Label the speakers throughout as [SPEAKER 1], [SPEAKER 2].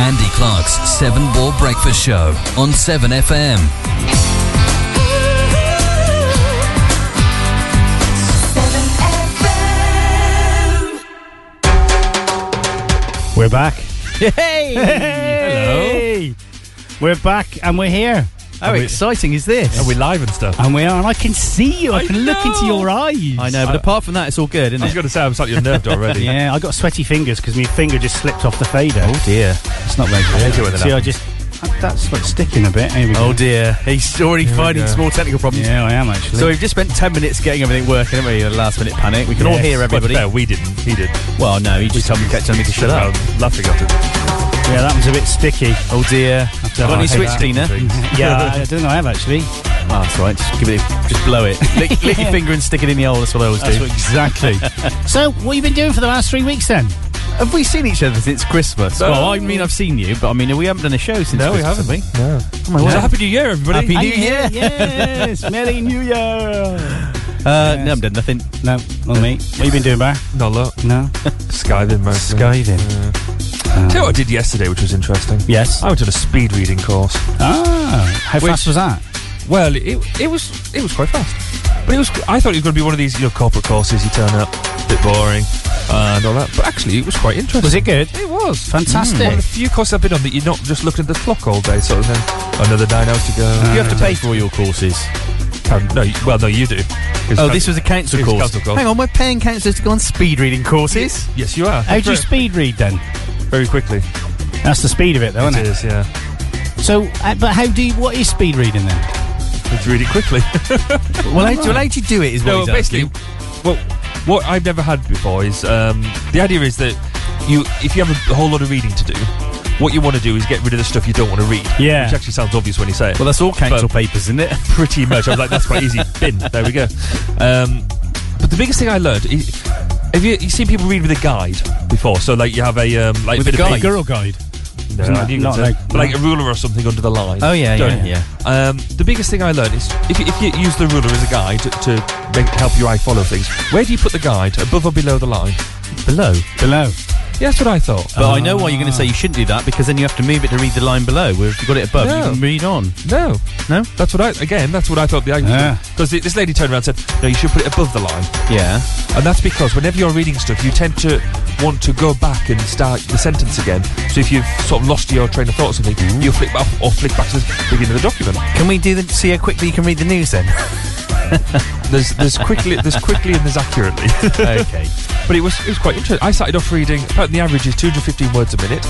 [SPEAKER 1] Andy Clark's Seven Ball Breakfast Show on 7FM.
[SPEAKER 2] We're back.
[SPEAKER 3] Hey!
[SPEAKER 2] Hello. We're back and we're here.
[SPEAKER 3] How exciting is this?
[SPEAKER 4] Are we live and stuff?
[SPEAKER 2] And we are, and I can see you. I,
[SPEAKER 4] I
[SPEAKER 2] can look into
[SPEAKER 4] know.
[SPEAKER 2] your eyes.
[SPEAKER 3] I know, but apart from that, it's all good, isn't
[SPEAKER 4] I was
[SPEAKER 3] it?
[SPEAKER 4] going to say I'm slightly unnerved already.
[SPEAKER 2] Yeah, I got sweaty fingers because my finger just slipped off the fader.
[SPEAKER 3] Oh dear.
[SPEAKER 2] It's not very good.
[SPEAKER 4] hate it when that
[SPEAKER 2] See, I
[SPEAKER 4] happens.
[SPEAKER 2] just that's what's sticking a bit. Here we go.
[SPEAKER 3] Oh dear. He's already finding
[SPEAKER 4] go.
[SPEAKER 3] small technical problems.
[SPEAKER 2] yeah, I am actually.
[SPEAKER 3] So we've just spent 10 minutes getting everything working, haven't we? in The last minute panic. We can all
[SPEAKER 4] Yes.
[SPEAKER 3] hear
[SPEAKER 4] Well, to
[SPEAKER 3] everybody.
[SPEAKER 4] be fair, we didn't. He did.
[SPEAKER 3] Well, no, he just told me, kept telling me to shut up.
[SPEAKER 4] I'm laughing at it.
[SPEAKER 2] yeah, that was a bit sticky.
[SPEAKER 3] Oh dear.
[SPEAKER 2] Oh,
[SPEAKER 3] Got
[SPEAKER 2] I
[SPEAKER 3] any
[SPEAKER 2] hate
[SPEAKER 3] switch
[SPEAKER 2] that.
[SPEAKER 3] cleaner?
[SPEAKER 2] Yeah, I don't know. I have actually.
[SPEAKER 3] Oh, that's all right. Just give it, a- just blow it. Lick, lick your finger and stick it in the hole. That's what I always
[SPEAKER 2] That's
[SPEAKER 3] do.
[SPEAKER 2] what, exactly. so, what you been doing for the last three weeks then?
[SPEAKER 3] Have we seen each other since Christmas?
[SPEAKER 4] No.
[SPEAKER 3] Well, I mean, I've seen you, but I mean, we haven't done a show since.
[SPEAKER 4] No, we
[SPEAKER 3] Christmas,
[SPEAKER 4] haven't.
[SPEAKER 3] have
[SPEAKER 4] No.
[SPEAKER 3] we?
[SPEAKER 4] Well, happy New Year, everybody.
[SPEAKER 3] Happy New
[SPEAKER 2] Happy New
[SPEAKER 3] Year.
[SPEAKER 2] Year, yes, Merry New Year.
[SPEAKER 3] Uh,
[SPEAKER 2] Yes.
[SPEAKER 3] No, I've done nothing.
[SPEAKER 2] No, not me. What you been doing, Bar?
[SPEAKER 4] No, look.
[SPEAKER 2] No,
[SPEAKER 4] Skiving, man.
[SPEAKER 2] skiving.
[SPEAKER 3] Uh,
[SPEAKER 4] Tell you what I did yesterday, which was interesting.
[SPEAKER 2] Yes.
[SPEAKER 4] I went on a speed reading course.
[SPEAKER 2] Ah, how
[SPEAKER 4] Which-
[SPEAKER 2] fast was that?
[SPEAKER 4] Well, it, it was it was quite fast, but it was. I thought it was going to be one of these you know, corporate courses. You turn up, a bit boring, and all that. But actually, it was quite interesting.
[SPEAKER 2] it good?
[SPEAKER 4] It was Mm.
[SPEAKER 2] Fantastic.
[SPEAKER 4] One of the few courses I've been on that you're not just looking at the clock all day, sort of thing. Another nine hours to go.
[SPEAKER 3] You have to pay for all your courses.
[SPEAKER 4] Can- no, you- well, no, you do. 'Cause
[SPEAKER 3] Oh,
[SPEAKER 4] can-
[SPEAKER 3] this was a council
[SPEAKER 4] It was
[SPEAKER 3] course.
[SPEAKER 4] council course.
[SPEAKER 3] Hang on, we're paying councillors to go on speed reading courses.
[SPEAKER 4] Yes, you are.
[SPEAKER 2] How do you
[SPEAKER 4] very,
[SPEAKER 2] speed read then?
[SPEAKER 4] very quickly.
[SPEAKER 2] That's the speed of it, though,
[SPEAKER 4] It
[SPEAKER 2] isn't it?
[SPEAKER 4] is, yeah.
[SPEAKER 2] So, uh, but how do you? What is speed reading then?
[SPEAKER 4] It's really quickly.
[SPEAKER 3] Well, how, well, how do you do it? Is what
[SPEAKER 4] no,
[SPEAKER 3] he's
[SPEAKER 4] basically,
[SPEAKER 3] asking.
[SPEAKER 4] well, what I've never had before is um, the idea is that you, if you have a whole lot of reading to do, what you want to do is get rid of the stuff you don't want to read.
[SPEAKER 2] Yeah.
[SPEAKER 4] Which actually sounds obvious when you say it.
[SPEAKER 3] Well, that's all council
[SPEAKER 4] But-
[SPEAKER 3] papers, isn't it?
[SPEAKER 4] pretty much. I was like, that's quite easy. Bin. There we go. Um, but the biggest thing I learned. Is, have you, you seen people read with a guide before? So like you have a um, like
[SPEAKER 3] With
[SPEAKER 4] bit of
[SPEAKER 3] a guide?
[SPEAKER 4] paper-
[SPEAKER 2] Girl guide.
[SPEAKER 4] No,
[SPEAKER 2] Isn't
[SPEAKER 4] I
[SPEAKER 2] that
[SPEAKER 4] knew
[SPEAKER 2] not
[SPEAKER 4] that.
[SPEAKER 2] like-
[SPEAKER 4] But like a ruler or something under the line.
[SPEAKER 3] Oh yeah,
[SPEAKER 4] don't
[SPEAKER 3] yeah,
[SPEAKER 4] you?
[SPEAKER 3] yeah.
[SPEAKER 4] Um, the biggest thing I learned is if you, if you use the ruler as a guide to, to make, help your eye follow things, where do you put the guide? Above or below the line?
[SPEAKER 3] Below. Ah.
[SPEAKER 2] Below.
[SPEAKER 4] Yeah, that's what I thought.
[SPEAKER 3] But I know why you're going to say you shouldn't do that because then you have to move it to read the line below. Where if you've got it above,
[SPEAKER 4] No.
[SPEAKER 3] you can read on.
[SPEAKER 4] No,
[SPEAKER 3] No?
[SPEAKER 4] That's what I again. That's what I thought the angle.
[SPEAKER 2] Yeah.
[SPEAKER 4] Because this lady turned around and said, "No, you should put it above the line."
[SPEAKER 3] Yeah.
[SPEAKER 4] And that's because whenever you're reading stuff, you tend to want to go back and start the sentence again. So if you've sort of lost your train of thought or something, you'll flick back or flick back to the beginning of the document.
[SPEAKER 3] Can we do the see how quickly you can read the news then?
[SPEAKER 4] There's there's quickly there's quickly and there's accurately.
[SPEAKER 3] okay.
[SPEAKER 4] but it was it was quite interesting. I started off reading apparently the average is 215 words a minute.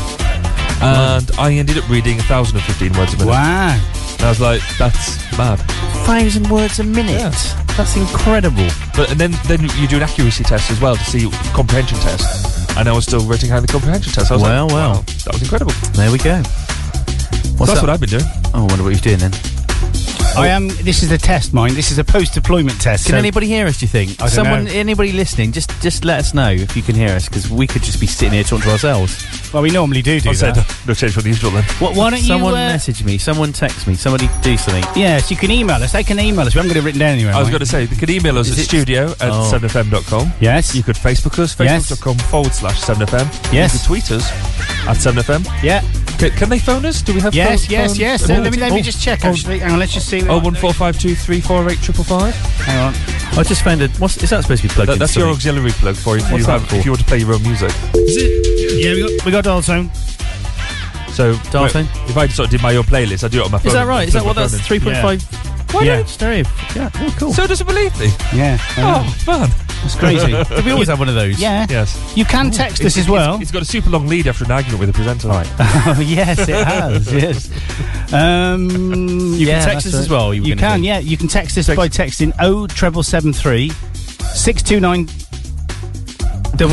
[SPEAKER 4] And I ended up reading 1,015 words a minute.
[SPEAKER 2] Wow.
[SPEAKER 4] And I was like, that's mad.
[SPEAKER 3] Thousand words a minute.
[SPEAKER 4] Yeah.
[SPEAKER 3] That's incredible.
[SPEAKER 4] But and then, then you do an accuracy test as well to see comprehension test. And I was still rating high in the comprehension test. I was
[SPEAKER 3] Well,
[SPEAKER 4] like,
[SPEAKER 3] well.
[SPEAKER 4] wow, that was incredible.
[SPEAKER 3] There we
[SPEAKER 4] So
[SPEAKER 3] go. What's
[SPEAKER 4] that's
[SPEAKER 3] that?
[SPEAKER 4] what I've been doing.
[SPEAKER 3] oh, I wonder what he's doing then.
[SPEAKER 4] Oh.
[SPEAKER 2] I am. This is the test, mind. This is a post-deployment test.
[SPEAKER 3] Can
[SPEAKER 2] so-
[SPEAKER 3] anybody hear us? Do you think?
[SPEAKER 2] I don't
[SPEAKER 3] Someone,
[SPEAKER 2] know.
[SPEAKER 3] anybody listening, just just let us know if you can hear us because we could just be sitting here talking to ourselves.
[SPEAKER 2] Well, we normally do do
[SPEAKER 4] I said
[SPEAKER 2] that.
[SPEAKER 4] no change from the usual then.
[SPEAKER 2] Wh- why don't
[SPEAKER 3] someone
[SPEAKER 2] you? Uh,
[SPEAKER 3] message me, someone text me, somebody do something.
[SPEAKER 2] yes, you can email us. They can email us. We haven't got it written down anywhere.
[SPEAKER 4] I was
[SPEAKER 2] mate.
[SPEAKER 4] going to say, you could email us
[SPEAKER 3] Is
[SPEAKER 4] at
[SPEAKER 3] it-
[SPEAKER 4] studio at
[SPEAKER 3] Oh.
[SPEAKER 4] 7fm.com.
[SPEAKER 2] Yes.
[SPEAKER 4] You could Facebook us,
[SPEAKER 2] Yes.
[SPEAKER 4] facebook.com forward slash 7fm.
[SPEAKER 2] Yes.
[SPEAKER 4] You could tweet us at 7fm.
[SPEAKER 2] yeah.
[SPEAKER 4] Can, can they phone us? Do we have
[SPEAKER 2] Yes.
[SPEAKER 4] phone,
[SPEAKER 2] Yes.
[SPEAKER 4] phone-
[SPEAKER 2] Yes.
[SPEAKER 4] Oh,
[SPEAKER 2] Uh, let me let me
[SPEAKER 4] oh,
[SPEAKER 2] just check.
[SPEAKER 4] oh,
[SPEAKER 2] Actually, hang on. Let's just see.
[SPEAKER 4] Oh, one four five two three four eight triple five.
[SPEAKER 2] Hang on.
[SPEAKER 3] I just found a. What's, is that supposed to be plugged
[SPEAKER 4] That,
[SPEAKER 3] in?
[SPEAKER 4] that's your auxiliary plug for you. If you,
[SPEAKER 3] What's that
[SPEAKER 4] have,
[SPEAKER 3] for?
[SPEAKER 4] if you want to play your own music.
[SPEAKER 2] Is it? Yeah, we got we got dial tone.
[SPEAKER 4] So
[SPEAKER 3] Dial
[SPEAKER 4] wait,
[SPEAKER 3] tone?
[SPEAKER 4] if I sort of did my own playlist, I do it on my phone.
[SPEAKER 3] Is that right? Is that what
[SPEAKER 4] Plug my
[SPEAKER 3] that's
[SPEAKER 4] phone in.
[SPEAKER 3] three point five? Why
[SPEAKER 2] Yeah.
[SPEAKER 3] not stereo? Yeah. Oh, cool.
[SPEAKER 4] So doesn't believe me.
[SPEAKER 2] Yeah. I know.
[SPEAKER 4] Oh man.
[SPEAKER 2] It's crazy.
[SPEAKER 3] Did we always have one of those?
[SPEAKER 2] yeah.
[SPEAKER 4] Yes.
[SPEAKER 2] You can text us as well.
[SPEAKER 4] It's got a super long lead after an argument with the presenter. Right.
[SPEAKER 2] Oh, yes, it has. yes. Um,
[SPEAKER 3] You
[SPEAKER 2] yeah,
[SPEAKER 3] can text
[SPEAKER 2] that's
[SPEAKER 3] us
[SPEAKER 2] right.
[SPEAKER 3] as well. You, were
[SPEAKER 2] You
[SPEAKER 3] gonna
[SPEAKER 2] can,
[SPEAKER 3] do.
[SPEAKER 2] yeah. You can text us by texting 07773 629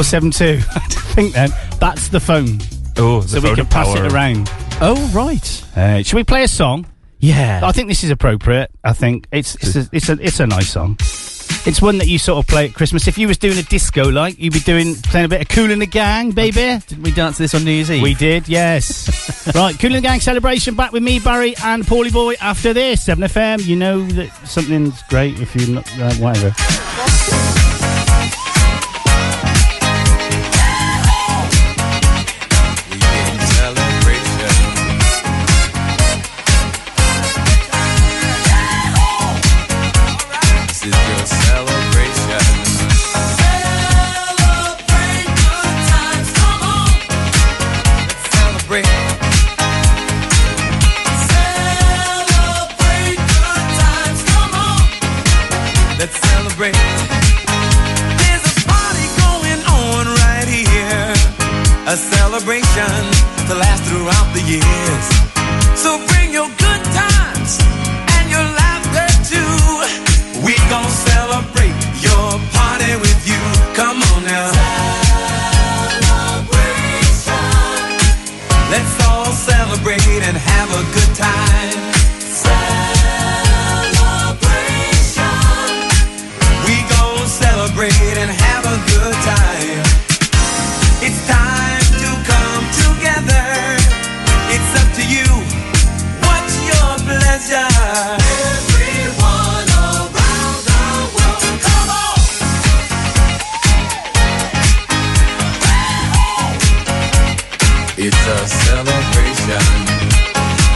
[SPEAKER 2] 772. I don't think then. That's the phone.
[SPEAKER 4] Oh,
[SPEAKER 2] So we can pass it around.
[SPEAKER 3] Oh right.
[SPEAKER 2] Uh, should we play a song?
[SPEAKER 3] Yeah.
[SPEAKER 2] I think this is appropriate. I think it's it's a, it's a it's a nice song. It's one that you sort of play at Christmas. If you was doing a disco like, you'd be doing playing a bit of Cool in the Gang, baby.
[SPEAKER 3] Didn't we dance this on New Year's Eve?
[SPEAKER 2] We did, yes. right, Cool and the Gang celebration back with me, Barry, and Paulie Boy after this. 7FM, you know that something's great if you're not, uh, whatever.
[SPEAKER 5] Celebration.
[SPEAKER 6] celebrate. Celebrate good times, come on. Let's celebrate. There's a party going on right here. A celebration to last throughout the years. So bring your good times and your laughter too. We gon' celebrate your party with you. Come on now. Let's all celebrate and have a good time. Celebration. We gon' celebrate and have a good time. It's time to come together. It's up to you. What's your pleasure? Everyone around the world, come on. It's a celebration.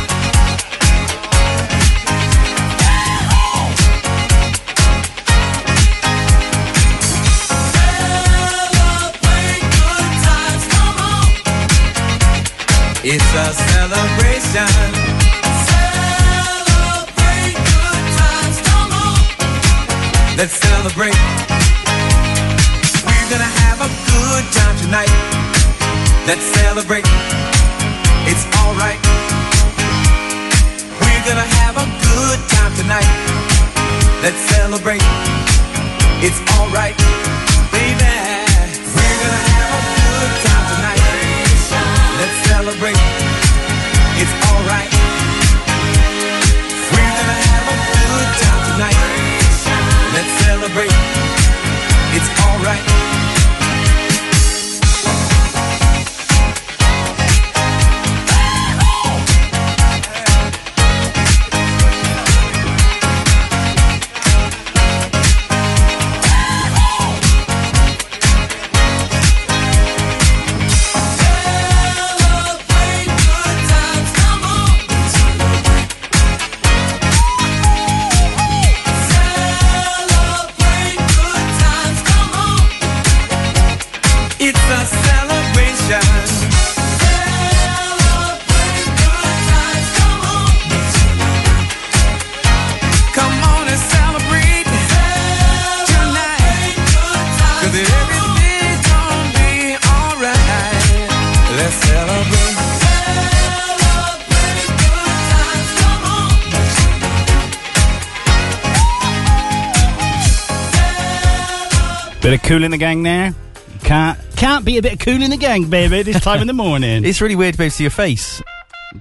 [SPEAKER 6] Celebrate good times, come on. It's a celebration. Celebrate good times, come on. Let's celebrate. We're gonna have a good time tonight. Let's celebrate. It's alright. We're gonna have a good time tonight. Let's celebrate. It's alright, baby. We're gonna have a good time tonight. Let's celebrate. It's alright. We're gonna have a good time tonight. Let's celebrate. It's alright. It's a celebration. Come on and celebrate tonight. 'Cause everything's gonna be alright. Let's celebrate.
[SPEAKER 2] Bit of cool in the gang there. You can't can't beat a bit of cool in the gang, baby. This time in the morning.
[SPEAKER 3] It's really weird to be able to see your face.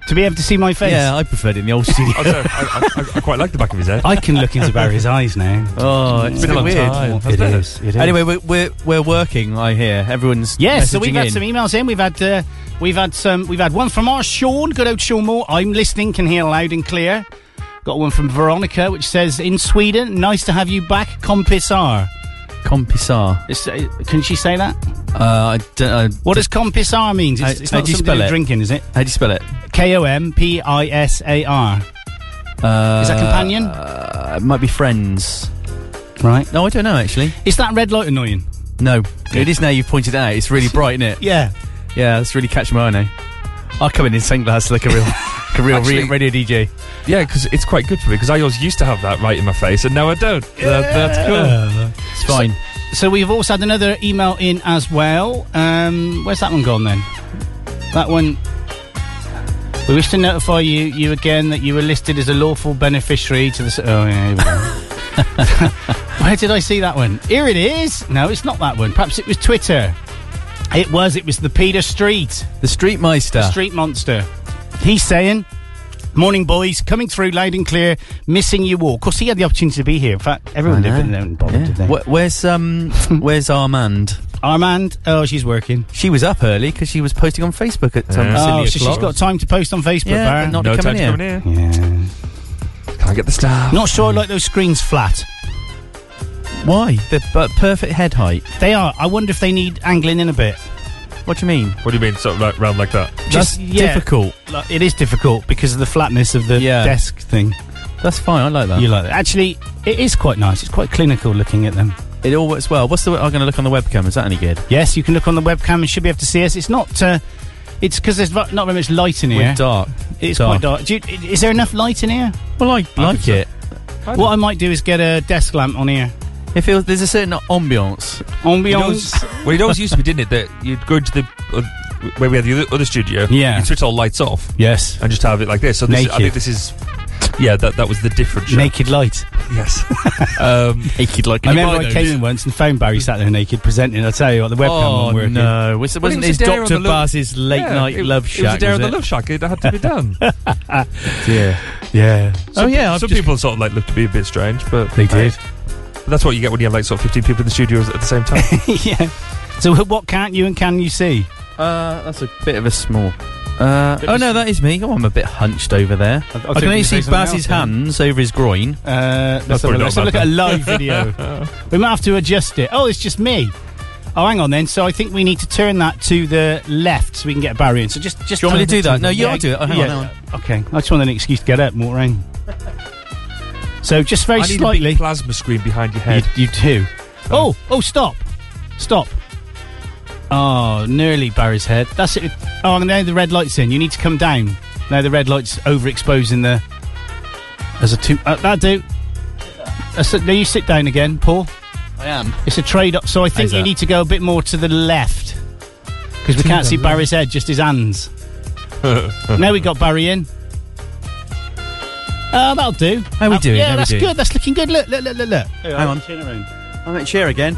[SPEAKER 2] to be able to see my face.
[SPEAKER 3] Yeah, I preferred it in the old studio.
[SPEAKER 4] I, don't, I, I, I quite like the back of his head.
[SPEAKER 2] I can look into Barry's eyes now.
[SPEAKER 3] oh, it's
[SPEAKER 4] Been a
[SPEAKER 3] a bit
[SPEAKER 4] long
[SPEAKER 3] weird.
[SPEAKER 4] time.
[SPEAKER 2] It is. It is.
[SPEAKER 3] Anyway, we're, we're we're working. I hear everyone's
[SPEAKER 2] Yes, so we've
[SPEAKER 3] messaging
[SPEAKER 2] had
[SPEAKER 3] in.
[SPEAKER 2] some emails in. We've had uh, we've had some we've had one from our Sean, good old Sean Moore. I'm listening, can hear loud and clear. Got one from Veronica, which says in Sweden, nice to have you back, kompisar.
[SPEAKER 3] Compisar.
[SPEAKER 2] It's, uh, can she say that?
[SPEAKER 3] Uh, I don't, I,
[SPEAKER 2] What does kompisar mean? It's,
[SPEAKER 3] How-
[SPEAKER 2] it's
[SPEAKER 3] how
[SPEAKER 2] not
[SPEAKER 3] do you
[SPEAKER 2] something
[SPEAKER 3] spell
[SPEAKER 2] you're
[SPEAKER 3] it?
[SPEAKER 2] drinking, is it?
[SPEAKER 3] how do you spell it?
[SPEAKER 2] K O M P I S A R.
[SPEAKER 3] Uh,
[SPEAKER 2] Is that companion?
[SPEAKER 3] Uh, it might be friends.
[SPEAKER 2] Right.
[SPEAKER 3] No, I don't know actually.
[SPEAKER 2] Is that red light annoying?
[SPEAKER 3] No, it is now you've pointed it out. It's really bright, isn't it?
[SPEAKER 2] Yeah.
[SPEAKER 3] Yeah, that's really catching my eye now. I'll come in in sunglasses like a real, like a real
[SPEAKER 4] Actually-
[SPEAKER 3] re- radio DJ.
[SPEAKER 4] Yeah, because it's quite good for me because I always used to have that right in my face and now I don't. That- that's cool.
[SPEAKER 3] It's fine.
[SPEAKER 2] So we've also had another email in as well. Um, where's that one gone then? That one. We wish to notify you, you again, that you were listed as a lawful beneficiary to the. s- Oh yeah. Here we go. Where did I see that one? Here it is. No, it's not that one. Perhaps it was Twitter. It was. It was the Peter Street.
[SPEAKER 3] The Street Meister.
[SPEAKER 2] Street Monster. He's saying, Morning, boys. Coming through loud and clear. Missing you all. Of course, he had the opportunity to be here. In fact, everyone
[SPEAKER 3] I know.
[SPEAKER 2] lived in there and bothered, did they?
[SPEAKER 3] Wh- where's um, where's Armand?
[SPEAKER 2] Armand, oh, she's working.
[SPEAKER 3] She was up early because she was posting on Facebook at some
[SPEAKER 4] Yeah.
[SPEAKER 2] Oh,
[SPEAKER 3] silly
[SPEAKER 2] so she's
[SPEAKER 3] o'clock.
[SPEAKER 2] got time to post on Facebook,
[SPEAKER 3] Yeah,
[SPEAKER 2] Barry.
[SPEAKER 3] but not
[SPEAKER 4] No time
[SPEAKER 3] coming
[SPEAKER 4] to
[SPEAKER 3] here.
[SPEAKER 4] come in here.
[SPEAKER 2] yeah.
[SPEAKER 4] Can't get the staff.
[SPEAKER 2] Not sure I like those screens flat.
[SPEAKER 3] Why? The but perfect head height.
[SPEAKER 2] They are. I wonder if they need angling in a bit.
[SPEAKER 3] What do you mean?
[SPEAKER 4] What do you mean, sort of like, round like that?
[SPEAKER 2] Just-
[SPEAKER 3] That's
[SPEAKER 2] yeah.
[SPEAKER 3] difficult.
[SPEAKER 2] Like, it is difficult because of the flatness of the
[SPEAKER 3] Yeah.
[SPEAKER 2] desk thing.
[SPEAKER 3] That's fine. I like that.
[SPEAKER 2] You like that. Actually, it is quite nice. It's quite clinical looking at them.
[SPEAKER 3] It all works well. What's the? I'm going to look on the webcam. Is that any good?
[SPEAKER 2] Yes, you can look on the webcam and should be able to see us. It's not. Uh, It's because there's not not very much light in here.
[SPEAKER 3] We're dark.
[SPEAKER 2] It's quite dark. Do you, i- is there enough light in here?
[SPEAKER 3] Well, I, like it.
[SPEAKER 2] What I might do is get a desk lamp on here.
[SPEAKER 3] It feels there's a certain ambiance.
[SPEAKER 4] It
[SPEAKER 2] Ambiance.
[SPEAKER 4] always, well, it always used to be, didn't it? That you'd go into the uh, where we had the other, other studio.
[SPEAKER 2] Yeah.
[SPEAKER 4] You'd switch all lights off
[SPEAKER 2] Yes.
[SPEAKER 4] and just have it like this. So this I
[SPEAKER 2] Naked.
[SPEAKER 4] think this is. Yeah, that that was the different show.
[SPEAKER 2] Naked light.
[SPEAKER 4] Yes. um,
[SPEAKER 3] Naked like
[SPEAKER 2] I remember I came in once and found Barry sat there naked presenting. I tell you what, the webcam
[SPEAKER 3] Oh
[SPEAKER 2] wasn't working.
[SPEAKER 3] no! Was,
[SPEAKER 4] Well, it
[SPEAKER 3] wasn't
[SPEAKER 4] was
[SPEAKER 3] his
[SPEAKER 4] a dare on
[SPEAKER 3] Doctor
[SPEAKER 4] the lo-
[SPEAKER 3] Buzz's late
[SPEAKER 4] yeah,
[SPEAKER 3] night
[SPEAKER 4] it-
[SPEAKER 3] love
[SPEAKER 4] It was a
[SPEAKER 3] shack?
[SPEAKER 4] dare
[SPEAKER 3] was
[SPEAKER 4] on the
[SPEAKER 3] it?
[SPEAKER 4] love shack. It had to be done.
[SPEAKER 2] Yeah,
[SPEAKER 3] Oh yeah, I've
[SPEAKER 4] Some
[SPEAKER 3] just-
[SPEAKER 4] people sort of like look to be a bit strange, but
[SPEAKER 2] they did.
[SPEAKER 4] But that's what you get when you have like sort of 15 people in the studio at the same time.
[SPEAKER 2] yeah. So wh- what can't you and can you see?
[SPEAKER 3] Uh, that's a bit of a small. Uh, oh no, that is me. Oh, I'm a bit hunched over there.
[SPEAKER 2] I,
[SPEAKER 3] I can only see Baz's hands over his groin.
[SPEAKER 2] Uh, let's have
[SPEAKER 4] probably
[SPEAKER 2] a look,
[SPEAKER 4] not
[SPEAKER 2] let's have a
[SPEAKER 4] bad
[SPEAKER 2] look at a live video. we might have to adjust it. Oh, it's just me. Oh, hang on then. So I think we need to turn that to the left so we can get Barry in. So just, just.
[SPEAKER 3] Do you want me to
[SPEAKER 2] turn
[SPEAKER 3] do that?
[SPEAKER 2] to
[SPEAKER 3] No,
[SPEAKER 2] the-
[SPEAKER 3] yeah, I'll do it. Oh, hang on, hang
[SPEAKER 2] Okay. I just wanted an excuse to get up, and walk around. So just very
[SPEAKER 4] I need a
[SPEAKER 2] slightly.
[SPEAKER 4] big plasma screen behind your
[SPEAKER 2] You,
[SPEAKER 4] head. Um,
[SPEAKER 2] you do. Oh, oh, stop. Stop. Oh, nearly Barry's head. That's it. Oh, now the red light's in. You need to come down. Now the red light's overexposing the. As a two. Uh, that do. That's it. now you sit down again, Paul.
[SPEAKER 3] I am.
[SPEAKER 2] It's a trade up. So I think
[SPEAKER 3] How's
[SPEAKER 2] you
[SPEAKER 3] that?
[SPEAKER 2] need to go a bit more to the left. Because we can't see Barry's head, just his hands. now we got Barry in. Oh, that'll do.
[SPEAKER 3] How we
[SPEAKER 2] Uh,
[SPEAKER 3] doing?
[SPEAKER 2] Yeah,
[SPEAKER 3] How we
[SPEAKER 2] that's
[SPEAKER 3] doing?
[SPEAKER 2] good. That's looking good. Look, look, look, look, look.
[SPEAKER 3] Hang on.
[SPEAKER 2] Turn around.
[SPEAKER 3] I'm at chair again.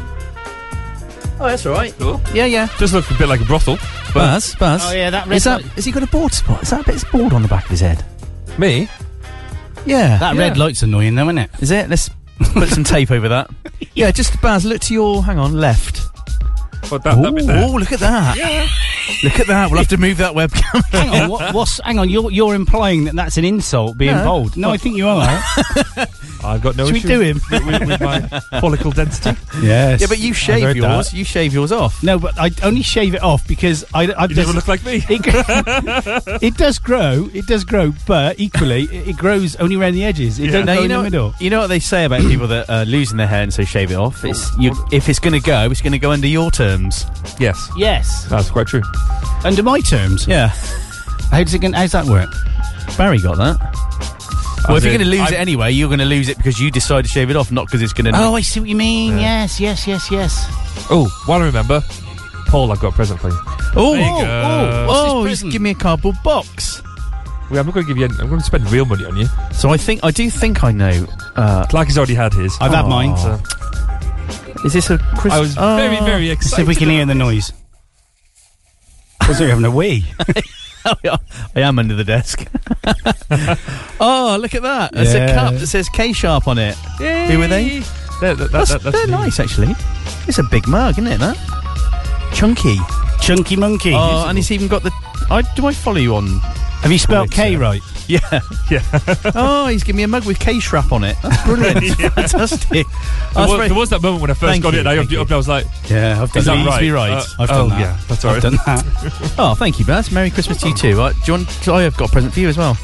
[SPEAKER 3] Oh, that's all right.
[SPEAKER 4] Cool.
[SPEAKER 3] Yeah, yeah.
[SPEAKER 4] Does look a bit like a brothel.
[SPEAKER 3] Buzz, Buzz.
[SPEAKER 2] Oh, yeah, that red
[SPEAKER 3] Is that?
[SPEAKER 2] light-
[SPEAKER 3] Has he got a bald spot? Is that a bit of bald on the back of his head?
[SPEAKER 4] Me?
[SPEAKER 3] Yeah.
[SPEAKER 2] That red light's annoying, though, isn't it?
[SPEAKER 3] Is it? Let's put some tape over that. Yeah, just Baz. Look to your. Hang on, left.
[SPEAKER 4] But that, that bit there.
[SPEAKER 3] Oh, look at that. Look at that. We'll have to move that webcam.
[SPEAKER 2] Hang on, what, what's? Hang on, you're you're implying that that's an insult being
[SPEAKER 3] No.
[SPEAKER 2] bold. No, I think you are.
[SPEAKER 4] I've got no
[SPEAKER 2] Should we
[SPEAKER 4] issue
[SPEAKER 2] do him?
[SPEAKER 4] with, with- with my follicle density.
[SPEAKER 2] yes.
[SPEAKER 3] yeah, but you shave
[SPEAKER 2] heard
[SPEAKER 3] yours.
[SPEAKER 2] that.
[SPEAKER 3] You shave yours off.
[SPEAKER 2] No, but I only shave it off because I. I
[SPEAKER 4] You never look like me.
[SPEAKER 2] it, gr- it does grow. It does grow, but equally, it, it grows only around the edges. It
[SPEAKER 4] Yeah.
[SPEAKER 2] doesn't
[SPEAKER 3] Now
[SPEAKER 2] grow
[SPEAKER 3] you
[SPEAKER 2] in
[SPEAKER 3] know
[SPEAKER 2] the middle.
[SPEAKER 3] you know what they say about people that are losing their hair and so shave it off. It's you, if it's going to go, it's going to go under your terms.
[SPEAKER 4] Yes.
[SPEAKER 2] Yes,
[SPEAKER 4] That's quite true.
[SPEAKER 2] under my terms.
[SPEAKER 3] Yeah,
[SPEAKER 2] How does it? gon- How's that work?
[SPEAKER 3] Barry got that. Well, if you're
[SPEAKER 4] in,
[SPEAKER 3] going to lose
[SPEAKER 4] I-
[SPEAKER 3] it anyway, you're going to lose it because you decide to shave it off, not because it's going to.
[SPEAKER 2] Oh, I see what you mean. Yes, yes, yes, yes.
[SPEAKER 4] Oh, while I remember, Paul, I've got a present for you.
[SPEAKER 3] oh,
[SPEAKER 4] there you
[SPEAKER 3] oh,
[SPEAKER 4] go.
[SPEAKER 2] What's this
[SPEAKER 3] oh, he's
[SPEAKER 2] present?
[SPEAKER 3] give me a cardboard box.
[SPEAKER 4] Well, I'm not going to give you. Any, I'm going to spend real money on you.
[SPEAKER 3] So I think I do think I know. Uh,
[SPEAKER 4] Clark has already had his.
[SPEAKER 2] I've had mine.
[SPEAKER 4] So
[SPEAKER 3] is this a Oh. Christmas?
[SPEAKER 4] I was very, very
[SPEAKER 2] Let's see
[SPEAKER 4] excited.
[SPEAKER 2] if we can hear the noise. Was there having a wee?
[SPEAKER 3] I am under the desk. oh, look at that! It's
[SPEAKER 2] Yeah.
[SPEAKER 3] a cup that says K Sharp on it.
[SPEAKER 4] Yay.
[SPEAKER 3] Who were they?
[SPEAKER 4] That, that, that,
[SPEAKER 3] That's,
[SPEAKER 4] that- that's
[SPEAKER 3] they're
[SPEAKER 4] me.
[SPEAKER 3] nice, actually. It's a big mug, isn't it? That chunky.
[SPEAKER 2] Chunky monkey.
[SPEAKER 3] Oh, and it's even got the. I, do I follow you on?
[SPEAKER 2] Have you spelt K right?
[SPEAKER 3] Yeah.
[SPEAKER 4] Yeah.
[SPEAKER 3] oh, he's giving me a mug with K Shrap on it. That's brilliant. Fantastic.
[SPEAKER 4] There
[SPEAKER 3] That's
[SPEAKER 4] was,
[SPEAKER 3] very-
[SPEAKER 4] there was that moment when I first
[SPEAKER 3] Thank
[SPEAKER 4] got
[SPEAKER 3] you,
[SPEAKER 4] it, and I
[SPEAKER 3] thank
[SPEAKER 4] opened it
[SPEAKER 3] you.
[SPEAKER 4] up, and I was like,
[SPEAKER 2] Yeah, I've done
[SPEAKER 4] "Is
[SPEAKER 2] that.
[SPEAKER 4] that
[SPEAKER 2] Please
[SPEAKER 4] right?"
[SPEAKER 2] be right.
[SPEAKER 4] Uh,
[SPEAKER 2] I've
[SPEAKER 4] oh,
[SPEAKER 2] done that.
[SPEAKER 4] yeah, that's all
[SPEAKER 2] I've
[SPEAKER 4] right.
[SPEAKER 2] done that.
[SPEAKER 3] Oh, thank you, Baz. Merry Christmas to you too. Uh, do you want? I have got a present for you as well.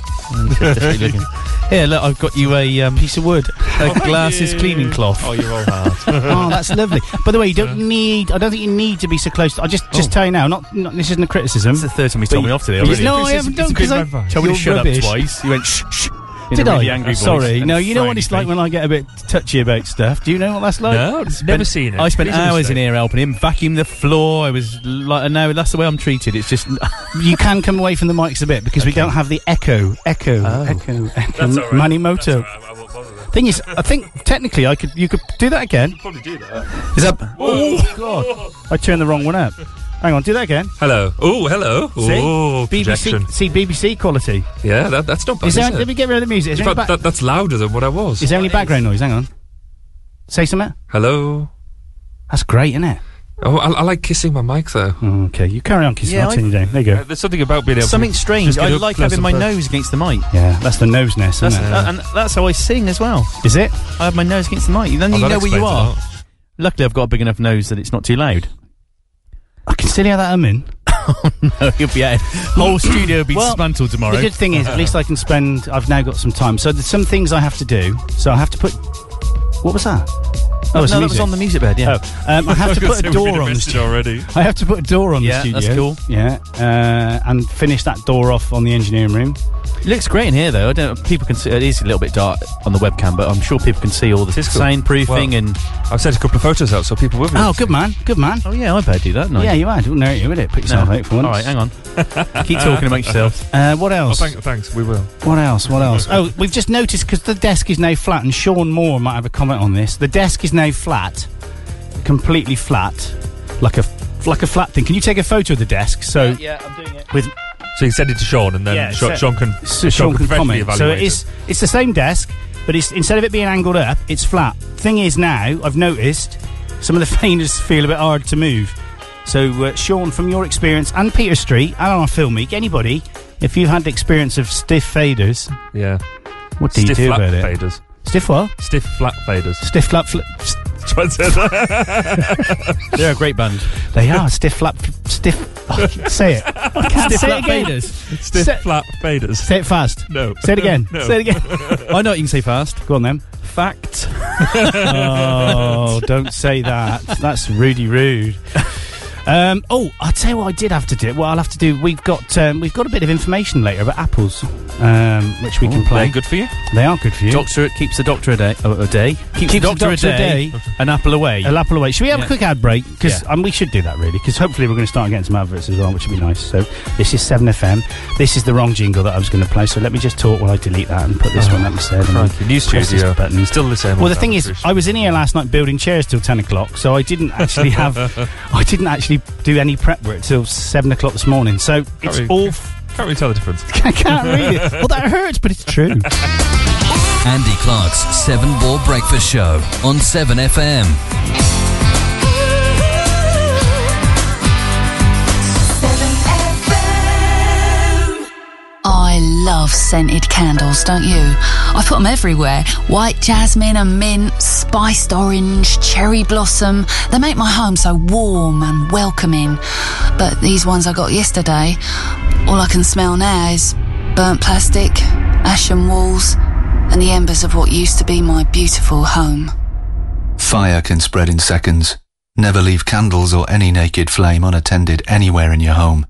[SPEAKER 3] Here, look, I've got you a um, piece of wood, a glasses cleaning cloth.
[SPEAKER 4] Oh, you're all hard.
[SPEAKER 2] oh, that's lovely. By the way, you don't need. I don't think you need to be so close. To, I just
[SPEAKER 4] Oh.
[SPEAKER 2] just tell you now. Not, not this isn't a criticism.
[SPEAKER 3] It's the third time he's told me off today
[SPEAKER 2] But you-
[SPEAKER 3] already.
[SPEAKER 2] no,
[SPEAKER 4] This
[SPEAKER 2] I
[SPEAKER 4] is-
[SPEAKER 2] haven't
[SPEAKER 4] it's
[SPEAKER 2] done
[SPEAKER 4] a bit
[SPEAKER 2] because
[SPEAKER 4] of
[SPEAKER 2] I
[SPEAKER 4] advice.
[SPEAKER 3] Told me
[SPEAKER 2] you're
[SPEAKER 3] to shut
[SPEAKER 2] rubbish.
[SPEAKER 3] up twice. You went shh shh. in
[SPEAKER 2] Did
[SPEAKER 3] a really
[SPEAKER 2] I? Oh,
[SPEAKER 3] Angry voice
[SPEAKER 2] Sorry.
[SPEAKER 3] and
[SPEAKER 2] No, you know what
[SPEAKER 3] frowny
[SPEAKER 2] it's like
[SPEAKER 3] face.
[SPEAKER 2] when I get a bit touchy about stuff. Do you know what that's like?
[SPEAKER 4] no, I've never seen it.
[SPEAKER 3] I spent
[SPEAKER 4] It's a
[SPEAKER 3] hours
[SPEAKER 4] mistake.
[SPEAKER 3] in here helping him vacuum the floor. I was like, and now that's the way I'm treated. It's just
[SPEAKER 2] You can come away from the mics a bit because we don't have the echo, echo,
[SPEAKER 3] Oh.
[SPEAKER 2] echo, echo. Money moto. Thing is, I think technically I could. You could do that again.
[SPEAKER 4] Probably do that.
[SPEAKER 2] Is that? Oh God! I turned the wrong one up. Hang on, do that again.
[SPEAKER 4] Hello. Oh, hello.
[SPEAKER 2] See?
[SPEAKER 4] Oh, projection.
[SPEAKER 2] BBC, see BBC quality.
[SPEAKER 4] Yeah, that, that's not bad.
[SPEAKER 2] Is
[SPEAKER 4] Is
[SPEAKER 2] there?
[SPEAKER 4] it?
[SPEAKER 2] Let me get rid of the music. Is
[SPEAKER 4] In
[SPEAKER 2] there, any,
[SPEAKER 4] fact,
[SPEAKER 2] ba-
[SPEAKER 4] that, that's louder than what I was.
[SPEAKER 2] is there any background noise? Hang on. Say something.
[SPEAKER 4] Hello.
[SPEAKER 2] That's great, isn't it?
[SPEAKER 4] Oh, I, I like kissing my mic though. Uh,
[SPEAKER 2] okay, you carry on, kissing.
[SPEAKER 3] Yeah,
[SPEAKER 2] I'll
[SPEAKER 3] I-
[SPEAKER 2] turn you down. There you go.
[SPEAKER 4] There's something about being able
[SPEAKER 3] something
[SPEAKER 4] to
[SPEAKER 3] strange.
[SPEAKER 4] just get
[SPEAKER 3] I
[SPEAKER 4] up
[SPEAKER 3] like
[SPEAKER 4] close
[SPEAKER 3] having
[SPEAKER 4] and
[SPEAKER 3] my
[SPEAKER 4] personal.
[SPEAKER 3] nose against the mic.
[SPEAKER 2] Yeah, that's the nose nest,
[SPEAKER 3] That's,
[SPEAKER 2] isn't it?
[SPEAKER 3] uh, and that's how I sing as well.
[SPEAKER 2] Is it?
[SPEAKER 3] I have my nose against the mic. Then
[SPEAKER 4] Oh,
[SPEAKER 3] you
[SPEAKER 4] that
[SPEAKER 3] know where you
[SPEAKER 4] explains a
[SPEAKER 3] are.
[SPEAKER 4] lot.
[SPEAKER 3] Luckily, I've got a big enough nose that it's not too loud.
[SPEAKER 2] I can see how that I'm in.
[SPEAKER 3] You'll be out. Whole studio will be
[SPEAKER 2] Hmm. Well,
[SPEAKER 3] dismantled tomorrow.
[SPEAKER 2] The good thing is, at least I can spend. I've now got some time. So there's some things I have to do. So I have to put. What was that?
[SPEAKER 3] Oh,
[SPEAKER 2] it's
[SPEAKER 3] no, that
[SPEAKER 2] music.
[SPEAKER 3] was on the music bed. Yeah.
[SPEAKER 2] Oh, um, I have to put a door on the studio.
[SPEAKER 4] already.
[SPEAKER 2] I have to put a door on
[SPEAKER 3] Yeah,
[SPEAKER 2] the studio.
[SPEAKER 3] that's cool.
[SPEAKER 2] Yeah, uh, and finish that door off on the engineering room.
[SPEAKER 3] It looks great in here, though. I don't. People can see. It is a little bit dark on the webcam, but I'm sure people can see all the
[SPEAKER 4] is cool.
[SPEAKER 3] soundproofing
[SPEAKER 4] Well-
[SPEAKER 3] and.
[SPEAKER 4] I've sent a couple of photos out so people will be.
[SPEAKER 2] Oh, good man, good man.
[SPEAKER 3] Oh yeah, I better do that. Nice.
[SPEAKER 2] Yeah, you are. Don't know you, would it? Put yourself out for once.
[SPEAKER 3] All right, hang on. Keep talking amongst yourselves.
[SPEAKER 2] Uh, what
[SPEAKER 4] Oh,
[SPEAKER 2] else?
[SPEAKER 4] thank, thanks, we will.
[SPEAKER 2] What else? What else? Oh, we've just noticed because the desk is now flat, and Sean Moore might have a comment on this. The desk is now flat, completely flat, like a f- like a flat thing. Can you take a photo of the desk so
[SPEAKER 3] Yeah, I'm doing it.
[SPEAKER 4] So you send it to Sean, and then
[SPEAKER 2] Yeah,
[SPEAKER 4] Sean,
[SPEAKER 2] so-
[SPEAKER 4] Sean can
[SPEAKER 2] so Sean can
[SPEAKER 4] professionally
[SPEAKER 2] comment? So
[SPEAKER 4] evaluate
[SPEAKER 2] it is it's the same desk, but it's instead of it being angled up, it's flat. Thing is now I've noticed some of the feiners feel a bit hard to move. So uh, Sean, from your experience, and Peter Street, and on Film Week, anybody, if you've had the experience of stiff faders,
[SPEAKER 4] Yeah,
[SPEAKER 2] what do
[SPEAKER 4] stiff
[SPEAKER 2] you do
[SPEAKER 4] flat
[SPEAKER 2] about it?
[SPEAKER 4] faders.
[SPEAKER 2] Stiff what?
[SPEAKER 4] Stiff flat faders.
[SPEAKER 2] Stiff flap. Fl-
[SPEAKER 4] Try and say that.
[SPEAKER 3] They're a great band.
[SPEAKER 2] they are stiff flap. Stiff. I can't say it. I can't say it again.
[SPEAKER 4] Stiff
[SPEAKER 2] Set-
[SPEAKER 4] flat faders.
[SPEAKER 2] Say it fast.
[SPEAKER 4] No.
[SPEAKER 2] Say it again.
[SPEAKER 4] No.
[SPEAKER 2] Say it again.
[SPEAKER 3] I know what you can say fast.
[SPEAKER 2] Go on then.
[SPEAKER 3] Fact.
[SPEAKER 2] Oh, don't say that. That's really rude. Um, oh, I'll tell you what I did have to do. Well, I'll have to do. We've got um, we've got a bit of information later about apples, um, which we can play.
[SPEAKER 4] good for you.
[SPEAKER 2] They are good for you.
[SPEAKER 3] Doctor keeps the doctor a day. oh, a day. Keeps,
[SPEAKER 2] the doctor a day.
[SPEAKER 3] An apple away.
[SPEAKER 2] An apple away. Should we have a
[SPEAKER 3] Yeah.
[SPEAKER 2] quick ad break? Because
[SPEAKER 3] Yeah.
[SPEAKER 2] um, we should do that really. Because hopefully we're going to start getting some adverts as well, which would be nice. So this is Seven FM. This is the wrong jingle that I was going to play. So let me just talk while I delete that and put this one up instead. and
[SPEAKER 4] Oh, Crikey, new
[SPEAKER 2] press this
[SPEAKER 4] studio.
[SPEAKER 2] button.
[SPEAKER 4] Still the same.
[SPEAKER 2] Well,
[SPEAKER 4] old
[SPEAKER 2] the thing is,
[SPEAKER 4] amateurish.
[SPEAKER 2] I was in here last night building chairs till ten o'clock, so I didn't actually have, I didn't actually do any prep work till seven o'clock this morning. So it's
[SPEAKER 4] really-
[SPEAKER 2] all, f-
[SPEAKER 4] can't really tell the difference.
[SPEAKER 2] I can't read it. Well, that hurts, but it's true.
[SPEAKER 1] Andy Clark's Seven Ball Breakfast Show on 7FM.
[SPEAKER 7] I love scented candles, don't you? I put them everywhere white jasmine and mint, spiced orange, cherry blossom. They make my home so warm and welcoming. But these ones I got yesterday, all I can smell now is burnt plastic, ashen walls, and the embers of what used to be my beautiful home.
[SPEAKER 8] Fire can spread in seconds. Never leave candles or any naked flame unattended anywhere in your home.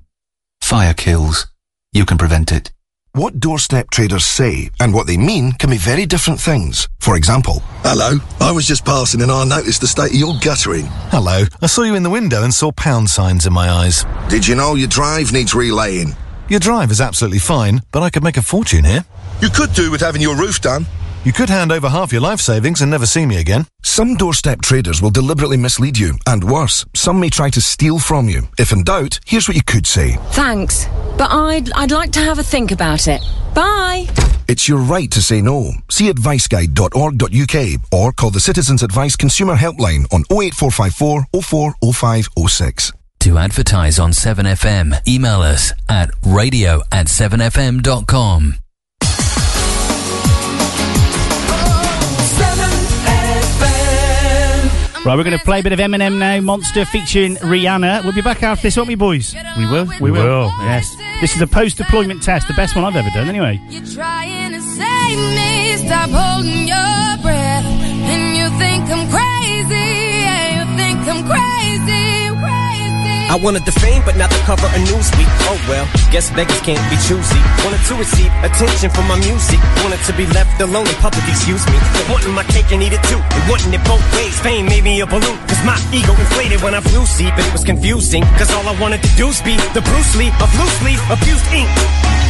[SPEAKER 8] Fire kills. You can prevent it.
[SPEAKER 9] What doorstep traders say and what they mean can be very different things. For example,
[SPEAKER 10] Hello, I was just passing and I noticed the state of your guttering.
[SPEAKER 11] Hello, I saw you in the window and saw pound signs in my eyes.
[SPEAKER 10] Did you know your drive needs relaying?
[SPEAKER 11] Your drive is absolutely fine, but I could make a fortune here.
[SPEAKER 10] You could do with having your roof done.
[SPEAKER 11] You could hand over half your life savings and never see me again.
[SPEAKER 9] some doorstep traders will deliberately mislead you, and worse, some may try to steal from you. If in doubt, here's what you could say.
[SPEAKER 12] Thanks, but I'd, I'd like to have a think about it. Bye!
[SPEAKER 9] It's your right to say no. See adviceguide.org.uk or call the Citizens Advice Consumer Helpline on 08454 040506.
[SPEAKER 1] To advertise on 7FM, email us at radio at 7fm.com.
[SPEAKER 2] right, we're going to play a bit of Eminem now, Monster featuring Rihanna. We'll be back after this, won't we, boys?
[SPEAKER 3] we will.
[SPEAKER 2] We will. Yes. This is a post-deployment test, the best one I've ever done, anyway.
[SPEAKER 12] You're trying to save me, stop holding your breath. And you think I'm crazy, yeah, you think I'm crazy, crazy.
[SPEAKER 5] I wanted the fame, but not the cover of Newsweek. Oh well, guess beggars can't be choosy. Wanted to receive attention from my music. Wanted to be left alone in public, excuse me. But wanting my cake and eat it too. And wanting it both ways. Fame made me a balloon. Cause my ego inflated when I flew see, but it was confusing. Cause all I wanted to do was be the Bruce Lee of loosely abused ink.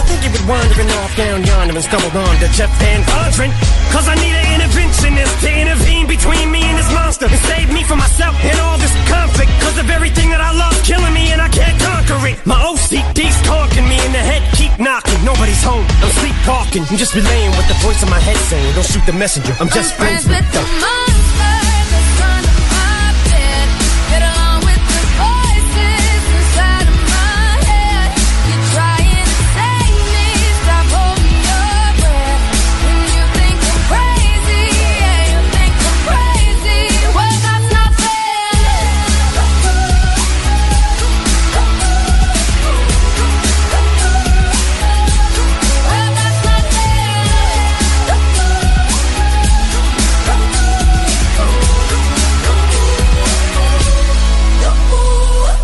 [SPEAKER 13] I think you've been wandering off down yonder and stumbled on to Jeff Van Vondren. Cause I need an interventionist to intervene between me and this monster and save me from myself and all this conflict. Cause of everything that I love killing me and I can't conquer it. My OCD's talking me in the head, keep knocking. Nobody's home, I'm sleepwalking. I'm just relaying what the voice in my head saying. Don't shoot the messenger, I'm just friends with
[SPEAKER 12] the
[SPEAKER 13] them.
[SPEAKER 12] monster that's under my bed. Get along with the voices inside of my head. You're trying to save me. Stop holding your breath. When you think I'm crazy, yeah, you think I'm crazy. Well, that's not fair.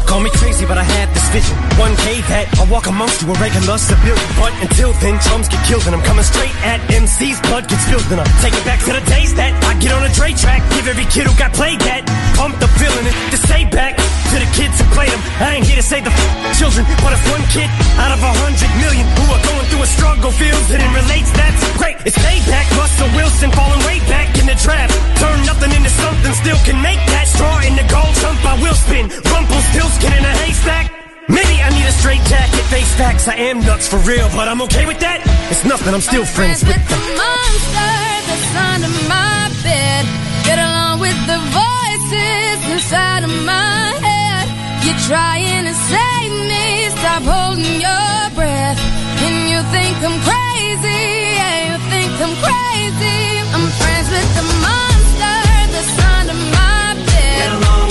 [SPEAKER 13] Call me crazy, but I had this vision. One day that I walk amongst you, a regular civilian. But until then, chums get killed, and I'm coming straight at MC's blood gets spilled, and I take it back to the days that I get on a Dre track, give every kid who got played that pump the feeling and to say back to the kids who played them. I ain't here to save the f- children, but if one kid out of a hundred million who are going through a struggle feels it and relates, that's great. It's payback. Russell Wilson falling way back in the draft, turn nothing into something, still can make that straw in the gold jump. I will spin, rumple still skin in a haystack. Maybe I need a straight jacket, face facts. I am nuts for real, but I'm okay with that. It's nothing. I'm still friends with them.
[SPEAKER 12] monster that's under my bed. Get along with the voices inside of my head. You're trying to save me. Stop holding your breath. And you think I'm crazy. Yeah, you think I'm crazy. I'm friends with the monster that's under my bed. Get along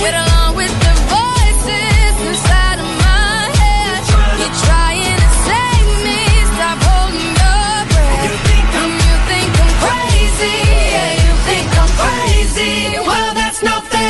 [SPEAKER 12] with, the voices inside of my head. You're trying to save me. Stop holding your breath. You think I'm, you think I'm crazy. Yeah, you think I'm crazy. Well, that's not fair.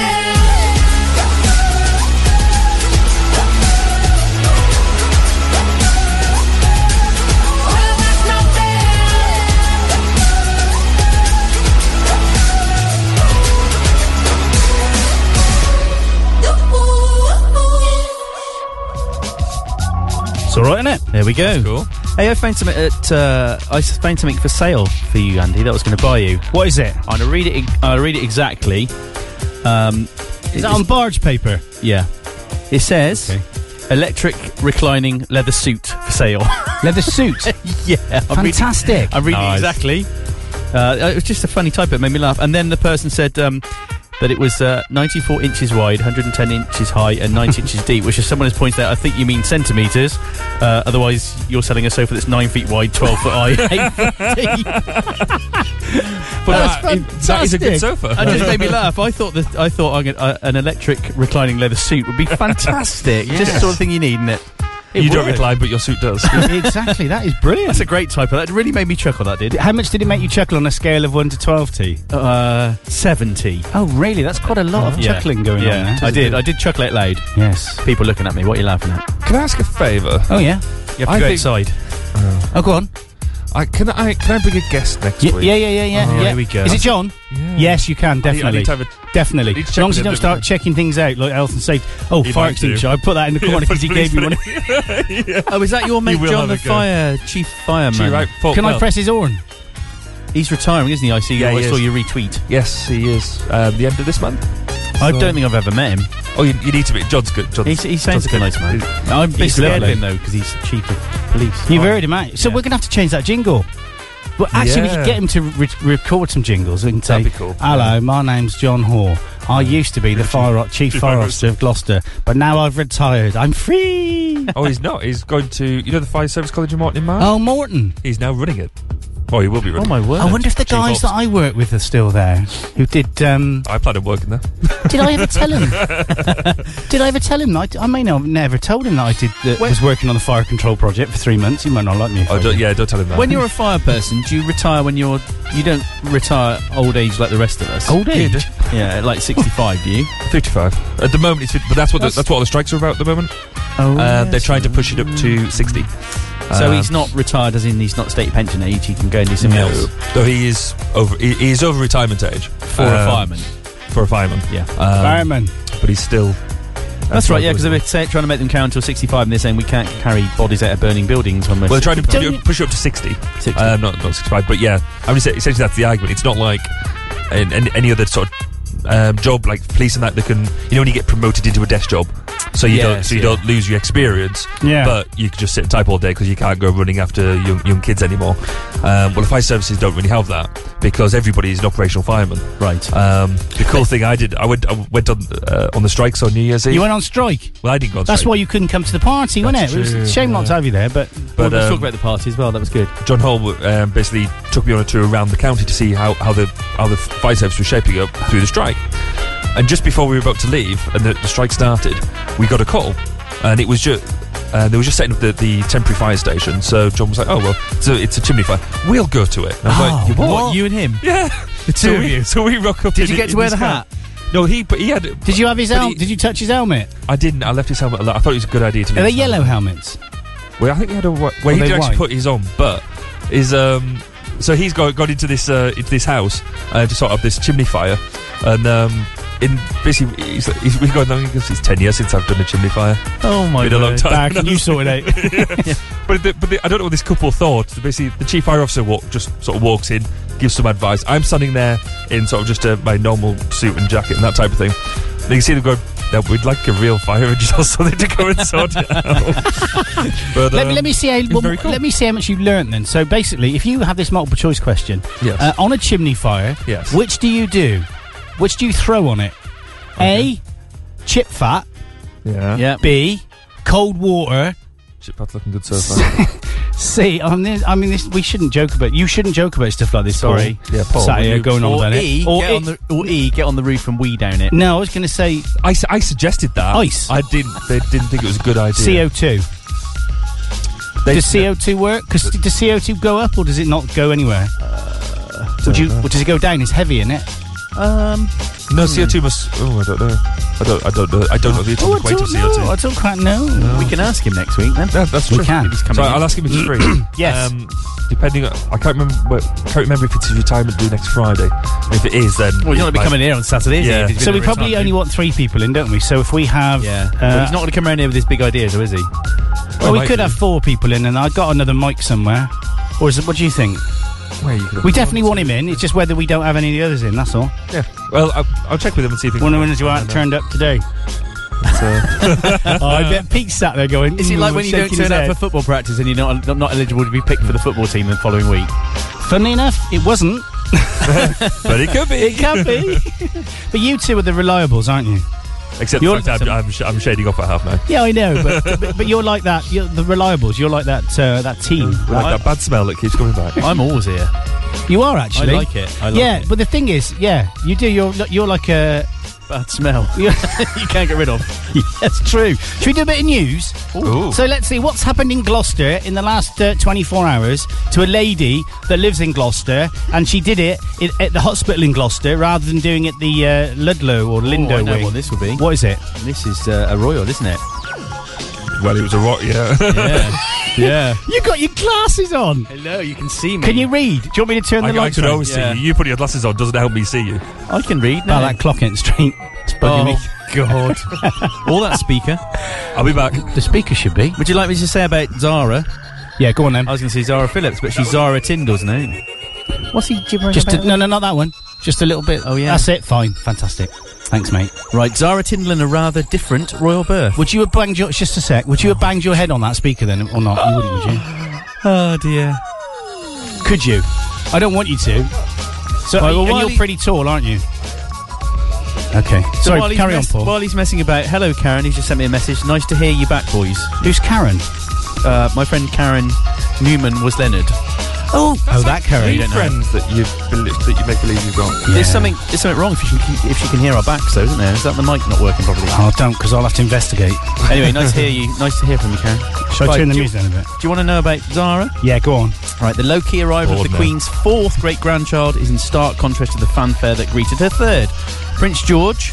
[SPEAKER 3] It's all right, isn't it? There we go. cool. Hey, I found something at uh, I s- found something for sale for you, Andy. That I was going to buy you. What is it? I'm gonna read it. ex- I'll read it exactly. Um,
[SPEAKER 2] Is that on barge paper?
[SPEAKER 3] Yeah. It says electric reclining leather suit for sale.
[SPEAKER 2] Leather suit?
[SPEAKER 3] yeah.
[SPEAKER 2] Fantastic.
[SPEAKER 3] I'm reading,
[SPEAKER 2] Nice.
[SPEAKER 3] I'm reading exactly. Uh, it was just a funny type, it made me laugh. And then the person said um, that it was uh, 94 inches wide, 110 inches high, and 90 inches deep, which, as someone has pointed out, I think you mean centimetres. Uh, otherwise, you're selling a sofa that's 9 feet wide, 12 foot high, 8
[SPEAKER 4] But That's that- it- that is a good
[SPEAKER 3] fantastic.
[SPEAKER 4] sofa.
[SPEAKER 3] That just made me laugh. I thought that I thought I could- uh, an electric reclining leather suit would be fantastic. Just the
[SPEAKER 4] Yes.
[SPEAKER 3] sort of thing you need, isn't it?
[SPEAKER 4] It You don't would. recline,
[SPEAKER 3] but your suit does.
[SPEAKER 2] exactly. That is brilliant.
[SPEAKER 3] That's a great typo. That really made me chuckle. That did.
[SPEAKER 2] How much did it make you chuckle on a scale of 1 to 12, T?
[SPEAKER 3] Uh, 70.
[SPEAKER 2] Oh, really? That's quite a lot of
[SPEAKER 3] Yeah.
[SPEAKER 2] chuckling going
[SPEAKER 3] yeah.
[SPEAKER 2] on there.
[SPEAKER 3] I did. I did chuckle out loud.
[SPEAKER 2] Yes.
[SPEAKER 3] People looking at me. What are you laughing at?
[SPEAKER 4] Can I ask a favour?
[SPEAKER 2] Oh, yeah.
[SPEAKER 4] You have to
[SPEAKER 2] I
[SPEAKER 4] go
[SPEAKER 2] think-
[SPEAKER 4] outside.
[SPEAKER 2] Oh, go on.
[SPEAKER 4] I, can I can I bring a guest next
[SPEAKER 2] Y-
[SPEAKER 4] week?
[SPEAKER 2] yeah, yeah, yeah, yeah.
[SPEAKER 4] Oh,
[SPEAKER 2] yeah.
[SPEAKER 4] Here we go.
[SPEAKER 2] Is it John? Yes, you can
[SPEAKER 4] I need- I
[SPEAKER 2] definitely.
[SPEAKER 4] need to have a-
[SPEAKER 2] definitely.
[SPEAKER 4] need to
[SPEAKER 2] As
[SPEAKER 4] check
[SPEAKER 2] long as
[SPEAKER 4] with
[SPEAKER 2] you
[SPEAKER 4] him,
[SPEAKER 2] don't start checking things out like health and safety. Oh,
[SPEAKER 4] He
[SPEAKER 2] fire
[SPEAKER 4] might do.
[SPEAKER 2] extinguisher! I put that in the corner because he
[SPEAKER 4] Please
[SPEAKER 2] gave me one.
[SPEAKER 3] Oh, is that your mate
[SPEAKER 2] will
[SPEAKER 3] John,
[SPEAKER 2] have
[SPEAKER 3] the
[SPEAKER 2] a go.
[SPEAKER 3] fire chief fireman?
[SPEAKER 2] Chief, right, Fort Can I Bell. press his horn?
[SPEAKER 3] He's retiring, isn't he? I see.
[SPEAKER 4] Yeah,
[SPEAKER 3] I
[SPEAKER 4] he
[SPEAKER 3] saw
[SPEAKER 4] is.
[SPEAKER 3] you retweet.
[SPEAKER 4] Yes, he is. Um, the end of this month.
[SPEAKER 3] I don't think I've ever met him.
[SPEAKER 4] Oh, you, you need to meet John's good. John's,
[SPEAKER 3] He's, he sounds
[SPEAKER 4] John's
[SPEAKER 3] like a nice man.
[SPEAKER 4] He's-
[SPEAKER 3] I'm a bit
[SPEAKER 4] he's
[SPEAKER 3] scared of
[SPEAKER 4] lovely.
[SPEAKER 3] him though because he's chief of police.
[SPEAKER 2] You've heard him out. So we're going to have to change that jingle. But actually, we
[SPEAKER 3] Yeah.
[SPEAKER 2] could get him to re- record some jingles and say,
[SPEAKER 3] That'd be cool.
[SPEAKER 2] "Hello, my name's John Hoare. I used to be the fire o- chief fire officer of Gloucester, but now I've retired. I'm free."
[SPEAKER 4] oh, he's not. He's going to you know the Fire Service College in Martin Mar.
[SPEAKER 2] Oh, Morton.
[SPEAKER 4] He's now running it. Oh, he will be running. it.
[SPEAKER 2] I wonder if the
[SPEAKER 4] Chief Ops.
[SPEAKER 2] guys that I work with are still there. Who did? Um,
[SPEAKER 4] I plan on working there.
[SPEAKER 2] Did I ever tell him? did I ever tell him? That I, d- I may not have never told him that I did. That was working on the fire control project for three months. He might not like me. if I
[SPEAKER 4] Oh, don't,
[SPEAKER 2] did.
[SPEAKER 4] yeah, don't tell him that.
[SPEAKER 3] When you're a fire person, do you retire when you're? You don't retire old age like the rest of us.
[SPEAKER 4] Old age?
[SPEAKER 3] Yeah, Uh, like 65. do you?
[SPEAKER 4] 55. At the moment, it's 50, but that's what the,
[SPEAKER 3] That's-
[SPEAKER 4] that's what all the strikes are about at the moment.
[SPEAKER 3] Oh,
[SPEAKER 4] uh,
[SPEAKER 3] yes.
[SPEAKER 4] they're trying to push it up to 60.
[SPEAKER 3] So
[SPEAKER 4] Uh,
[SPEAKER 3] he's not retired, as in he's not state pension age. He can go and do something
[SPEAKER 4] No.
[SPEAKER 3] else.
[SPEAKER 4] Though he is over, he, he is over retirement age Um,
[SPEAKER 3] For a fireman.
[SPEAKER 4] For a fireman, Um,
[SPEAKER 3] yeah,
[SPEAKER 2] Fireman.
[SPEAKER 4] But he's still.
[SPEAKER 3] That's right, yeah, because they're say- trying to make them count until 65, and they're saying we can't carry bodies out of burning buildings when we're.
[SPEAKER 4] Well, they're trying to
[SPEAKER 3] Don't
[SPEAKER 4] push you,
[SPEAKER 3] you-
[SPEAKER 4] push you up to 60. 60. not, not 65, but yeah. I mean, essentially, that's the argument. It's not like an, an, any other sort of um, job, like police and that, that can, you know, when you get promoted into a desk job, so you don't
[SPEAKER 3] Yes,
[SPEAKER 4] so you
[SPEAKER 3] yeah.
[SPEAKER 4] don't lose your experience,
[SPEAKER 3] Yeah.
[SPEAKER 4] but you can just sit and type all day because you can't go running after young, young kids anymore. Um, well, the fire services don't really have that because everybody is an operational fireman.
[SPEAKER 3] Right.
[SPEAKER 4] Um, the cool thing I did, I went, I went on uh, on the strikes on New Year's Eve.
[SPEAKER 2] You went on strike?
[SPEAKER 4] Well, I didn't go on
[SPEAKER 2] That's
[SPEAKER 4] strike.
[SPEAKER 2] why you couldn't come to the party, wasn't
[SPEAKER 4] That's
[SPEAKER 2] it? It was
[SPEAKER 4] true,
[SPEAKER 2] a shame not
[SPEAKER 4] yeah.
[SPEAKER 2] to have you there, but.
[SPEAKER 4] But
[SPEAKER 3] let's
[SPEAKER 4] um,
[SPEAKER 3] talk about the party as well. That was good.
[SPEAKER 4] John Hall um, basically took me on a tour around the county to see how, how the how the fire service was shaping up through the strike. And just before we were about to leave and the, the strike started, we got a call, and it was just. Uh, they were just setting up the, the temporary fire station, so John was like, "Oh well, so it's a chimney fire. We'll go to it." And I was like, "You what?
[SPEAKER 3] Oh, You and him?
[SPEAKER 4] Yeah.
[SPEAKER 3] The two
[SPEAKER 4] so
[SPEAKER 3] of
[SPEAKER 4] we,
[SPEAKER 3] you.
[SPEAKER 4] So we rock up.
[SPEAKER 3] Did
[SPEAKER 4] in-
[SPEAKER 3] you get to
[SPEAKER 4] in
[SPEAKER 3] wear
[SPEAKER 4] this
[SPEAKER 3] the
[SPEAKER 4] car.
[SPEAKER 3] hat?
[SPEAKER 4] No, he. But he had.
[SPEAKER 2] Did you have his
[SPEAKER 4] but
[SPEAKER 2] helmet?
[SPEAKER 4] he-
[SPEAKER 2] Did you touch his helmet?
[SPEAKER 4] I didn't. I left his helmet. alone. I thought it was a good idea to.
[SPEAKER 2] Are they
[SPEAKER 4] leave his helmet.
[SPEAKER 2] yellow helmets?
[SPEAKER 4] Well, I think he had a. whi-
[SPEAKER 2] Were
[SPEAKER 4] Well, he
[SPEAKER 2] they
[SPEAKER 4] did actually
[SPEAKER 2] white?
[SPEAKER 4] put his on, but is um. So he's got got into this uh, into this house uh, to sort of this chimney fire, and um, in basically he's, he's, we've gone down because it's ten years since I've done a chimney fire.
[SPEAKER 3] Oh my
[SPEAKER 4] Been a long
[SPEAKER 3] word.
[SPEAKER 4] time.
[SPEAKER 3] Back and you sorted
[SPEAKER 4] out. But the, but the, I don't know what this couple thought. Basically, the chief fire officer walk, just sort of walks in, gives some advice. I'm standing there in sort of just uh my normal suit and jacket and that type of thing. They can see them going. "No, we'd like a real fire engine or something to go and sort it out. But,
[SPEAKER 2] let, me,
[SPEAKER 4] um,
[SPEAKER 2] let me see how
[SPEAKER 4] it's
[SPEAKER 2] well,
[SPEAKER 4] very cool.
[SPEAKER 2] let me see how much you've learnt then. So basically, if you have this multiple choice question
[SPEAKER 4] Yes.
[SPEAKER 2] uh, on a chimney fire,
[SPEAKER 4] Yes.
[SPEAKER 2] which do you do? Which do you throw on it? A, chip fat.
[SPEAKER 4] Yeah.
[SPEAKER 2] B, cold water.
[SPEAKER 4] Chip fat's looking good so far.
[SPEAKER 2] C, I mean, this, I mean, this we shouldn't joke about. You shouldn't joke about stuff like this. Sorry,
[SPEAKER 3] Paul. Yeah, Paul,
[SPEAKER 2] Sat
[SPEAKER 3] will
[SPEAKER 2] here
[SPEAKER 3] you-
[SPEAKER 2] going on
[SPEAKER 3] Or
[SPEAKER 2] about
[SPEAKER 3] E,
[SPEAKER 2] it.
[SPEAKER 3] get on the- or E, get on the roof and wee down it.
[SPEAKER 2] No, I was going to say
[SPEAKER 4] I, su- I suggested that
[SPEAKER 2] ice.
[SPEAKER 4] I didn't. They didn't think it was a good idea.
[SPEAKER 2] CO two. Does CO two work? Because does CO two go up or does it not go anywhere?
[SPEAKER 4] Uh,
[SPEAKER 2] Would you? Does it go down? It's heavy, isn't it?
[SPEAKER 3] Um,
[SPEAKER 4] No, CO two must. Oh, I don't know. I don't. I don't know. I don't know the
[SPEAKER 2] Oh,
[SPEAKER 4] atomic
[SPEAKER 2] I
[SPEAKER 4] weight of
[SPEAKER 2] don't
[SPEAKER 4] CO two.
[SPEAKER 2] know. I don't quite know.
[SPEAKER 3] We can ask him next week then.
[SPEAKER 4] that's
[SPEAKER 3] we
[SPEAKER 4] true.
[SPEAKER 3] Can. He's coming
[SPEAKER 4] So
[SPEAKER 3] in.
[SPEAKER 4] I'll ask him if he's free.
[SPEAKER 3] Yes.
[SPEAKER 4] Um, depending, on, I can't remember. but- Can't remember if it's his retirement due next Friday. If it is, then
[SPEAKER 3] Well, you're not
[SPEAKER 4] it
[SPEAKER 3] be
[SPEAKER 4] might-
[SPEAKER 3] coming here on Saturday, is he,
[SPEAKER 4] Yeah.
[SPEAKER 3] if he's
[SPEAKER 2] So
[SPEAKER 3] gonna
[SPEAKER 2] we probably
[SPEAKER 3] retire?
[SPEAKER 2] only want three people in, don't we? So if we have,
[SPEAKER 3] Yeah.
[SPEAKER 2] uh,
[SPEAKER 3] Well, he's not going to come around here with his big ideas, though, is he?
[SPEAKER 2] well, we could have four people in, and I got another mic somewhere. Or is it? What do you think?
[SPEAKER 4] Where you could have
[SPEAKER 2] We
[SPEAKER 4] four
[SPEAKER 2] definitely want him in. It's just whether we don't have any of the others in. That's all.
[SPEAKER 4] Yeah. Well, I'll, I'll check with him and see if he.
[SPEAKER 2] One of the ones who aren't turned up today. Oh, I bet Pete's sat there going.
[SPEAKER 3] Is he
[SPEAKER 2] "Mm,"
[SPEAKER 3] like when you don't
[SPEAKER 2] shaking his
[SPEAKER 3] turn up
[SPEAKER 2] head.
[SPEAKER 3] for football practice and you're not, not, not eligible to be picked for the football team the following week?
[SPEAKER 2] Funnily enough, it wasn't.
[SPEAKER 4] But it could be.
[SPEAKER 2] It can be. but you two are the reliables, aren't you?
[SPEAKER 4] Except
[SPEAKER 2] You're-
[SPEAKER 4] the fact I'm, I'm, sh- I'm shading off at half now.
[SPEAKER 2] Yeah, I know, but but, but you're like that. You're the reliables. You're like that. Uh, that team.
[SPEAKER 4] We're like that bad smell that keeps coming back.
[SPEAKER 3] I'm always here.
[SPEAKER 2] You are actually.
[SPEAKER 3] I like it. I like
[SPEAKER 2] yeah,
[SPEAKER 3] it.
[SPEAKER 2] but the thing is, yeah, you do. You're you're like a.
[SPEAKER 3] Bad smell.
[SPEAKER 2] You're
[SPEAKER 3] you can't get rid of.
[SPEAKER 2] That's true. Should we do a bit of news?
[SPEAKER 3] Ooh.
[SPEAKER 2] So let's see what's happened in Gloucester in the last uh, 24 hours to a lady that lives in Gloucester, and she did it i at the hospital in Gloucester rather than doing it the uh, Ludlow or Lindo
[SPEAKER 3] Oh, I know
[SPEAKER 2] wing.
[SPEAKER 3] what this will be.
[SPEAKER 2] What is it?
[SPEAKER 3] This is uh, a royal, isn't it?
[SPEAKER 4] Well, it was a rot, yeah.
[SPEAKER 3] Yeah. yeah.
[SPEAKER 2] You got your glasses on.
[SPEAKER 3] Hello, you can see me.
[SPEAKER 2] Can you read? Do you want me to turn
[SPEAKER 4] I,
[SPEAKER 2] the
[SPEAKER 4] I
[SPEAKER 2] lights
[SPEAKER 4] could
[SPEAKER 2] on?
[SPEAKER 4] always see you. You putting your glasses on doesn't help me see you.
[SPEAKER 3] I can read
[SPEAKER 2] Oh,
[SPEAKER 3] now.
[SPEAKER 2] that clock ain't straight. It's bugging me.
[SPEAKER 3] Oh, God. All that speaker.
[SPEAKER 4] I'll be back.
[SPEAKER 2] The speaker should be.
[SPEAKER 3] Would you like me to say about Zara?
[SPEAKER 2] Yeah, go on then.
[SPEAKER 3] I was going to say Zara Phillips, but she's Zara Tyndall's now.
[SPEAKER 2] What's he gibbering Just
[SPEAKER 3] about?
[SPEAKER 2] A, no, no, not that one. Just a little bit.
[SPEAKER 3] Oh, yeah.
[SPEAKER 2] That's it. Fine. Fantastic. Thanks, mate.
[SPEAKER 3] Right, Zara Tyndall and a rather different royal birth.
[SPEAKER 2] Would you have banged your just a sec? Would you have banged your head on that speaker then, or not? You wouldn't, would you?
[SPEAKER 3] Oh dear.
[SPEAKER 2] Could you? I don't want you to. So
[SPEAKER 3] Right, well,
[SPEAKER 2] and
[SPEAKER 3] while
[SPEAKER 2] you're
[SPEAKER 3] he-
[SPEAKER 2] pretty tall, aren't you? Okay.
[SPEAKER 3] So while
[SPEAKER 2] Sorry.
[SPEAKER 3] he's
[SPEAKER 2] Carry on,
[SPEAKER 3] mess-
[SPEAKER 2] Paul.
[SPEAKER 3] While he's messing about, hello Karen, he's just sent me a message. Nice to hear you back, boys.
[SPEAKER 2] Who's Karen?
[SPEAKER 3] Uh, my friend Karen Newman was Leonard.
[SPEAKER 2] Oh, oh, that Karen.
[SPEAKER 3] You don't know.
[SPEAKER 4] friends that you beli- that you make believe you've got.
[SPEAKER 3] There's something there's something wrong if you can if you can hear our backs though, isn't there? Is that the mic not working properly?
[SPEAKER 2] Oh, don't, because I'll have to investigate.
[SPEAKER 3] anyway, nice to hear you. Nice to hear from you, Karen.
[SPEAKER 2] Shall I
[SPEAKER 3] Right,
[SPEAKER 2] turn the
[SPEAKER 3] do you-
[SPEAKER 2] music down a bit?
[SPEAKER 3] Do you want to know about Zara?
[SPEAKER 2] Yeah, go on.
[SPEAKER 3] Right, the low-key arrival
[SPEAKER 4] Bored
[SPEAKER 3] of the
[SPEAKER 4] now.
[SPEAKER 3] Queen's fourth great-grandchild is in stark contrast to the fanfare that greeted her third. Prince George,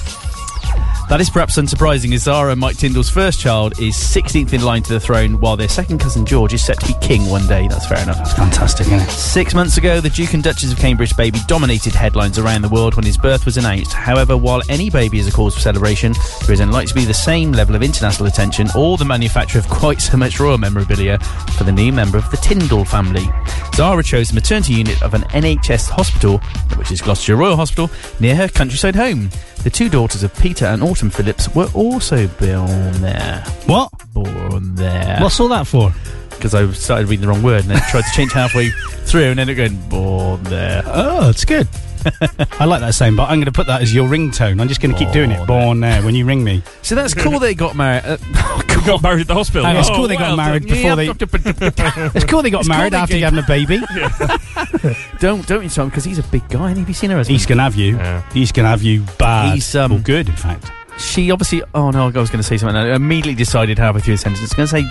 [SPEAKER 3] That is perhaps unsurprising, as Zara, Mike Tyndall's first child, is 16th in line to the throne, while their second cousin George is set to be king one day. That's fair enough. That's
[SPEAKER 2] fantastic, isn't it?
[SPEAKER 3] Six months ago, the Duke and Duchess of Cambridge baby dominated headlines around the world when his birth was announced. However, while any baby is a cause for celebration, there is unlikely to be the same level of international attention or the manufacture of quite so much royal memorabilia for the new member of the Tyndall family. Zara chose the maternity unit of an NHS hospital, which is Gloucestershire Royal Hospital, near her countryside home. The two daughters of Peter and Autumn Phillips were also born there.
[SPEAKER 2] What?
[SPEAKER 3] Born there.
[SPEAKER 2] What's all that for?
[SPEAKER 3] Because I started reading the wrong word and then tried to change halfway through and ended up going, born there.
[SPEAKER 2] Oh, it's good. I like that saying, but I'm going to put that as your ringtone. I'm just going to keep doing it. Born there when you ring me.
[SPEAKER 3] So that's cool they got married. Uh,
[SPEAKER 4] got married at the hospital.
[SPEAKER 2] And it's
[SPEAKER 3] Oh,
[SPEAKER 2] cool they got married before they. it's cool they got
[SPEAKER 3] It's cool
[SPEAKER 2] married
[SPEAKER 3] they
[SPEAKER 2] after
[SPEAKER 3] gave-
[SPEAKER 2] having a baby.
[SPEAKER 3] don't don't insult him because he's a big guy and he'd be seen her as
[SPEAKER 2] He's gonna have you. He's gonna have you bad.
[SPEAKER 3] He's, um,
[SPEAKER 2] or good, in fact.
[SPEAKER 3] She obviously. Oh no, I was going to say something. I immediately decided halfway through the sentence. I was going to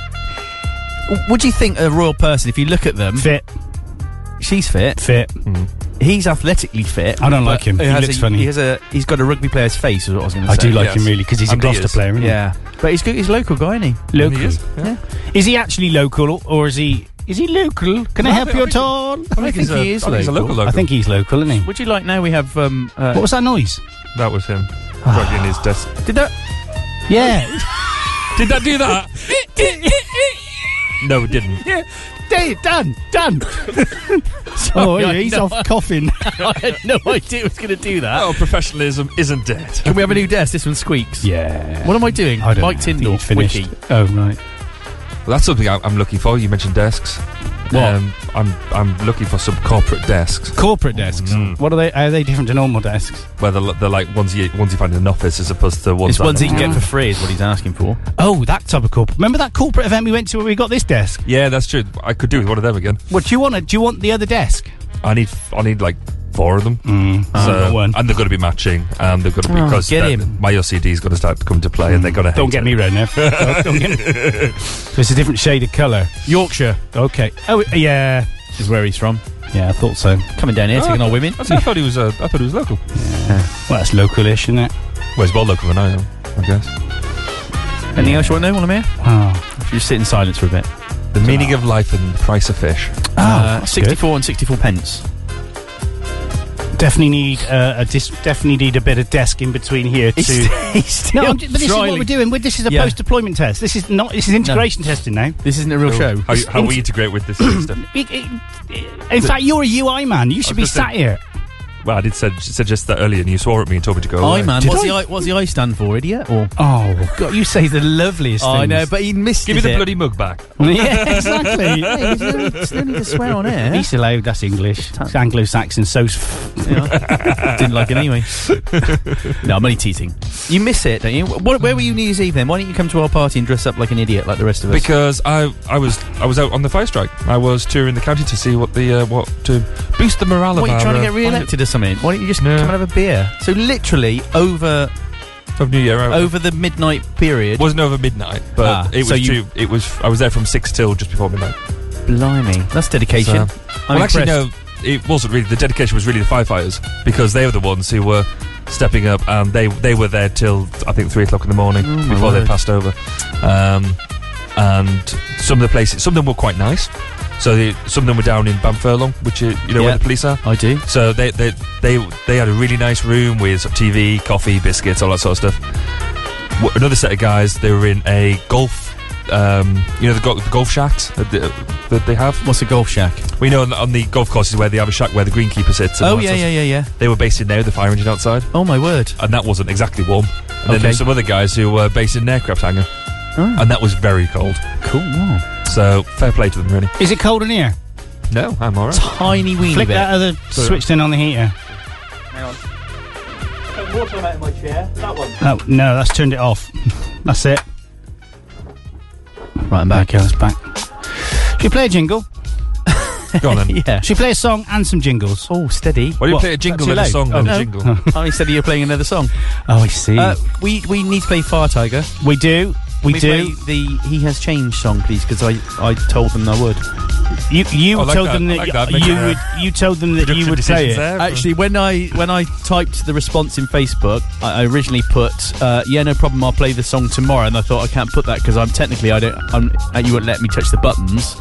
[SPEAKER 3] say, what do you think a royal person? If you look at them,
[SPEAKER 2] fit.
[SPEAKER 3] She's fit.
[SPEAKER 2] Fit.
[SPEAKER 3] He's athletically fit.
[SPEAKER 2] I don't
[SPEAKER 3] but
[SPEAKER 2] like him. He
[SPEAKER 3] has
[SPEAKER 2] looks
[SPEAKER 3] a,
[SPEAKER 2] funny.
[SPEAKER 3] He has a. He's got a rugby player's face. Is what I was going to
[SPEAKER 2] I
[SPEAKER 3] say.
[SPEAKER 2] do like him really because he's a
[SPEAKER 3] And he
[SPEAKER 2] Gloucester
[SPEAKER 3] is.
[SPEAKER 2] player, isn't he?
[SPEAKER 3] Yeah, but he's good. He's local guy, isn't he?
[SPEAKER 2] Local. yeah. Is he actually local or is he is he local? Can I
[SPEAKER 3] No,
[SPEAKER 2] help
[SPEAKER 3] I
[SPEAKER 2] you
[SPEAKER 3] think-
[SPEAKER 2] at all?
[SPEAKER 3] I think he is local.
[SPEAKER 2] I think he's local, isn't he?
[SPEAKER 3] Would you like now we have um? Uh,
[SPEAKER 2] What was that noise? Ah.
[SPEAKER 4] That was him. Drugging his desk.
[SPEAKER 3] Did that?
[SPEAKER 2] Yeah.
[SPEAKER 4] Did that do that? no, it didn't.
[SPEAKER 2] Yeah. Dave, done, done. oh, yeah, he's off coughing.
[SPEAKER 3] I had no idea it was going to do that.
[SPEAKER 4] Oh, professionalism isn't dead.
[SPEAKER 3] Can we have a new desk? This one squeaks.
[SPEAKER 2] Yeah.
[SPEAKER 3] What am I doing?
[SPEAKER 4] I don't
[SPEAKER 3] Mike
[SPEAKER 4] know.
[SPEAKER 3] Tyndall.
[SPEAKER 4] You'd finished.
[SPEAKER 3] Wiki.
[SPEAKER 2] Oh right.
[SPEAKER 4] Well, that's something I- I'm looking for. You mentioned desks.
[SPEAKER 2] What?
[SPEAKER 4] Um, I'm I'm looking for some corporate desks. Mm.
[SPEAKER 2] Corporate desks. What are they? Are they different to normal desks?
[SPEAKER 4] Where they're, li- they're like ones you ones you find in an office as opposed to ones
[SPEAKER 3] It's
[SPEAKER 4] that
[SPEAKER 3] ones he can get for free is what he's asking for.
[SPEAKER 2] Oh, that type of corporate. Remember that corporate event we went to where we got this desk?
[SPEAKER 4] Yeah, that's true. I could do with one of them again.
[SPEAKER 2] What do you want? it? Do you want the other desk?
[SPEAKER 4] I need I need like four of them. Mm,
[SPEAKER 2] I've got Ah, one.
[SPEAKER 4] and they're going to be matching, and they're going to be
[SPEAKER 2] Oh,
[SPEAKER 4] because
[SPEAKER 2] get
[SPEAKER 4] that-
[SPEAKER 2] him.
[SPEAKER 4] my OCD is going to start to come to play, and they're going to
[SPEAKER 2] Mm. Don't get me round now. Don't get me. So it's a different shade of colour. Yorkshire. Okay. Oh yeah.
[SPEAKER 3] Is where he's from.
[SPEAKER 2] Yeah, I thought so.
[SPEAKER 3] Coming down here, taking our women.
[SPEAKER 4] I thought he was uh, I thought he was local.
[SPEAKER 2] Well, that's localish, isn't it?
[SPEAKER 4] Well, he's more local than I am, I guess.
[SPEAKER 3] Anything else you want to know while I'm here?
[SPEAKER 2] Oh.
[SPEAKER 3] If you just sit in silence for a bit.
[SPEAKER 4] The meaning of life and the price of fish.
[SPEAKER 2] Oh,
[SPEAKER 3] uh, 64 and 64 pence.
[SPEAKER 2] Definitely need uh, a dis- definitely need a bit of desk in between here to.
[SPEAKER 3] He's st- he's still
[SPEAKER 2] no, I'm ju- but this is what
[SPEAKER 3] trialing.
[SPEAKER 2] we're doing. We're, this is a
[SPEAKER 3] Yeah.
[SPEAKER 2] post-deployment test. This is not. This is integration testing now.
[SPEAKER 3] This isn't a real show.
[SPEAKER 4] How, you- how we integrate with this sort of stuff.
[SPEAKER 2] It- it- in fact, you're a UI man. You should be
[SPEAKER 4] just
[SPEAKER 2] sat
[SPEAKER 4] saying-
[SPEAKER 2] here.
[SPEAKER 4] Well, I did sug- suggest that earlier, and you swore at me and told me to go.
[SPEAKER 3] I
[SPEAKER 4] away.
[SPEAKER 3] man, what's the
[SPEAKER 4] I-
[SPEAKER 3] I, what's the I stand for, idiot? Or
[SPEAKER 2] Oh God, you say the loveliest.
[SPEAKER 3] I
[SPEAKER 2] things.
[SPEAKER 3] know, but he missed
[SPEAKER 4] Give me
[SPEAKER 3] it.
[SPEAKER 4] the bloody mug back.
[SPEAKER 2] yeah, exactly.
[SPEAKER 3] Hey, there's no- there's no need to swear on air.
[SPEAKER 2] At least allowed. That's English. It's Anglo-Saxon. So f-
[SPEAKER 3] Didn't like it anyway. no, I'm only teasing. You miss it, don't you? What, where were you New Year's Eve then? Why don't you come to our party and dress up like an idiot like the rest of us?
[SPEAKER 4] Because I, I was I was out on the fire strike. I was touring the county to see what the uh, what to boost the morale
[SPEAKER 3] what
[SPEAKER 4] of
[SPEAKER 3] are
[SPEAKER 4] our,
[SPEAKER 3] you trying to
[SPEAKER 4] uh,
[SPEAKER 3] get re-elected or something? Why don't you just
[SPEAKER 4] No.
[SPEAKER 3] come and have a beer? So literally over
[SPEAKER 4] of New Year. I,
[SPEAKER 3] over the midnight period.
[SPEAKER 4] it wasn't over midnight, but
[SPEAKER 3] Ah,
[SPEAKER 4] it was
[SPEAKER 3] so you-
[SPEAKER 4] too, it was I was there from six till just before midnight.
[SPEAKER 3] Blimey, that's dedication.
[SPEAKER 4] So-
[SPEAKER 3] I'm
[SPEAKER 4] well, actually,
[SPEAKER 3] impressed.
[SPEAKER 4] no, it wasn't really. The dedication was really the firefighters because they were the ones who were stepping up, and they they were there till I think three o'clock in the morning
[SPEAKER 3] Oh, my
[SPEAKER 4] before they
[SPEAKER 3] word.
[SPEAKER 4] passed over. Um, and some of the places, some of them were quite nice. So the, some of them were down in Banfurlong, which is, you know
[SPEAKER 3] Yeah.
[SPEAKER 4] where the police are.
[SPEAKER 3] I do.
[SPEAKER 4] So they they they they had a really nice room with sort of TV, coffee, biscuits, all that sort of stuff. W- Another set of guys, they were in a golf. Um, you know the, go- the golf shacks that they, that they have.
[SPEAKER 3] What's a golf shack?
[SPEAKER 4] We know on the, on the golf courses where they have a shack where the greenkeeper sits. and all
[SPEAKER 3] Oh
[SPEAKER 4] that
[SPEAKER 3] yeah,
[SPEAKER 4] sort of
[SPEAKER 3] yeah, yeah, yeah.
[SPEAKER 4] stuff. They were based in there with the fire engine outside,
[SPEAKER 3] Oh my word.
[SPEAKER 4] and that wasn't exactly warm. And then
[SPEAKER 3] Okay.
[SPEAKER 4] there's some other guys who were based in an aircraft hangar,
[SPEAKER 3] Oh.
[SPEAKER 4] and that was very cold.
[SPEAKER 3] Cool. Wow.
[SPEAKER 4] So fair play to them, really.
[SPEAKER 2] is it cold in here?
[SPEAKER 4] No, I'm all right.
[SPEAKER 3] Tiny weeny
[SPEAKER 2] Flick
[SPEAKER 3] bit.
[SPEAKER 2] that other
[SPEAKER 4] Sorry.
[SPEAKER 2] switch then on the heater.
[SPEAKER 3] Water out of my chair. That one.
[SPEAKER 2] Oh no, that's turned it off. that's it.
[SPEAKER 3] Right, I'm back.
[SPEAKER 2] Okay, that's back. Should we play a jingle?
[SPEAKER 4] Go on then.
[SPEAKER 3] Yeah.
[SPEAKER 2] Should we play a song and some jingles?
[SPEAKER 3] Oh, steady.
[SPEAKER 4] Why do you
[SPEAKER 2] What?
[SPEAKER 4] play a jingle
[SPEAKER 2] Too
[SPEAKER 4] and a
[SPEAKER 2] loud?
[SPEAKER 4] song
[SPEAKER 2] Oh,
[SPEAKER 4] then
[SPEAKER 2] no.
[SPEAKER 4] a jingle?
[SPEAKER 3] Oh, instead of you playing another song.
[SPEAKER 2] Oh, I see.
[SPEAKER 3] Uh, we we need to play Fire Tiger.
[SPEAKER 2] we do. We
[SPEAKER 3] Can
[SPEAKER 2] do.
[SPEAKER 3] play the "He Has Changed" song, please, because I, I told them I would.
[SPEAKER 2] You you told them that, you would you told them that you would play it.
[SPEAKER 3] Actually, when I when I typed the response in Facebook, I I originally put, uh, "Yeah, no problem. I'll play the song tomorrow." And I thought I can't put that because I'm technically I don't. I'm, uh, you won't let me touch the buttons.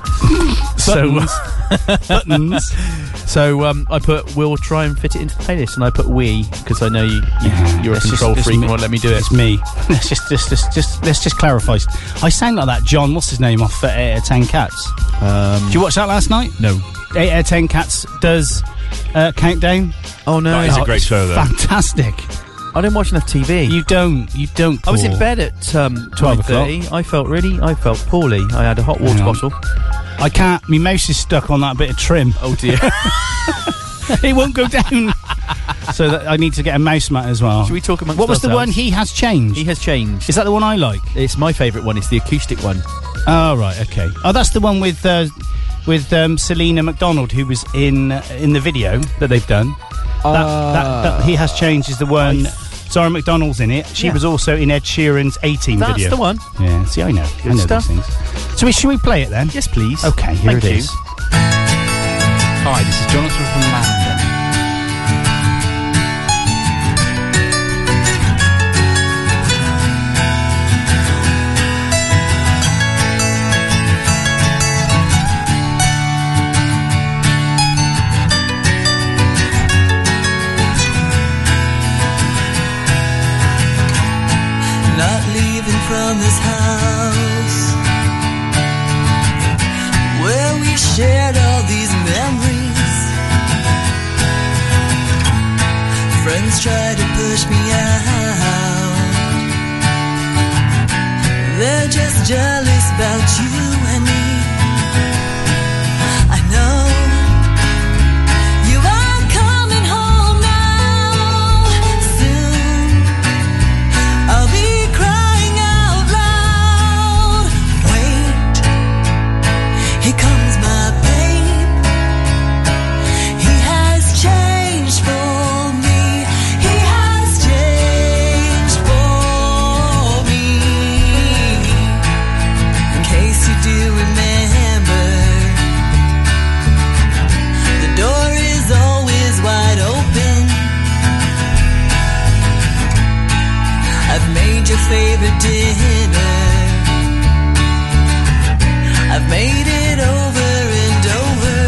[SPEAKER 3] so
[SPEAKER 2] buttons.
[SPEAKER 3] so um, I put, "We'll try and fit it into the playlist," and I put "we" because I know you, you you're a
[SPEAKER 2] Let's just-
[SPEAKER 3] control
[SPEAKER 2] let's
[SPEAKER 3] freak and
[SPEAKER 2] mi-
[SPEAKER 3] won't let me do it.
[SPEAKER 2] It's me. Let's just, just, just, just let's just clarify. I sang like that. John, what's his name off uh, Eight Out of Ten Cats?
[SPEAKER 3] Um,
[SPEAKER 2] Did you watch that last night?
[SPEAKER 3] No.
[SPEAKER 2] Eight Out of Ten Cats does uh, countdown.
[SPEAKER 3] Oh no,
[SPEAKER 4] That is a great
[SPEAKER 2] it's
[SPEAKER 4] show, though.
[SPEAKER 2] Fantastic.
[SPEAKER 3] I didn't watch enough TV.
[SPEAKER 2] You don't. You don't.
[SPEAKER 3] I was in
[SPEAKER 2] Paul.
[SPEAKER 3] bed at um,
[SPEAKER 2] 12
[SPEAKER 3] twelve
[SPEAKER 2] o'clock.
[SPEAKER 3] thirty. I felt really, I felt poorly. I had a hot water
[SPEAKER 2] Hang on.
[SPEAKER 3] bottle.
[SPEAKER 2] I can't. My mouse is stuck on that bit of trim.
[SPEAKER 3] Oh dear.
[SPEAKER 2] it won't go down. so that, I need to get a mouse mat as well.
[SPEAKER 3] Should we talk amongst
[SPEAKER 2] Oh. What was the one
[SPEAKER 3] ourselves?
[SPEAKER 2] he has changed?
[SPEAKER 3] He has changed.
[SPEAKER 2] Is that the one I like?
[SPEAKER 3] It's my favourite one. It's the acoustic one.
[SPEAKER 2] Oh right, okay. Oh, that's the one with uh, with um, Selena McDonald, who was in uh, in the video that they've done. that, that, that he has changed is the one. Zara McDonald's in it. She
[SPEAKER 3] Ah. Yeah.
[SPEAKER 2] was also in Ed Sheeran's 18
[SPEAKER 3] That's
[SPEAKER 2] video.
[SPEAKER 3] the one.
[SPEAKER 2] Yeah. See, I know. I
[SPEAKER 3] Good
[SPEAKER 2] know
[SPEAKER 3] stuff.
[SPEAKER 2] these things. So, we, should we play it then?
[SPEAKER 3] Yes, please.
[SPEAKER 2] Okay. Here
[SPEAKER 3] Thank
[SPEAKER 2] it
[SPEAKER 3] you.
[SPEAKER 2] is. Hi, this is Jonathan from Lander.
[SPEAKER 5] not leaving from this house where we shared all these memories. Friends try to push me out, they're just jealous about you and me. I know. You are coming home now soon. I'll be crying out loud. Wait, here comes my babe. He has changed for me. He has changed for me. In case you do remember, the door is always wide open. I've made your favorite dinner. I've made it over and over.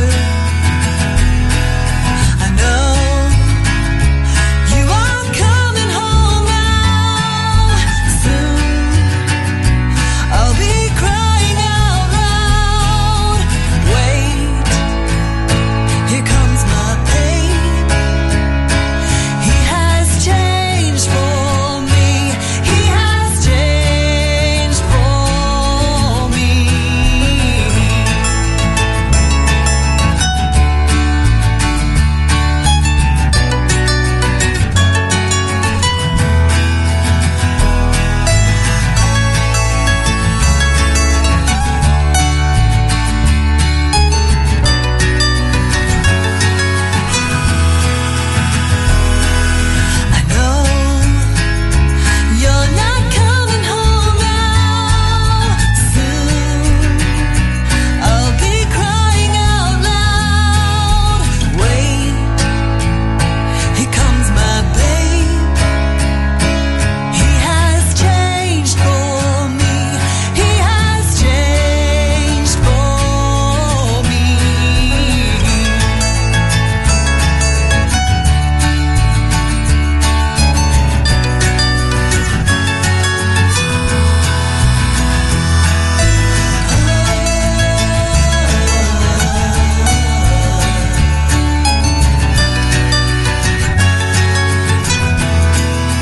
[SPEAKER 5] I know you are coming home now. Soon I'll be crying out loud. Wait, here comes my pain. He has changed for me. He has changed for me. I know you're not coming home now. Soon I'll be crying out loud. Wait, here comes my babe. He has changed for me. He has changed for me.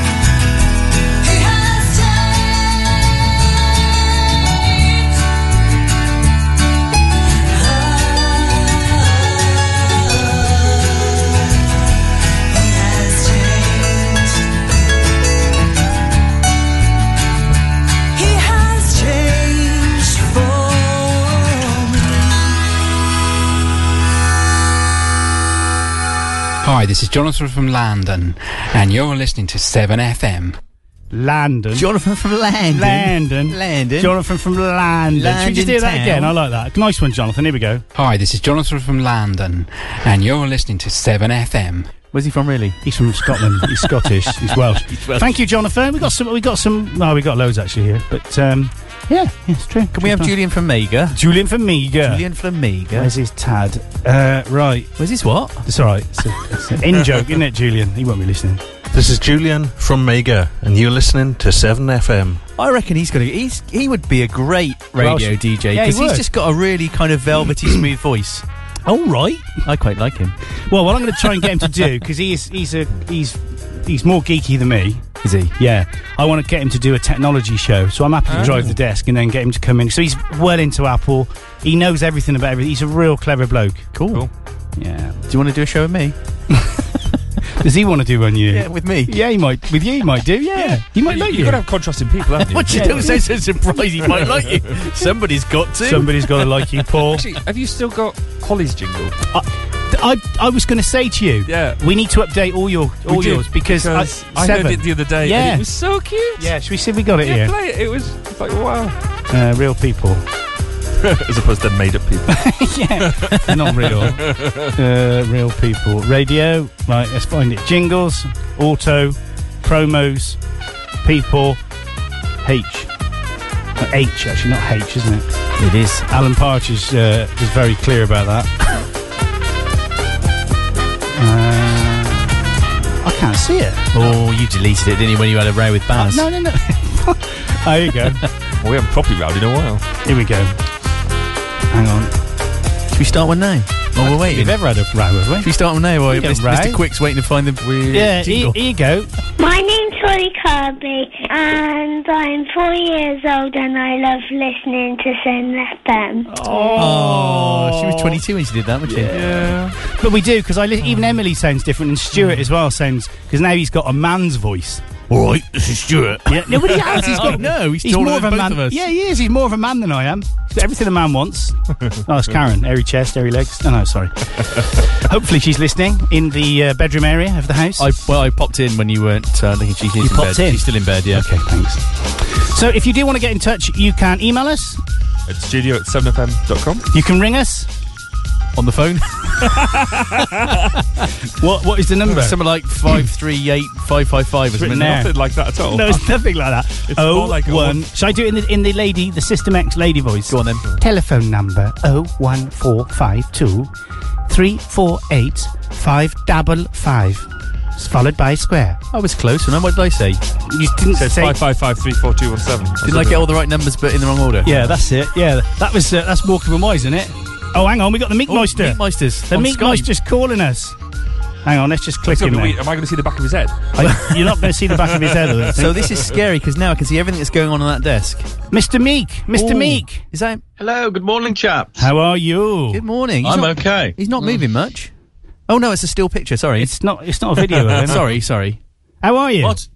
[SPEAKER 5] He has changed. He has changed. He has changed for me.
[SPEAKER 14] Hi, this is Jonathan from London, and you're listening to 7FM.
[SPEAKER 2] Landon.
[SPEAKER 14] Jonathan from Landon.
[SPEAKER 2] Landon.
[SPEAKER 14] Landon.
[SPEAKER 2] Jonathan from Landon. Should we just
[SPEAKER 15] Landon
[SPEAKER 2] do that
[SPEAKER 15] Town.
[SPEAKER 2] again? I like that. Nice one, Jonathan. Here we go.
[SPEAKER 15] Hi, this is Jonathan from London, and you're listening to 7FM.
[SPEAKER 3] Where's he from, really?
[SPEAKER 2] He's from Scotland. He's Scottish. He's Welsh.
[SPEAKER 3] He's Welsh.
[SPEAKER 2] Thank you, Jonathan. We got some. We got some. No, we got loads actually here. But um, yeah, yeah, it's true.
[SPEAKER 3] Can we have Julian Flamega?
[SPEAKER 2] Julian Flamega.
[SPEAKER 3] Julian Flamega.
[SPEAKER 2] Where's his tad? Uh, right.
[SPEAKER 3] Where's his what?
[SPEAKER 2] It's all right. It's, a, it's an in joke, isn't it, Julian? He won't be listening.
[SPEAKER 16] This is Julian from Mega, and you're listening to 7FM.
[SPEAKER 3] I reckon he's gonna. He's he would be a great radio
[SPEAKER 16] Welsh.
[SPEAKER 3] DJ
[SPEAKER 16] Yeah, he
[SPEAKER 3] because he's
[SPEAKER 16] would.
[SPEAKER 3] just got a really kind of velvety smooth voice.
[SPEAKER 2] All right,
[SPEAKER 3] I quite like him.
[SPEAKER 2] Well, what I'm going to try and get him to do because he's he's a he's he's more geeky than me.
[SPEAKER 3] Is he?
[SPEAKER 2] Yeah. I want to get him to do a technology show, so I'm happy to
[SPEAKER 3] Oh.
[SPEAKER 2] drive the desk and then get him to come in. So he's well into Apple. He knows everything about everything. He's a real clever bloke.
[SPEAKER 3] Cool.
[SPEAKER 2] Yeah.
[SPEAKER 3] Do you want to do a show with me?
[SPEAKER 2] Does he want to do one you?
[SPEAKER 3] Yeah, with me.
[SPEAKER 2] Yeah, he might. With you, he might do. Yeah, he might like you.
[SPEAKER 4] You've got to have contrasting people, haven't you?
[SPEAKER 2] What you Yeah. don't say so
[SPEAKER 3] surprised he might like you. Somebody's got to.
[SPEAKER 2] Somebody's got to like you, Paul.
[SPEAKER 4] Actually, have you still got Holly's jingle?
[SPEAKER 2] I, I was going to say to you,
[SPEAKER 4] Yeah.
[SPEAKER 2] we need to update all your
[SPEAKER 4] We
[SPEAKER 2] all
[SPEAKER 4] do,
[SPEAKER 2] yours because,
[SPEAKER 4] because
[SPEAKER 2] I,
[SPEAKER 4] I heard
[SPEAKER 2] seven.
[SPEAKER 4] it the other day and
[SPEAKER 2] Yeah,
[SPEAKER 4] it was so cute.
[SPEAKER 2] Yeah, should we see if we got it
[SPEAKER 4] yeah,
[SPEAKER 2] here?
[SPEAKER 4] Play it. it was it's like, wow.
[SPEAKER 2] Uh, real people.
[SPEAKER 4] As opposed to made up people.
[SPEAKER 2] yeah. Not real. uh, real people. Radio. Right, let's find it. Jingles, auto, promos, people, H. Uh, H, actually, not H, isn't it?
[SPEAKER 3] It is.
[SPEAKER 2] Alan Partridge is, uh, is very clear about that. uh, I can't see it.
[SPEAKER 3] Oh, you deleted it, didn't you, when you had a row with Baz?
[SPEAKER 2] No, no, no. there you go.
[SPEAKER 4] we haven't properly rowed in a while.
[SPEAKER 2] Here we go. Hang on.
[SPEAKER 3] Should we start one now? Well, we're waiting.
[SPEAKER 2] We've ever had a row, have we?
[SPEAKER 3] Should we start one now? Or
[SPEAKER 2] We don't
[SPEAKER 3] Mr. Mr.
[SPEAKER 2] row.
[SPEAKER 3] Quick's waiting to find the weird
[SPEAKER 2] Yeah, here,
[SPEAKER 3] jingle.
[SPEAKER 2] here you go.
[SPEAKER 17] My name's Holly Kirby, and I'm four years old, and I love listening to Sin FM.
[SPEAKER 3] Oh, she was 22 when she did that, wasn't she? Hmm.
[SPEAKER 2] But we do because I li- even Emily sounds different, and Stuart as well sounds because now he's got a man's voice.
[SPEAKER 3] All right, this is Stuart.
[SPEAKER 2] Yeah, no, but he has. He's got
[SPEAKER 3] no. He's, taller
[SPEAKER 2] more
[SPEAKER 3] than
[SPEAKER 2] of a
[SPEAKER 3] both
[SPEAKER 2] man.
[SPEAKER 3] of us.
[SPEAKER 2] Yeah, he is. He's more of a man than I am. He's got everything a man wants. oh, it's Karen. Airy chest, airy legs. Oh, No, no, sorry. Hopefully, she's listening in the uh, bedroom area of the house.
[SPEAKER 3] I well, I popped in when you weren't. Uh, thinking she's
[SPEAKER 2] You
[SPEAKER 3] in
[SPEAKER 2] popped
[SPEAKER 3] bed.
[SPEAKER 2] in?
[SPEAKER 3] She's still in bed. Yeah.
[SPEAKER 2] Okay, thanks. So, if you do want to get in touch, you can email us.
[SPEAKER 4] At studio at 7fm.com.
[SPEAKER 2] You can ring us
[SPEAKER 3] on the phone.
[SPEAKER 2] what What is the number?
[SPEAKER 3] Something like five three eight five five five.
[SPEAKER 2] It's written there.
[SPEAKER 4] Nothing like that at all.
[SPEAKER 2] No, it's nothing like that.
[SPEAKER 4] It's
[SPEAKER 2] oh,
[SPEAKER 4] more like a
[SPEAKER 2] one.
[SPEAKER 4] one-
[SPEAKER 2] Should I do it in the in the lady, the System X lady voice? Go
[SPEAKER 3] on then.
[SPEAKER 2] Telephone number oh one four five two three four eight five double five, s- followed by square.
[SPEAKER 3] I was close. And what did I say?
[SPEAKER 2] You didn't
[SPEAKER 4] Says
[SPEAKER 2] say.
[SPEAKER 4] five five five three four two one seven.
[SPEAKER 3] Didn't I get all the right numbers but in the wrong order?
[SPEAKER 2] Yeah, that's it. Yeah, that was uh, that's Walker and Wise, isn't it? Oh, hang on, we got the Meat
[SPEAKER 3] Oh,
[SPEAKER 2] Meister.
[SPEAKER 3] Meat Meisters
[SPEAKER 2] The
[SPEAKER 3] on
[SPEAKER 2] Meat
[SPEAKER 3] Skype.
[SPEAKER 2] Meister's calling us. Hang on, let's just click
[SPEAKER 4] It's gonna be
[SPEAKER 2] him. there.
[SPEAKER 4] weird. Am I going to see the back of his head?
[SPEAKER 2] I- You're not going to see the back of his head. I don't
[SPEAKER 3] So
[SPEAKER 2] think.
[SPEAKER 3] this is scary because now I can see everything that's going on on that desk.
[SPEAKER 2] Mr. Meek. Mr.
[SPEAKER 3] Ooh.
[SPEAKER 2] Meek.
[SPEAKER 3] Is that?
[SPEAKER 18] Hello, good morning, chaps.
[SPEAKER 2] How are you?
[SPEAKER 3] Good morning. He's
[SPEAKER 18] I'm
[SPEAKER 3] not-
[SPEAKER 18] okay.
[SPEAKER 3] He's not moving much. Oh no, it's a still picture. Sorry,
[SPEAKER 2] it's not. It's not a video of him.
[SPEAKER 3] sorry, sorry.
[SPEAKER 2] How are you?
[SPEAKER 18] What?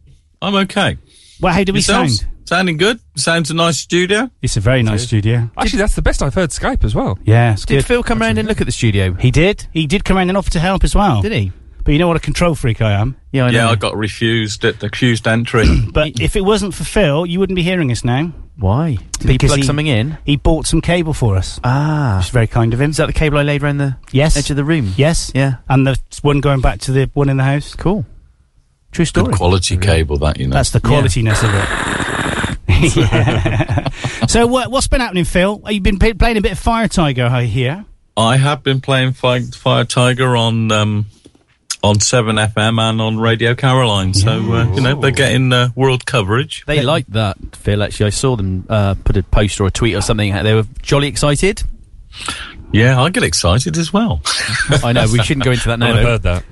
[SPEAKER 18] I'm okay.
[SPEAKER 2] Well, how do we
[SPEAKER 18] Yourselves?
[SPEAKER 2] sound?
[SPEAKER 18] Sounding good? Sounds a nice studio?
[SPEAKER 2] It's a very nice studio.
[SPEAKER 4] Actually, that's the best I've heard Skype as well.
[SPEAKER 2] Yeah, it's
[SPEAKER 3] Did
[SPEAKER 2] good.
[SPEAKER 3] Phil come round and look at the studio?
[SPEAKER 2] He did. He did come around and offer to help as well.
[SPEAKER 3] Did he?
[SPEAKER 2] But you know what a control freak I am.
[SPEAKER 3] Yeah, I know.
[SPEAKER 18] yeah, I got refused at the accused entry.
[SPEAKER 2] But if it wasn't for Phil, you wouldn't be hearing us now.
[SPEAKER 3] Why? Did he plug something in?
[SPEAKER 2] He bought some cable for us.
[SPEAKER 3] Ah,
[SPEAKER 2] Which is very kind of him.
[SPEAKER 3] is that the cable I laid round the
[SPEAKER 2] yes.
[SPEAKER 3] edge of the room?
[SPEAKER 2] yes.
[SPEAKER 3] Yeah.
[SPEAKER 2] And the one going back to the one in the house.
[SPEAKER 3] Cool. True
[SPEAKER 18] Good
[SPEAKER 3] story.
[SPEAKER 18] quality cable, that, you know.
[SPEAKER 2] That's the qualityness of it. Yeah. So what, what's been happening, Phil? Oh, You've been p- playing a bit of Fire Tiger, I hear.
[SPEAKER 18] I have been playing Fire, Fire Tiger on um, on 7FM and on Radio Caroline. So, uh, you know, they're
[SPEAKER 3] Oh.
[SPEAKER 18] getting uh, world coverage.
[SPEAKER 3] They liked that, Phil. Actually, I saw them uh, put a post or a tweet or something. They were jolly excited.
[SPEAKER 18] Yeah, I get excited as well.
[SPEAKER 3] I know we shouldn't go into that now.
[SPEAKER 4] I've
[SPEAKER 3] though.
[SPEAKER 4] heard that.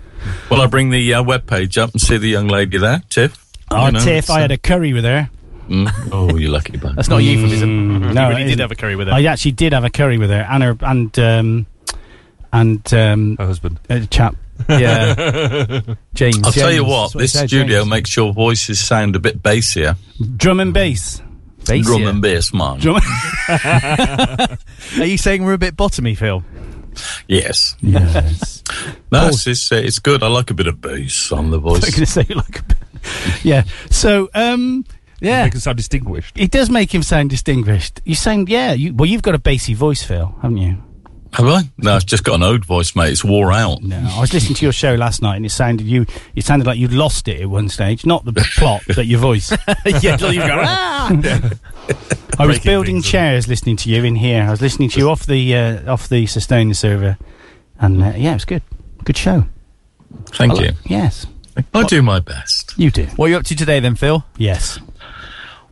[SPEAKER 18] well, I bring the uh, webpage up and see the young lady there, Tiff.
[SPEAKER 2] Oh,
[SPEAKER 18] You know,
[SPEAKER 2] Tiff,
[SPEAKER 18] it's,
[SPEAKER 2] I
[SPEAKER 18] uh,
[SPEAKER 2] had a curry with her.
[SPEAKER 18] mm, oh, you're lucky, bud.
[SPEAKER 3] That's not a euphemism.
[SPEAKER 2] Mm,
[SPEAKER 3] You
[SPEAKER 2] no,
[SPEAKER 3] really
[SPEAKER 2] it
[SPEAKER 3] did
[SPEAKER 2] isn't.
[SPEAKER 3] have a curry with her.
[SPEAKER 2] I actually did have a curry with her and her and um, and um,
[SPEAKER 4] Her husband.
[SPEAKER 2] a chap.
[SPEAKER 3] yeah, James.
[SPEAKER 18] I'll tell you
[SPEAKER 2] James,
[SPEAKER 18] what,
[SPEAKER 2] that's what
[SPEAKER 18] this
[SPEAKER 2] he said,
[SPEAKER 18] studio
[SPEAKER 2] James.
[SPEAKER 18] makes your voices sound a bit bassier.
[SPEAKER 2] Drum and bass.
[SPEAKER 3] Bass,
[SPEAKER 18] Drum
[SPEAKER 3] yeah.
[SPEAKER 18] and bass, man.
[SPEAKER 2] Drum
[SPEAKER 3] Are you saying we're a bit bottomy, Phil?
[SPEAKER 18] Yes.
[SPEAKER 2] yes. Oh.
[SPEAKER 18] No, it's, it's, uh, it's good. I like a bit of bass on the
[SPEAKER 2] I'm
[SPEAKER 18] voice.
[SPEAKER 2] going to say like a bit- yeah. So, um, yeah.
[SPEAKER 4] Make him sound distinguished.
[SPEAKER 2] It does make him sound distinguished. You sound, yeah. You, well, you've got a bassy voice, Phil, haven't you?
[SPEAKER 18] Have I? No, it's just got an old voice, mate. It's wore out.
[SPEAKER 2] I was listening to your show last night, and it sounded you. It sounded like you'd lost it at one stage. Not the plot, but your voice.
[SPEAKER 18] Yeah, like you've gone,
[SPEAKER 2] "Ah!" I was
[SPEAKER 18] Breaking
[SPEAKER 2] building chairs listening to you in here. I was listening to you off the uh, off the sustainer server, and uh, yeah, it was good. Good show.
[SPEAKER 18] Thank
[SPEAKER 2] I
[SPEAKER 18] you.
[SPEAKER 2] like- Yes,
[SPEAKER 18] I do my best.
[SPEAKER 2] you do.
[SPEAKER 3] What are you up to today then, Phil?
[SPEAKER 2] Yes.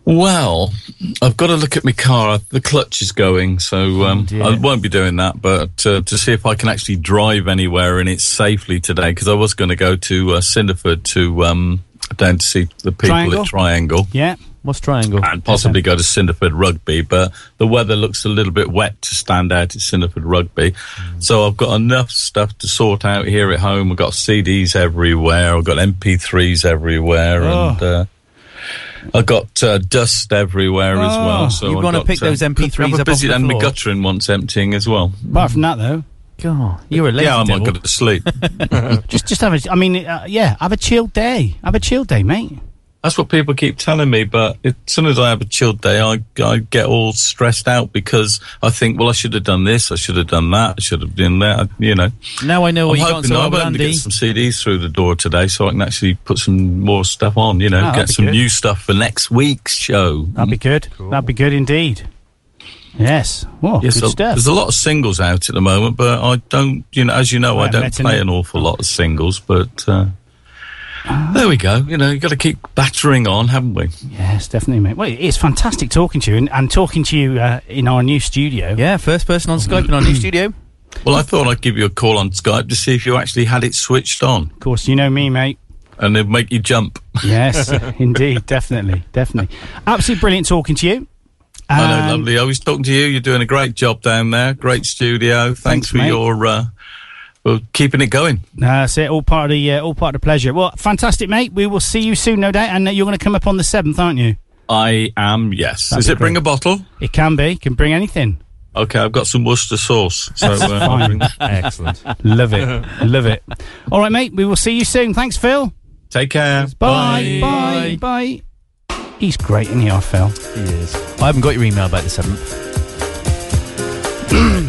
[SPEAKER 18] Well, I've got to look at my car. The clutch is going,
[SPEAKER 2] Oh,
[SPEAKER 18] so um, I won't be doing that. But uh, to see if I can actually drive anywhere in it safely today, because I was going to go to uh, Cinderford to um, down to see the people
[SPEAKER 2] Triangle?
[SPEAKER 18] at Triangle.
[SPEAKER 2] Yeah.
[SPEAKER 3] What's triangle?
[SPEAKER 18] And possibly go to Cinderford Rugby, but the weather looks a little bit wet to stand out at Cinderford Rugby.
[SPEAKER 2] Mm.
[SPEAKER 18] So I've got enough stuff to sort out here at home. I've got CDs everywhere. I've got MP3s everywhere,
[SPEAKER 2] Oh.
[SPEAKER 18] and uh, I've got uh, dust everywhere as
[SPEAKER 2] Oh.
[SPEAKER 18] well. So
[SPEAKER 2] You
[SPEAKER 18] I've
[SPEAKER 2] wanna
[SPEAKER 18] got, uh,
[SPEAKER 2] pick those MP3s
[SPEAKER 18] I'm
[SPEAKER 2] up off
[SPEAKER 18] busy,
[SPEAKER 2] the
[SPEAKER 18] and my
[SPEAKER 2] floor?
[SPEAKER 18] guttering wants emptying as well.
[SPEAKER 2] Apart from that, though, God,
[SPEAKER 18] Yeah, I might go to sleep.
[SPEAKER 2] just just have a. I mean, uh, yeah, have a chill day. Have a chill day, mate.
[SPEAKER 18] That's what people keep telling me, but it, as soon as I have a chilled day, I, I get all stressed out because I think, well, I should have done this, I should have done that, I should have done that, you know.
[SPEAKER 3] Now I know
[SPEAKER 18] I'm
[SPEAKER 3] what you got
[SPEAKER 18] hoping that
[SPEAKER 3] so
[SPEAKER 18] I'm
[SPEAKER 3] with
[SPEAKER 18] going to
[SPEAKER 3] Andy.
[SPEAKER 18] get some CDs through the door today so I can actually put some more stuff on, you
[SPEAKER 2] Oh,
[SPEAKER 18] know,
[SPEAKER 2] that'd
[SPEAKER 18] get
[SPEAKER 2] be
[SPEAKER 18] some
[SPEAKER 2] good.
[SPEAKER 18] new stuff for next week's show.
[SPEAKER 2] That'd be good. That'd be good indeed. Yes. Whoa,
[SPEAKER 18] Yes,
[SPEAKER 2] good
[SPEAKER 18] so
[SPEAKER 2] stuff.
[SPEAKER 18] There's a lot of singles out at the moment, but I don't, you know, as you know, I
[SPEAKER 2] Right,
[SPEAKER 18] don't
[SPEAKER 2] letting
[SPEAKER 18] play
[SPEAKER 2] it-
[SPEAKER 18] an awful lot of singles, but uh,
[SPEAKER 2] Ah.
[SPEAKER 18] there we go. You know, you've got to keep battering on, haven't we?
[SPEAKER 2] Yes, definitely, mate. Well, it's fantastic talking to you and, and talking to you uh, in our new studio. Mm.
[SPEAKER 3] Yeah, first person on Skype in our new studio.
[SPEAKER 18] Well, I thought I'd give you a call on Skype to see if you actually had it switched on,
[SPEAKER 2] Of course, you know me, mate.
[SPEAKER 18] and it'd make you jump.
[SPEAKER 2] Yes, indeed, definitely, definitely. Absolutely brilliant talking to you.
[SPEAKER 18] I know,
[SPEAKER 2] Um,
[SPEAKER 18] lovely. I was talking to you. You're doing a great job down there. Great studio. Thanks, for
[SPEAKER 2] mate.
[SPEAKER 18] your uh, well, keeping it going.
[SPEAKER 2] That's it. All part of the uh, all part of the pleasure. Well, fantastic, mate. We will see you soon, no doubt. And uh, you're going to come up on the seventh, aren't you?
[SPEAKER 18] I am. Yes.
[SPEAKER 2] That'd
[SPEAKER 18] Is
[SPEAKER 2] be
[SPEAKER 18] it bring
[SPEAKER 2] great.
[SPEAKER 18] a bottle?
[SPEAKER 2] It can be. Can bring anything.
[SPEAKER 18] Okay, I've got some Worcester sauce. So
[SPEAKER 2] That's
[SPEAKER 18] uh, I'll
[SPEAKER 2] fine.
[SPEAKER 18] bring-
[SPEAKER 2] Excellent. Love it. Love it. All right, mate. We will see you soon. Thanks, Phil.
[SPEAKER 18] Take care.
[SPEAKER 2] Bye. Bye. Bye. He's great in here, Phil.
[SPEAKER 3] He is. I haven't got your email about the seventh.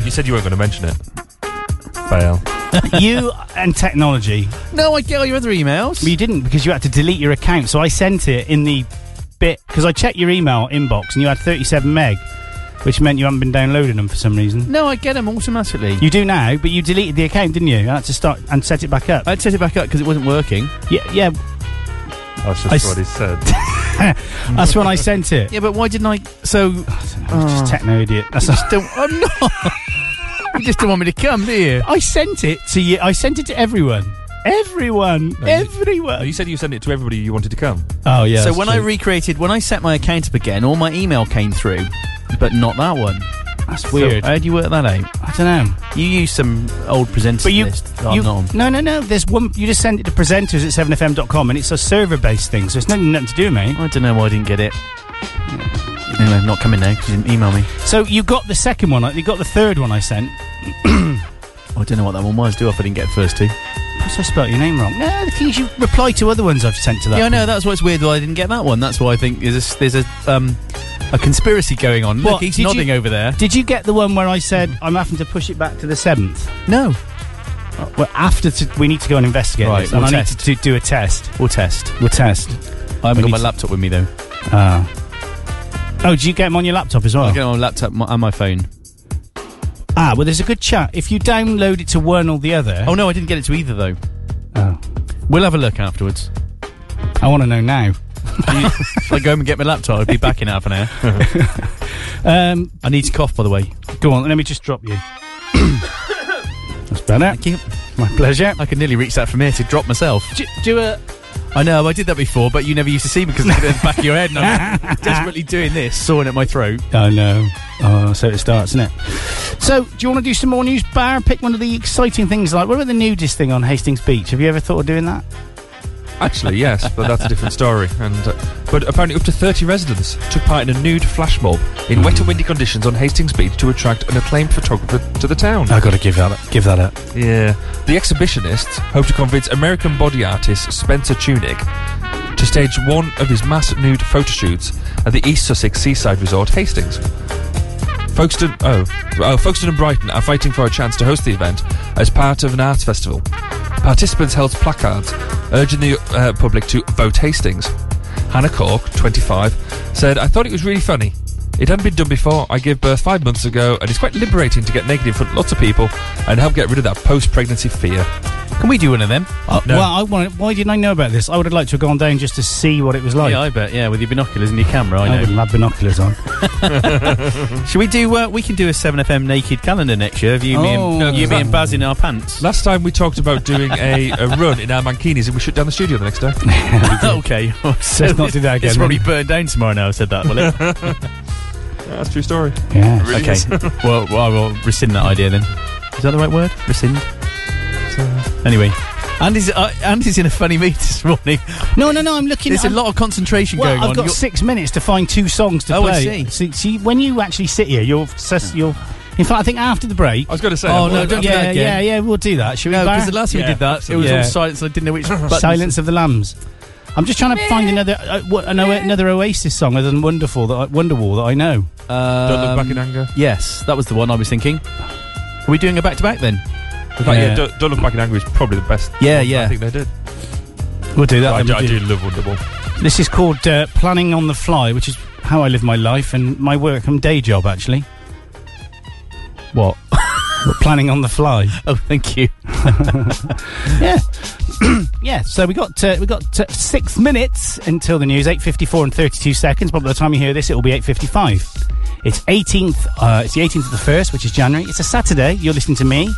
[SPEAKER 4] You said you weren't going to mention it. Fail.
[SPEAKER 2] you and technology.
[SPEAKER 3] No, I get all your other emails.
[SPEAKER 2] Well, you didn't because you had to delete your account. So I sent it in the bit because I checked your email inbox and you had 37 meg, which meant you haven't been downloading them for some reason.
[SPEAKER 3] No, I get them automatically.
[SPEAKER 2] You do now, but you deleted the account, didn't you? I had to start and set it back up.
[SPEAKER 3] I'd set it back up because it wasn't working.
[SPEAKER 2] yeah, yeah.
[SPEAKER 4] That's just
[SPEAKER 2] I s-
[SPEAKER 4] what he said.
[SPEAKER 2] That's when I sent it.
[SPEAKER 3] Yeah, but why didn't I? Oh. So
[SPEAKER 2] I'm just techno idiot. That's not-
[SPEAKER 3] don't. I'm not. you just don't want me to come, do you?
[SPEAKER 2] I sent it to you. I sent it to everyone. Everyone.
[SPEAKER 4] No, Oh,
[SPEAKER 2] everyone.
[SPEAKER 4] you said you sent it to everybody you wanted to come.
[SPEAKER 2] Oh yeah.
[SPEAKER 3] so when I recreated, when I set my account up again, all my email came through, but not that one.
[SPEAKER 2] that's weird.
[SPEAKER 3] So how'd you work that out?
[SPEAKER 2] I don't know.
[SPEAKER 3] You used some old presenter
[SPEAKER 2] But you,
[SPEAKER 3] list. that
[SPEAKER 4] Oh,
[SPEAKER 2] Uh,
[SPEAKER 3] I'm
[SPEAKER 2] you-
[SPEAKER 3] not on.
[SPEAKER 2] no, no, no. There's one. You just send it to presenters at 7fm.com, and it's a server-based thing, so it's nothing, nothing to do, mate.
[SPEAKER 3] I don't know why I didn't get it. Anyway, I'm not coming now 'cause you didn't email me.
[SPEAKER 2] So you got the second one. like, You got the third one I sent.
[SPEAKER 3] I don't know what that one was. Do I if I didn't get the first two?
[SPEAKER 2] Perhaps I spelt your name wrong. No, because you reply to other ones I've sent to that.
[SPEAKER 3] Yeah, I know. That's what's weird. That I didn't get that one. That's why I think there's a, there's a um a conspiracy going on.
[SPEAKER 2] What,
[SPEAKER 3] Look, he's
[SPEAKER 2] did you-
[SPEAKER 3] nodding over there. Mm-hmm.
[SPEAKER 2] Did you get the one where I said I'm having to push it back to the seventh? Uh,
[SPEAKER 3] No,
[SPEAKER 2] Well, after t- we need to go and investigate
[SPEAKER 3] Right,
[SPEAKER 2] this, and
[SPEAKER 3] we'll
[SPEAKER 2] I
[SPEAKER 3] test.
[SPEAKER 2] need to do, do a test.
[SPEAKER 3] we'll test.
[SPEAKER 2] We'll test.
[SPEAKER 3] I haven't
[SPEAKER 2] We
[SPEAKER 3] got
[SPEAKER 2] need
[SPEAKER 3] my
[SPEAKER 2] to-
[SPEAKER 3] laptop with me though.
[SPEAKER 2] Oh. Oh, do you get them on your laptop as well?
[SPEAKER 3] I'll get it on my laptop my- and my phone.
[SPEAKER 2] Ah, well, there's a good chat. If you download it to one or the other,
[SPEAKER 3] Oh no, I didn't get it to either though.
[SPEAKER 2] Oh.
[SPEAKER 3] We'll have a look afterwards.
[SPEAKER 2] I want to know now.
[SPEAKER 3] I go home and get my laptop. I'll be back in half an hour.
[SPEAKER 2] Um,
[SPEAKER 3] I need to cough, by the way.
[SPEAKER 2] go on, let me just drop you. That's better.
[SPEAKER 3] Thank you.
[SPEAKER 2] My pleasure.
[SPEAKER 3] I can nearly reach that from here to drop myself.
[SPEAKER 2] Do, do a
[SPEAKER 3] I know I did that before, but you never used to see me because I had it in the back of your head. And I'm desperately doing this, sawing at my throat.
[SPEAKER 2] I know. Oh, so it starts, isn't it? So, do you want to do some more news, Bar? Pick one of the exciting things. Like, what about the nudist thing on Hastings Beach? Have you ever thought of doing that?
[SPEAKER 4] Actually, yes, but that's a different story. And uh, but apparently, up to 30 residents took part in a nude flash mob in wet
[SPEAKER 2] Hmm.
[SPEAKER 4] and windy conditions on Hastings Beach to attract an acclaimed photographer to the town.
[SPEAKER 2] I got to give that give that up.
[SPEAKER 4] Yeah, the exhibitionists hope to convince American body artist Spencer Tunick to stage one of his mass nude photo shoots at the East Sussex seaside resort Hastings. Folkestone, oh, oh, Folkestone and Brighton are fighting for a chance to host the event as part of an arts festival. Participants held placards urging the uh, public to vote Hastings. Hannah Cork, 25, said, I thought it was really funny. It hadn't been done before. I gave birth five months ago, and it's quite liberating to get naked in front of lots of people and help get rid of that post pregnancy fear.
[SPEAKER 3] Can we do one of them?
[SPEAKER 4] No.
[SPEAKER 2] Well, I wanted, why didn't I know about this? I would have liked to have gone down just to see what it was like.
[SPEAKER 3] yeah, I bet. Yeah, with your binoculars and your camera, I
[SPEAKER 2] I
[SPEAKER 3] know.
[SPEAKER 2] wouldn't have binoculars on.
[SPEAKER 3] Should we do? Uh, we can do a Seven FM naked calendar next year. Of you, me,
[SPEAKER 4] Oh.
[SPEAKER 3] and, you, me, and Baz in our pants.
[SPEAKER 4] Last time we talked about doing a, a run in our mankinis, and we shut down the studio the next day.
[SPEAKER 3] okay, so
[SPEAKER 2] Let's not do that again, then.
[SPEAKER 3] It's probably burned down tomorrow. Now I said that. Will it?
[SPEAKER 4] That's a true story.
[SPEAKER 2] Yeah.
[SPEAKER 4] Really
[SPEAKER 3] okay.
[SPEAKER 4] is.
[SPEAKER 3] well, well, I will rescind that idea then. Is that the right word? Rescind. Anyway, Andy's uh, Andy's in a funny mood this morning.
[SPEAKER 2] No, no, no. I'm looking.
[SPEAKER 3] There's
[SPEAKER 2] I'm-
[SPEAKER 3] a lot of concentration
[SPEAKER 2] well,
[SPEAKER 3] going
[SPEAKER 2] I've
[SPEAKER 3] on.
[SPEAKER 2] got
[SPEAKER 3] You're-
[SPEAKER 2] six minutes to find two songs to
[SPEAKER 3] Oh, I
[SPEAKER 2] play.
[SPEAKER 3] see.
[SPEAKER 2] See, see, when you actually sit here, you're obsessed. You're. In fact, I think after the break.
[SPEAKER 4] I was going to say.
[SPEAKER 3] Oh,
[SPEAKER 4] I'm-
[SPEAKER 3] no,
[SPEAKER 4] I'm-
[SPEAKER 3] don't do
[SPEAKER 2] yeah,
[SPEAKER 3] that
[SPEAKER 2] yeah,
[SPEAKER 3] again.
[SPEAKER 2] yeah. We'll do that. Should
[SPEAKER 3] No,
[SPEAKER 2] we? Bar?
[SPEAKER 3] because the last time we
[SPEAKER 4] Yeah,
[SPEAKER 3] did that, it was
[SPEAKER 2] absolutely.
[SPEAKER 3] all
[SPEAKER 2] Yeah.
[SPEAKER 3] silence. I didn't know which buttons.
[SPEAKER 2] Silence of the Lambs. I'm just trying to find another uh, wha- an, O- another Oasis song other than Wonderful that I, Wonderwall that I know.
[SPEAKER 3] Um,
[SPEAKER 4] Don't look back in anger.
[SPEAKER 3] Yes, that was the one I was thinking. Are we doing a back to back then?
[SPEAKER 4] In fact, yeah,
[SPEAKER 2] yeah.
[SPEAKER 4] don't, don't look back in anger is probably the best.
[SPEAKER 3] Yeah,
[SPEAKER 4] one
[SPEAKER 3] yeah.
[SPEAKER 4] I think they did.
[SPEAKER 2] We'll do that.
[SPEAKER 4] I
[SPEAKER 2] then,
[SPEAKER 4] do,
[SPEAKER 2] we'll
[SPEAKER 4] I
[SPEAKER 2] do-
[SPEAKER 4] do love Wonderwall.
[SPEAKER 2] This is called uh, Planning on the Fly, which is how I live my life and my work and day job, actually. What? planning on the fly.
[SPEAKER 3] Oh, thank you.
[SPEAKER 2] Yeah. yeah, so we got uh, we got uh, 6 minutes until the news, 8:54 and 32 seconds, but by the time you hear this it will be 8:55. It's 18th uh, it's the 18th of the 1st, which is January. It's a Saturday. You're listening to me.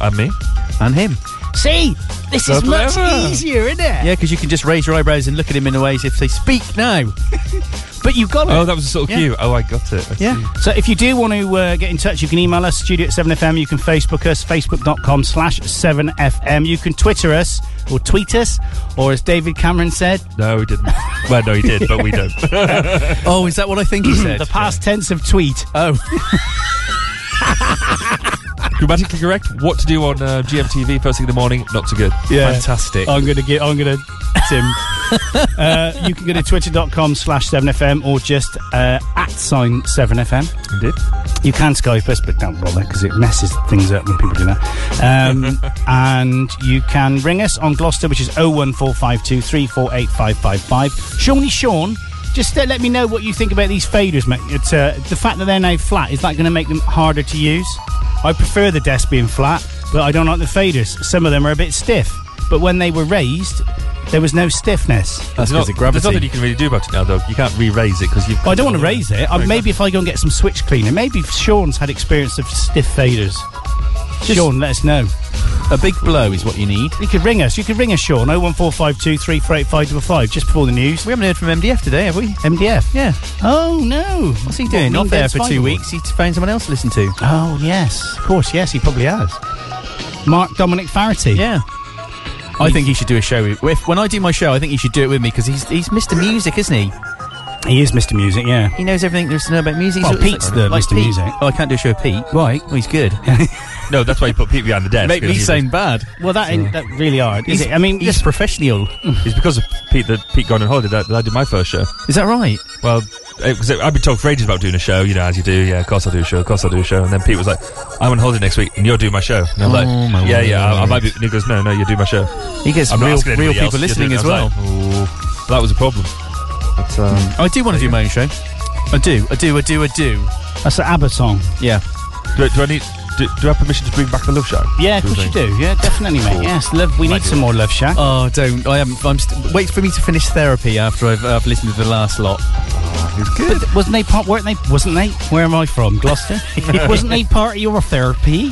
[SPEAKER 2] Uh,
[SPEAKER 4] And me.
[SPEAKER 3] And him.
[SPEAKER 2] See, this is much easier, isn't it?
[SPEAKER 3] Yeah, because you can just raise your eyebrows and look at him in a way as if they speak now.
[SPEAKER 2] But you got it.
[SPEAKER 4] Oh, that was a sort of
[SPEAKER 3] Yeah.
[SPEAKER 4] cue. Oh, I got it. I
[SPEAKER 3] Yeah.
[SPEAKER 4] see.
[SPEAKER 2] So if you do want to uh, get in touch, you can email us, studio at 7fm. You can Facebook us, facebook.com slash 7fm. You can Twitter us or tweet us, or as David Cameron said,
[SPEAKER 4] No, he didn't. well, no, he did, but we don't.
[SPEAKER 3] Oh, is that what I think he said?
[SPEAKER 2] the past tense of tweet.
[SPEAKER 3] Oh,
[SPEAKER 4] Grammatically correct. What to do on uh, GMTV first thing in the morning? Not so good.
[SPEAKER 2] Yeah.
[SPEAKER 4] Fantastic.
[SPEAKER 2] I'm going to get, I'm going to, Tim. uh, you can go to twitter.com slash 7fm or just uh, at sign 7fm.
[SPEAKER 4] Indeed.
[SPEAKER 2] You can Skype us, but don't bother because it messes things up when people do that. Um, and you can ring us on Gloucester, which is 01452 348555. Shauny Sean, just uh, let me know what you think about these faders, mate. It's, uh, the fact that they're now flat, is that going to make them harder to use? I prefer the desk being flat, but I don't like the faders. Some of them are a bit stiff, but when they were raised, there was no stiffness.
[SPEAKER 3] that's
[SPEAKER 4] There's
[SPEAKER 3] because of
[SPEAKER 4] not- There's nothing you
[SPEAKER 3] gravity.
[SPEAKER 4] can really do about it now, though. You can't re-raise it because you.
[SPEAKER 2] I don't want to raise it. I,
[SPEAKER 4] Very
[SPEAKER 2] maybe if I go and get some switch cleaner, maybe Sean's had experience of stiff faders. Sean, let us know.
[SPEAKER 3] A big blow is what you need.
[SPEAKER 2] You could ring us. You could ring us, Sean. 01452 348 just before the news.
[SPEAKER 3] We haven't heard from MDF today, have we?
[SPEAKER 2] MDF.
[SPEAKER 3] Yeah.
[SPEAKER 2] Oh, no.
[SPEAKER 3] What's he doing? Not there for two weeks. He's found someone else to listen to.
[SPEAKER 2] Oh, yes. Of course, yes, he probably has. Mark Dominic Farity.
[SPEAKER 3] Yeah. I think he should do a show with. When I do my show, I think he should do it with me because he's he's Mr. Music, isn't he?
[SPEAKER 2] He is Mr. Music, yeah.
[SPEAKER 3] He knows everything there is to know about music.
[SPEAKER 2] Well,
[SPEAKER 3] He's- he's
[SPEAKER 2] Pete's the Mr.
[SPEAKER 3] Pete.
[SPEAKER 2] Music.
[SPEAKER 3] Oh, I can't do a show with Pete.
[SPEAKER 2] Right.
[SPEAKER 3] Well, he's good.
[SPEAKER 4] good. No, that's why you put Pete behind the desk.
[SPEAKER 3] Make me
[SPEAKER 4] because he
[SPEAKER 3] sound bad.
[SPEAKER 2] Well, that ain't that really hard, is
[SPEAKER 3] He's-
[SPEAKER 2] it? I mean,
[SPEAKER 3] he's
[SPEAKER 2] just
[SPEAKER 3] professional.
[SPEAKER 4] was- It's because of Pete that Pete going on holiday that, that I did my first show.
[SPEAKER 3] Mm. Is that right?
[SPEAKER 4] Well, it, 'cause I've been told for ages about doing a show, you know, as you do. Yeah, of course I'll do a show, of course I'll do a show. And then Pete was like, I'm on holiday next week and you're doing my show. And I'm
[SPEAKER 3] Oh, my
[SPEAKER 4] like, yeah, yeah, I, I
[SPEAKER 3] word.
[SPEAKER 4] might be. And he goes, no, no, you do my show.
[SPEAKER 3] He gets
[SPEAKER 4] I'm not
[SPEAKER 3] real,
[SPEAKER 4] asking
[SPEAKER 3] real
[SPEAKER 4] anybody
[SPEAKER 3] people
[SPEAKER 4] else, you're
[SPEAKER 3] listening
[SPEAKER 4] doing
[SPEAKER 3] as
[SPEAKER 4] it. I
[SPEAKER 3] well.
[SPEAKER 4] was That was a problem. But, um,
[SPEAKER 3] I do want to do my own show. I do, I do, I do, I do.
[SPEAKER 2] that's an ABBA song.
[SPEAKER 3] Yeah.
[SPEAKER 4] do, do I need. Do, do I have permission to bring back the love shack?
[SPEAKER 2] Yeah, of
[SPEAKER 4] Do you
[SPEAKER 2] course you
[SPEAKER 4] think?
[SPEAKER 2] do. Yeah, definitely, mate.
[SPEAKER 4] Cool.
[SPEAKER 2] Yes, love. We need some more Love Shack.
[SPEAKER 3] Oh, don't. I am. I'm. St- wait for me to finish therapy after I've, uh, I've listened to the last lot.
[SPEAKER 2] But wasn't they part? Weren't they? Wasn't they? Where am I from? Gloucester. wasn't they part of your therapy?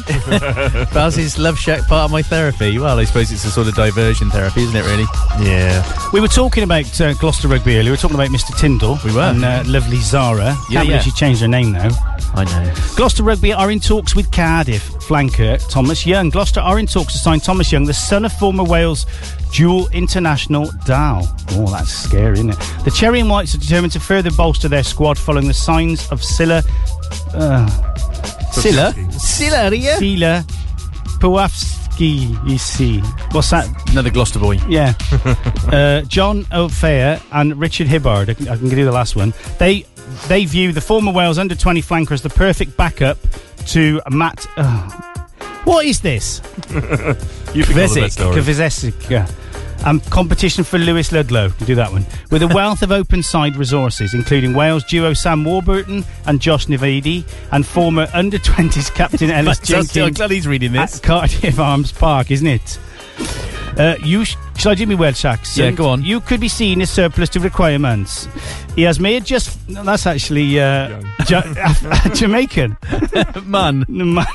[SPEAKER 3] Baz's Love Shack part of my therapy. Well, I suppose it's a sort of diversion therapy, isn't it? Really.
[SPEAKER 4] Yeah.
[SPEAKER 2] We were talking about uh, Gloucester Rugby earlier. We were talking about Mr. Tyndall.
[SPEAKER 3] We were.
[SPEAKER 2] And uh, lovely Zara.
[SPEAKER 3] Yeah,
[SPEAKER 2] Can't
[SPEAKER 3] yeah.
[SPEAKER 2] believe she changed her name now.
[SPEAKER 3] I know.
[SPEAKER 2] Gloucester Rugby are in talks with Cardiff flanker Thomas Young. Gloucester are in talks to sign Thomas Young, the son of former Wales dual international Dow. Oh, that's scary, isn't it? The Cherry and Whites are determined to further bolster their squad following the signs of Silla. Uh,
[SPEAKER 3] Silla. Silla, are you?
[SPEAKER 2] Silla Puafski. Ski, you see. What's that?
[SPEAKER 3] Another Gloucester boy.
[SPEAKER 2] Yeah. uh, John O'Fair and Richard Hibbard. I can, I can do the last one. They they view the former Wales under twenty flanker as the perfect backup to Matt. Ugh. what is this?
[SPEAKER 4] You pick all the best stories.
[SPEAKER 2] Kvizesic. Um, competition for Lewis Ludlow. We'll do that one. With a wealth of open side resources, including Wales duo Sam Warburton and Josh Navidi, and former under 20s captain Ellis Jenkins.
[SPEAKER 3] Fantastic. I'm glad he's reading this.
[SPEAKER 2] At Cardiff Arms Park, isn't it? Uh, you sh- shall I do me Welsh accent?
[SPEAKER 3] Yeah, go on.
[SPEAKER 2] You could be seen as surplus to requirements. He has made just. No, that's actually uh, Ja- Jamaican.
[SPEAKER 3] Man.
[SPEAKER 2] Man.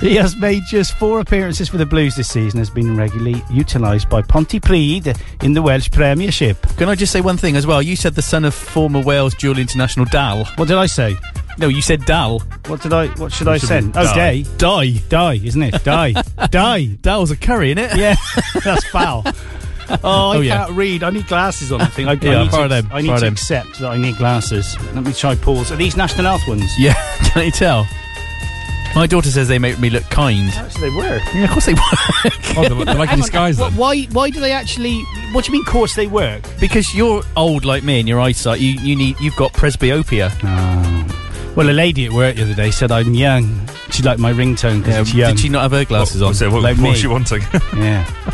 [SPEAKER 2] He has made just four appearances for the Blues this season, has been regularly utilised by Pontypridd in the Welsh Premiership.
[SPEAKER 3] Can I just say one thing as well? You said the son of former Wales dual international Dal.
[SPEAKER 2] What did I say?
[SPEAKER 3] No, you said Dal.
[SPEAKER 2] What did I? What should I send? Oh, day.
[SPEAKER 3] Die.
[SPEAKER 2] Die, isn't it? Die. Die.
[SPEAKER 3] Dal's a curry, isn't it?
[SPEAKER 2] Yeah, that's foul. Oh, I
[SPEAKER 3] Oh, yeah.
[SPEAKER 2] can't read. I need glasses on. I think I, I
[SPEAKER 3] Yeah,
[SPEAKER 2] need,
[SPEAKER 3] borrow
[SPEAKER 2] to,
[SPEAKER 3] them,
[SPEAKER 2] I need
[SPEAKER 3] borrow
[SPEAKER 2] to
[SPEAKER 3] them.
[SPEAKER 2] accept that I need glasses. Let me try Paul's. Are these national health ones?
[SPEAKER 3] Yeah, can you tell? My daughter says they make me look kind.
[SPEAKER 2] Actually, they were.
[SPEAKER 3] Yeah, of course they work.
[SPEAKER 4] Oh, they're, they're like a
[SPEAKER 2] Hang on,
[SPEAKER 4] disguise
[SPEAKER 2] wh-
[SPEAKER 4] then.
[SPEAKER 2] Why? Why do they actually? What do you mean? Of course they work.
[SPEAKER 3] Because you're old like me and your eyesight, you, you need you've got presbyopia.
[SPEAKER 2] Oh. Well, a lady at work the other day said I'm young. She liked my ringtone because it's young.
[SPEAKER 3] Did she not have her glasses on?
[SPEAKER 4] So what,
[SPEAKER 2] Like
[SPEAKER 4] what
[SPEAKER 2] me.
[SPEAKER 4] was she wanting?
[SPEAKER 2] Yeah.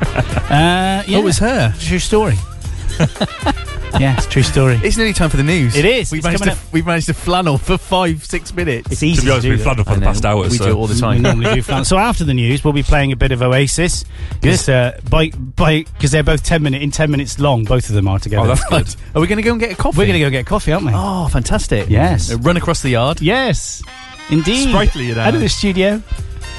[SPEAKER 2] uh, yeah.
[SPEAKER 3] Oh, it was her.
[SPEAKER 2] True story. yeah, it's a true story.
[SPEAKER 3] It's nearly time for the news.
[SPEAKER 2] It is.
[SPEAKER 3] We've
[SPEAKER 2] It's
[SPEAKER 3] managed
[SPEAKER 2] coming
[SPEAKER 3] to we've managed to flannel for five six minutes.
[SPEAKER 2] It's easy
[SPEAKER 4] to be honest,
[SPEAKER 2] do
[SPEAKER 4] we've
[SPEAKER 2] that.
[SPEAKER 4] flooded for
[SPEAKER 3] I
[SPEAKER 4] the
[SPEAKER 3] know,
[SPEAKER 4] past hour.
[SPEAKER 3] we
[SPEAKER 4] so.
[SPEAKER 3] do it all the
[SPEAKER 2] We
[SPEAKER 3] time.
[SPEAKER 2] normally do flan- So after the news, we'll be playing a bit of Oasis. Yes. Uh, by by because they're both ten minute in ten minutes long. Both of them are together.
[SPEAKER 4] Oh, that's good.
[SPEAKER 3] Right. Are we going to go and get a coffee?
[SPEAKER 2] We're gonna go get coffee, aren't we?
[SPEAKER 3] Oh, fantastic!
[SPEAKER 2] Yes.
[SPEAKER 3] Uh, run across the yard.
[SPEAKER 2] Yes, indeed.
[SPEAKER 4] Sprightly, you know.
[SPEAKER 2] Out of the Hmm. studio.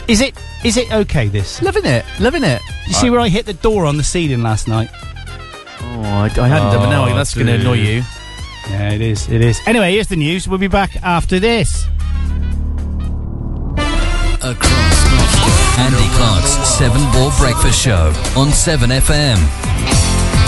[SPEAKER 2] Is it is it okay? This. You
[SPEAKER 3] Loving it, loving it.
[SPEAKER 2] see where I hit the door on the ceiling last night.
[SPEAKER 3] Oh, I, I hadn't done, but now
[SPEAKER 4] Oh,
[SPEAKER 3] that's going to annoy
[SPEAKER 4] dude.
[SPEAKER 3] you.
[SPEAKER 2] Yeah, it is. It is. Anyway, here's the news. We'll be back after this.
[SPEAKER 1] Across Gloucester. Andy Clark's Seven Ball Breakfast Show on 7FM.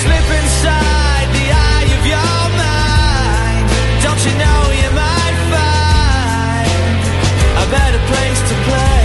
[SPEAKER 5] Slip inside the eye of your mind. Don't you know you might find a better place to play?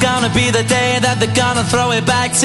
[SPEAKER 14] gonna be the day that they're gonna throw it back to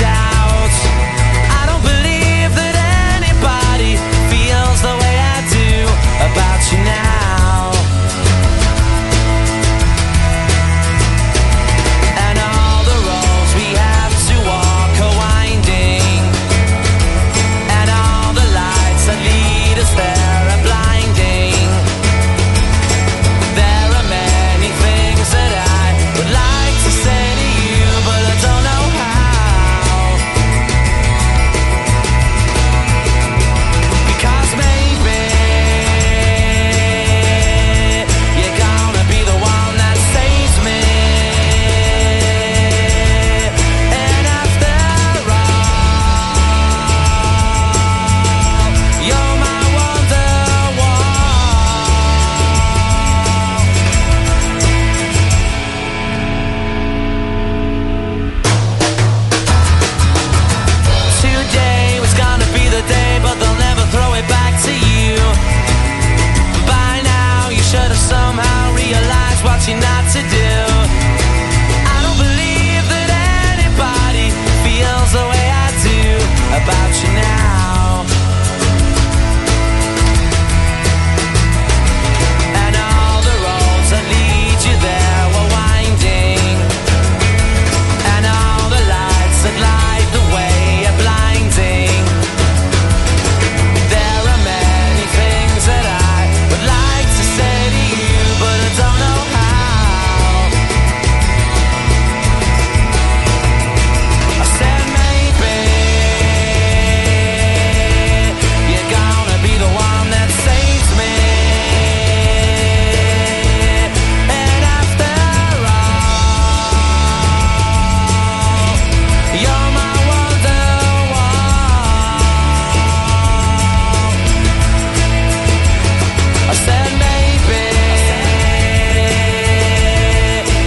[SPEAKER 14] doubt. I don't believe that anybody feels the way I do about you now. And all the roads we have to walk are winding. And all the lights that lead us there are blinding. There are many things that I would like to say to you, but I don't know how. Because maybe you're gonna be the one that saves me. And after all, you're my wonderwall. Today was gonna be the day, but they'll never throw it back to you. By now, you should have somehow realized what you're not to do. I don't believe that anybody feels the way I do about you now. And all the roads that lead you there were winding. And all the lights that light the way are blinding. There are many things that I would like to say to you, but I don't know how. I said maybe you're gonna be the one that saves me. And after all, you're my wonderwall. I said maybe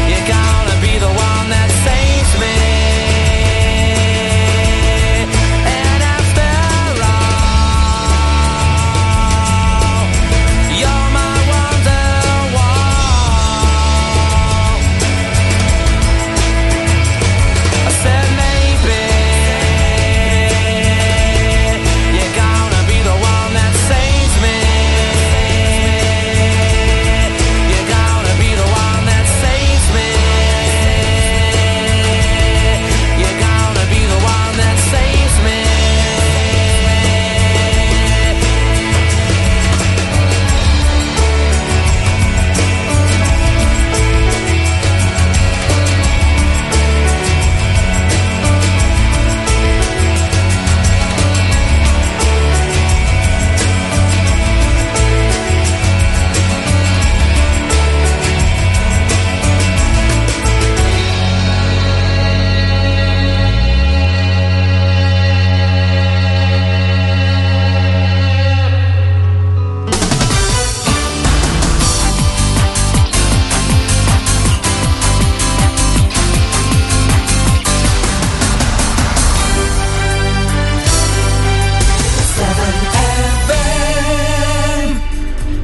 [SPEAKER 14] you're gonna be the one that saves me. And after all, you're my wonderwall. I said maybe you're gonna be the one that saves me. You're gonna be the one that saves me. You're gonna be the one that saves me.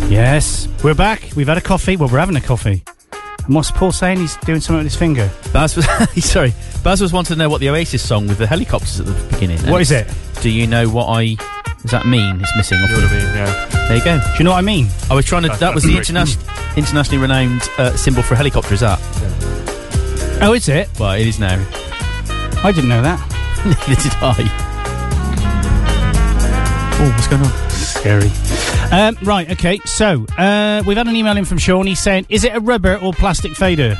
[SPEAKER 2] Yes, we're back. We've had a coffee. Well, we're having a coffee. And what's Paul saying? He's doing something with his finger.
[SPEAKER 3] Baz was sorry. Baz was wanting to know what the Oasis song with the helicopters at the beginning.
[SPEAKER 2] What is
[SPEAKER 3] it's, Do you know what I? Does that mean it's missing? Off the- There you go. Do
[SPEAKER 2] you know what I mean?
[SPEAKER 3] I was trying to. That was the international, internationally renowned uh, symbol for helicopter. Is that?
[SPEAKER 2] Oh, is it?
[SPEAKER 3] Well, it is now.
[SPEAKER 2] I didn't know that.
[SPEAKER 3] Neither did I. Oh, what's going on?
[SPEAKER 2] Scary. Um, right, okay, so uh, we've had an email in from Sean. He's saying, is it a rubber or plastic fader?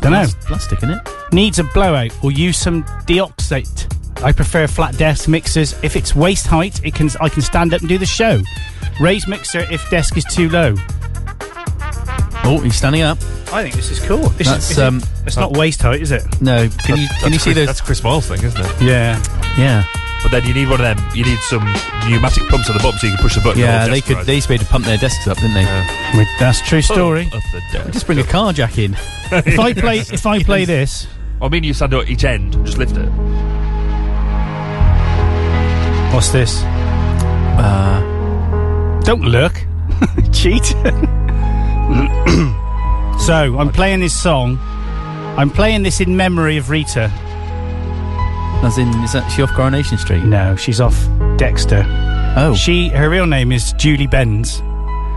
[SPEAKER 2] Don't know.
[SPEAKER 3] Plas- Plastic, isn't it?
[SPEAKER 2] Needs a blowout or use some deoxate. I prefer flat desk mixers. If it's waist height, it can I can stand up and do the show. Raise mixer if desk is too low.
[SPEAKER 3] Oh, he's standing up.
[SPEAKER 2] I think this is cool. This
[SPEAKER 3] That's,
[SPEAKER 2] is, is
[SPEAKER 3] um,
[SPEAKER 2] it, it's not waist height, is it?
[SPEAKER 3] No. Can you can you see those?
[SPEAKER 4] That's Chris Miles thing, isn't it?
[SPEAKER 2] Yeah.
[SPEAKER 3] Yeah.
[SPEAKER 4] But then you need one of them. You need some pneumatic pumps at the bottom so you can push the button.
[SPEAKER 3] Yeah, they could. They used to be able to pump their desks up, didn't they?
[SPEAKER 2] That's true story.
[SPEAKER 3] Just bring a car jack in.
[SPEAKER 2] If I play- if I play this,
[SPEAKER 4] I mean, you stand at each end and just lift it.
[SPEAKER 2] What's this?
[SPEAKER 3] Uh,
[SPEAKER 2] Don't look. Cheat. so, I'm playing this song. I'm playing this in memory of Rita.
[SPEAKER 3] As in, is that she off Coronation Street?
[SPEAKER 2] No, she's off Dexter.
[SPEAKER 3] Oh.
[SPEAKER 2] She her real name is Julie Benz.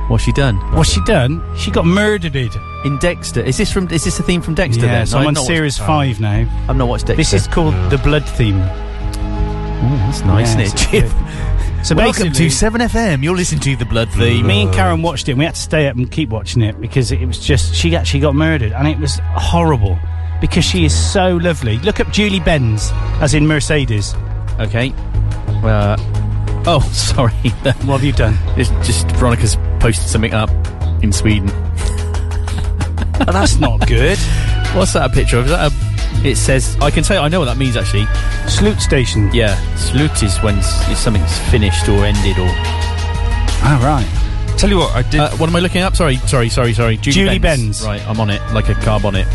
[SPEAKER 3] What's she done?
[SPEAKER 2] What's she done? She got murdered.
[SPEAKER 3] In Dexter. Is this from? Is this a theme from Dexter?
[SPEAKER 2] Yeah,
[SPEAKER 3] then?
[SPEAKER 2] so I'm
[SPEAKER 3] I've
[SPEAKER 2] on
[SPEAKER 3] not watched-
[SPEAKER 2] series five now.
[SPEAKER 3] I've not watched Dexter.
[SPEAKER 2] This is called the Blood Theme.
[SPEAKER 3] that's nice,
[SPEAKER 2] Yeah,
[SPEAKER 3] isn't
[SPEAKER 2] it's
[SPEAKER 3] it, Chip?
[SPEAKER 2] So
[SPEAKER 3] Welcome
[SPEAKER 2] basically-
[SPEAKER 3] to Seven FM. You're listening to the Blood Theme.
[SPEAKER 2] Me and Karen watched it. and We had to stay up and keep watching it because it was just she actually got murdered, and it was horrible because she is so lovely. Look up Julie Benz, as in Mercedes.
[SPEAKER 3] Okay. Uh, oh, sorry. what
[SPEAKER 2] have you done?
[SPEAKER 3] It's just Veronica's posted something up in Sweden. Oh,
[SPEAKER 2] that's not good.
[SPEAKER 3] What's that a picture of? Is that a, it says, I can tell you, I know what that means actually.
[SPEAKER 2] Sloot station.
[SPEAKER 3] Yeah, sloot is when s- if something's finished or ended or.
[SPEAKER 2] All right.
[SPEAKER 4] Tell you what, I did.
[SPEAKER 3] Uh, what am I looking up? Sorry, sorry, sorry, sorry. Julie,
[SPEAKER 2] Julie Benz.
[SPEAKER 3] Right, I'm on it, like a car bonnet.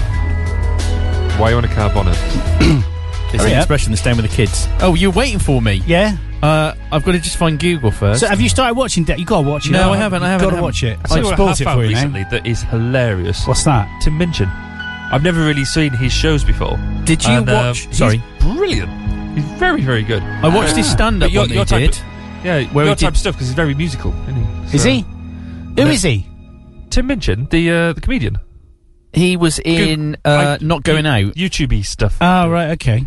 [SPEAKER 4] Why are you on a car bonnet?
[SPEAKER 3] It's
[SPEAKER 2] Hurry
[SPEAKER 3] an
[SPEAKER 2] up.
[SPEAKER 3] expression that's down with the kids. Oh, you're waiting for me?
[SPEAKER 2] Yeah.
[SPEAKER 3] Uh, I've got to just find Google first.
[SPEAKER 2] So have you started watching that? You gotta watch it.
[SPEAKER 3] No,
[SPEAKER 2] haven't
[SPEAKER 3] I
[SPEAKER 2] you?
[SPEAKER 3] haven't, I
[SPEAKER 2] You
[SPEAKER 3] haven't,
[SPEAKER 2] Gotta
[SPEAKER 3] I
[SPEAKER 2] watch it.
[SPEAKER 3] haven't.
[SPEAKER 4] Tell you what
[SPEAKER 2] I've spoiled
[SPEAKER 4] I
[SPEAKER 2] it
[SPEAKER 4] have
[SPEAKER 2] for
[SPEAKER 4] found
[SPEAKER 2] you now.
[SPEAKER 4] recently that is hilarious.
[SPEAKER 2] What's that?
[SPEAKER 4] Tim Minchin. I've never really seen his shows before.
[SPEAKER 3] Did you watch-
[SPEAKER 4] he's
[SPEAKER 3] uh, sorry.
[SPEAKER 4] brilliant. He's very, very good. Uh, I
[SPEAKER 3] watched his stand-up one that he did.
[SPEAKER 4] yeah,
[SPEAKER 3] Where
[SPEAKER 4] your
[SPEAKER 3] he did-
[SPEAKER 4] type of stuff because he's very musical, isn't he?
[SPEAKER 2] Is
[SPEAKER 4] So-
[SPEAKER 2] he? Who is he?
[SPEAKER 4] Tim Minchin, the uh, the comedian.
[SPEAKER 3] He was in uh,
[SPEAKER 4] I-
[SPEAKER 3] Not Going Out.
[SPEAKER 4] YouTubey stuff.
[SPEAKER 3] Ah,
[SPEAKER 2] Oh right, okay.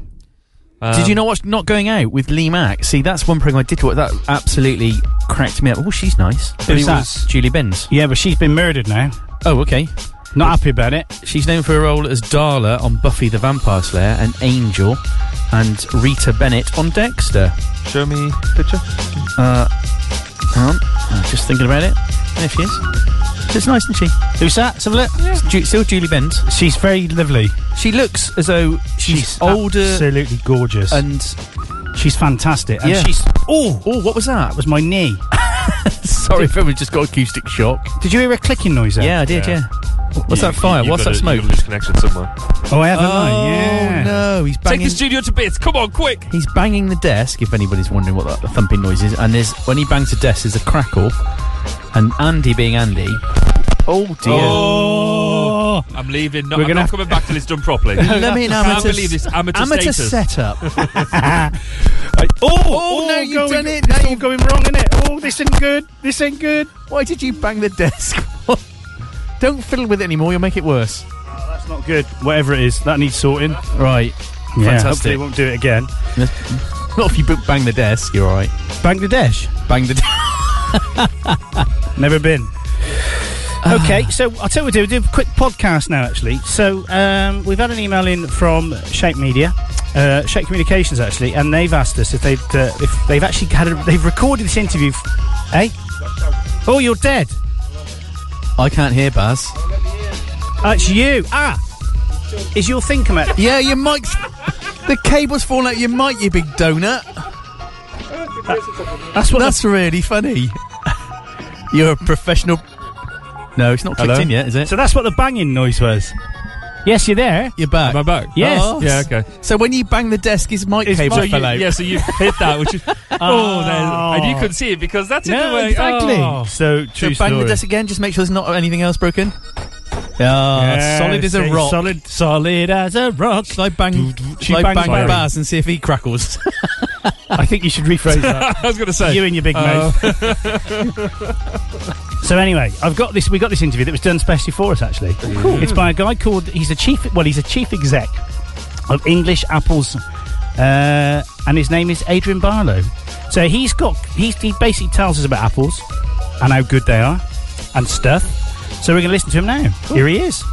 [SPEAKER 2] Um,
[SPEAKER 3] did you not watch Not Going Out with Lee Mack? See, that's one program I did watch. That absolutely cracked me up. Oh, she's nice.
[SPEAKER 2] Who's that?
[SPEAKER 3] Julie Benz.
[SPEAKER 2] Yeah, but she's been murdered now.
[SPEAKER 3] Oh, okay.
[SPEAKER 2] Not happy about it.
[SPEAKER 3] She's known for her role as Darla on Buffy the Vampire Slayer and Angel, and Rita Bennett on Dexter.
[SPEAKER 4] Show me picture.
[SPEAKER 3] Uh, hang on. I'm just thinking about it. There she is. She's nice, isn't she?
[SPEAKER 2] Who's that? Let's Have a look.
[SPEAKER 3] It's Ju- still Julie Benz.
[SPEAKER 2] She's very lovely.
[SPEAKER 3] She looks as though she's,
[SPEAKER 2] She's
[SPEAKER 3] older
[SPEAKER 2] absolutely gorgeous.
[SPEAKER 3] and
[SPEAKER 2] She's fantastic. And
[SPEAKER 3] Yeah.
[SPEAKER 2] she's oh,
[SPEAKER 3] oh, what was that?
[SPEAKER 2] that was my knee.
[SPEAKER 3] Sorry, if everyone just got acoustic shock.
[SPEAKER 2] Did you hear a clicking noise there?
[SPEAKER 3] Yeah, I did. Yeah.
[SPEAKER 4] Yeah.
[SPEAKER 3] What's that fire? What's that smoke?
[SPEAKER 4] You lose connection somewhere.
[SPEAKER 2] Oh, I haven't. I?
[SPEAKER 3] Oh
[SPEAKER 2] Yeah.
[SPEAKER 3] no, he's
[SPEAKER 4] Take
[SPEAKER 3] banging.
[SPEAKER 4] the studio to bits. Come on, quick.
[SPEAKER 3] He's banging the desk. If anybody's wondering what that thumping noise is, and there's when he bangs the desk, there's a crackle, and Andy being Andy. Oh dear.
[SPEAKER 4] Oh, I'm leaving. No,
[SPEAKER 2] We're
[SPEAKER 4] I'm
[SPEAKER 2] gonna
[SPEAKER 4] not
[SPEAKER 2] have
[SPEAKER 4] coming back till it's done properly.
[SPEAKER 3] Let me in
[SPEAKER 4] I can't
[SPEAKER 3] amateur,
[SPEAKER 4] believe this amateur,
[SPEAKER 3] amateur
[SPEAKER 4] status.
[SPEAKER 3] setup.
[SPEAKER 2] Oh,
[SPEAKER 3] no, you've
[SPEAKER 2] going,
[SPEAKER 3] done it.
[SPEAKER 2] It's
[SPEAKER 3] Now
[SPEAKER 2] all going wrong, is it? Oh, this ain't good. This ain't good.
[SPEAKER 3] Why did you bang the desk? Don't fiddle with it anymore. You'll make it worse.
[SPEAKER 2] Oh, That's not good. Whatever it is, that needs sorting.
[SPEAKER 3] Right.
[SPEAKER 2] Yeah, hopefully
[SPEAKER 3] Fantastic.
[SPEAKER 2] it won't do it again.
[SPEAKER 3] Not if you b- bang the desk. You're all right.
[SPEAKER 2] Bangladesh.
[SPEAKER 3] Bang the. desk.
[SPEAKER 2] Never been. Okay, so I'll tell you what we'll do. We'll do a quick podcast now, actually. So um, we've had an email in from Shape Media, uh, Shape Communications, actually, and they've asked us if they've uh, if they've actually had a, they've recorded this interview. F- eh? Oh, you're dead.
[SPEAKER 3] I can't hear Baz.
[SPEAKER 2] Uh, it's you. Ah, is your thing come out?
[SPEAKER 3] Yeah, your mic's. The cable's falling out your mic, you big donut.
[SPEAKER 2] That's what.
[SPEAKER 3] That's really funny. You're a professional. No, it's not kicked
[SPEAKER 2] Hello?
[SPEAKER 3] in yet, is
[SPEAKER 2] the,
[SPEAKER 3] it?
[SPEAKER 2] so that's what the banging noise was. Yes, you're there.
[SPEAKER 3] You're back.
[SPEAKER 4] Am I back?
[SPEAKER 2] Yes.
[SPEAKER 3] Oh.
[SPEAKER 4] Yeah. Okay.
[SPEAKER 3] So when you bang the desk, his mic
[SPEAKER 2] His
[SPEAKER 3] cable
[SPEAKER 2] mic-
[SPEAKER 3] fell out.
[SPEAKER 4] Yeah. So you hit that, which is oh, there- and you couldn't see it because that's in the way. Oh.
[SPEAKER 2] Oh. So
[SPEAKER 3] So
[SPEAKER 2] true
[SPEAKER 3] bang the desk again. Just make sure there's not anything else broken. Oh, solid as a
[SPEAKER 2] Yes,
[SPEAKER 3] rock.
[SPEAKER 2] Solid, solid as a rock.
[SPEAKER 3] Shall I bang?
[SPEAKER 2] She
[SPEAKER 3] Shall I
[SPEAKER 2] bangs
[SPEAKER 3] bang my
[SPEAKER 2] mine.
[SPEAKER 3] Baz and see if he crackles?
[SPEAKER 2] I think you should rephrase that.
[SPEAKER 4] I was going to say. Oh.
[SPEAKER 2] you and your big mouth. so anyway, I've got this. We got this interview that was done specially for us. Actually,
[SPEAKER 4] Oh,
[SPEAKER 2] it's by a guy called. He's a chief. Well, he's a chief exec of English Apples, uh, and his name is Adrian Barlow. So he's got. He's, he basically tells us about apples and how good they are and stuff. So we're going to listen to him now. Here he is.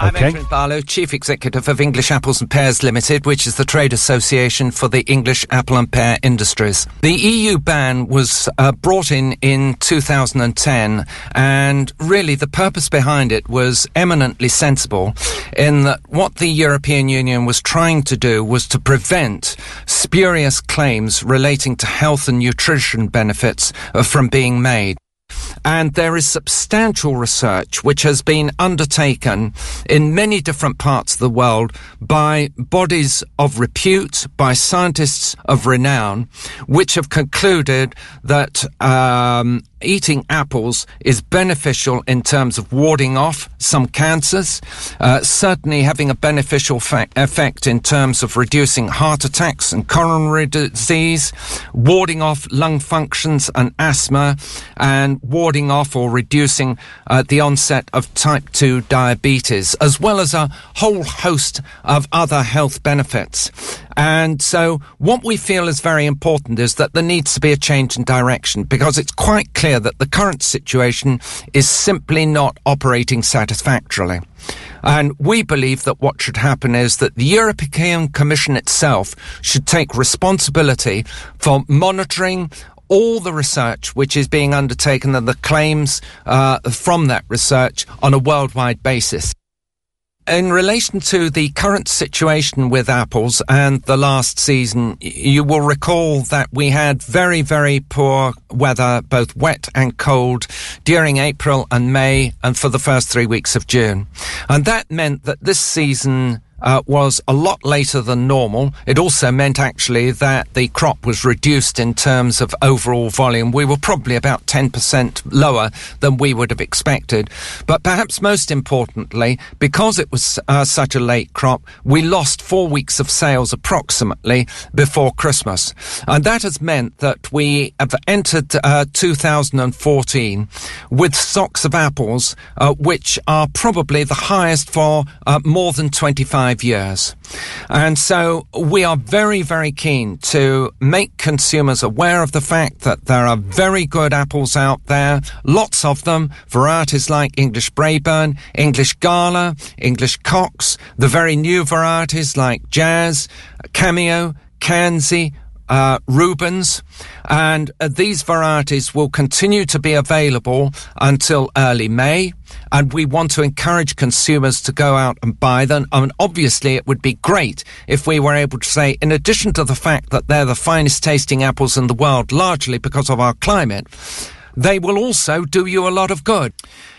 [SPEAKER 19] I'm Adrian Barlow, Chief Executive of English Apples and Pears Limited, which is the trade association for the English apple and pear industries. The EU ban was uh, brought in in 2010, and really the purpose behind it was eminently sensible in that what the European Union was trying to do was to prevent spurious claims relating to health and nutrition benefits uh, from being made. And there is substantial research which has been undertaken in many different parts of the world by bodies of repute, by scientists of renown, which have concluded that um, eating apples is beneficial in terms of warding off some cancers, uh, certainly having a beneficial fa- effect in terms of reducing heart attacks and coronary disease, warding off lung functions and asthma, and warding off or reducing uh, the onset of type 2 diabetes, as well as a whole host of other health benefits. And so, what we feel is very important is that there needs to be a change in direction because it's quite clear that the current situation is simply not operating satisfactorily. And we believe that what should happen is that the European Commission itself should take responsibility for monitoring all the research which is being undertaken and the claims uh, from that research on a worldwide basis in relation to the current situation with apples and the last season, y- you will recall that we had very, very poor weather, both wet and cold, during April and May and for the first three weeks of June. And that meant that this season uh, was a lot later than normal. It also meant actually that the crop was reduced in terms of overall volume. We were probably about 10% lower than we would have expected. But perhaps most importantly, because it was uh, such a late crop, we lost four weeks of sales approximately before Christmas. And that has meant that we have entered uh, 2014 with stocks of apples, uh, which are probably the highest for uh, more than 25 years. And so we are very, very keen to make consumers aware of the fact that there are very good apples out there, lots of them, varieties like English Braeburn, English Gala, English Cox, the very new varieties like Jazz, Cameo, Kanzi, uh, Rubens, and uh, these varieties will continue to be available until early May. And we want to encourage consumers to go out and buy them. And obviously, it would be great if we were able to say, in addition to the fact that they're the finest tasting apples in the world, largely because of our climate, they will also do you a lot of good.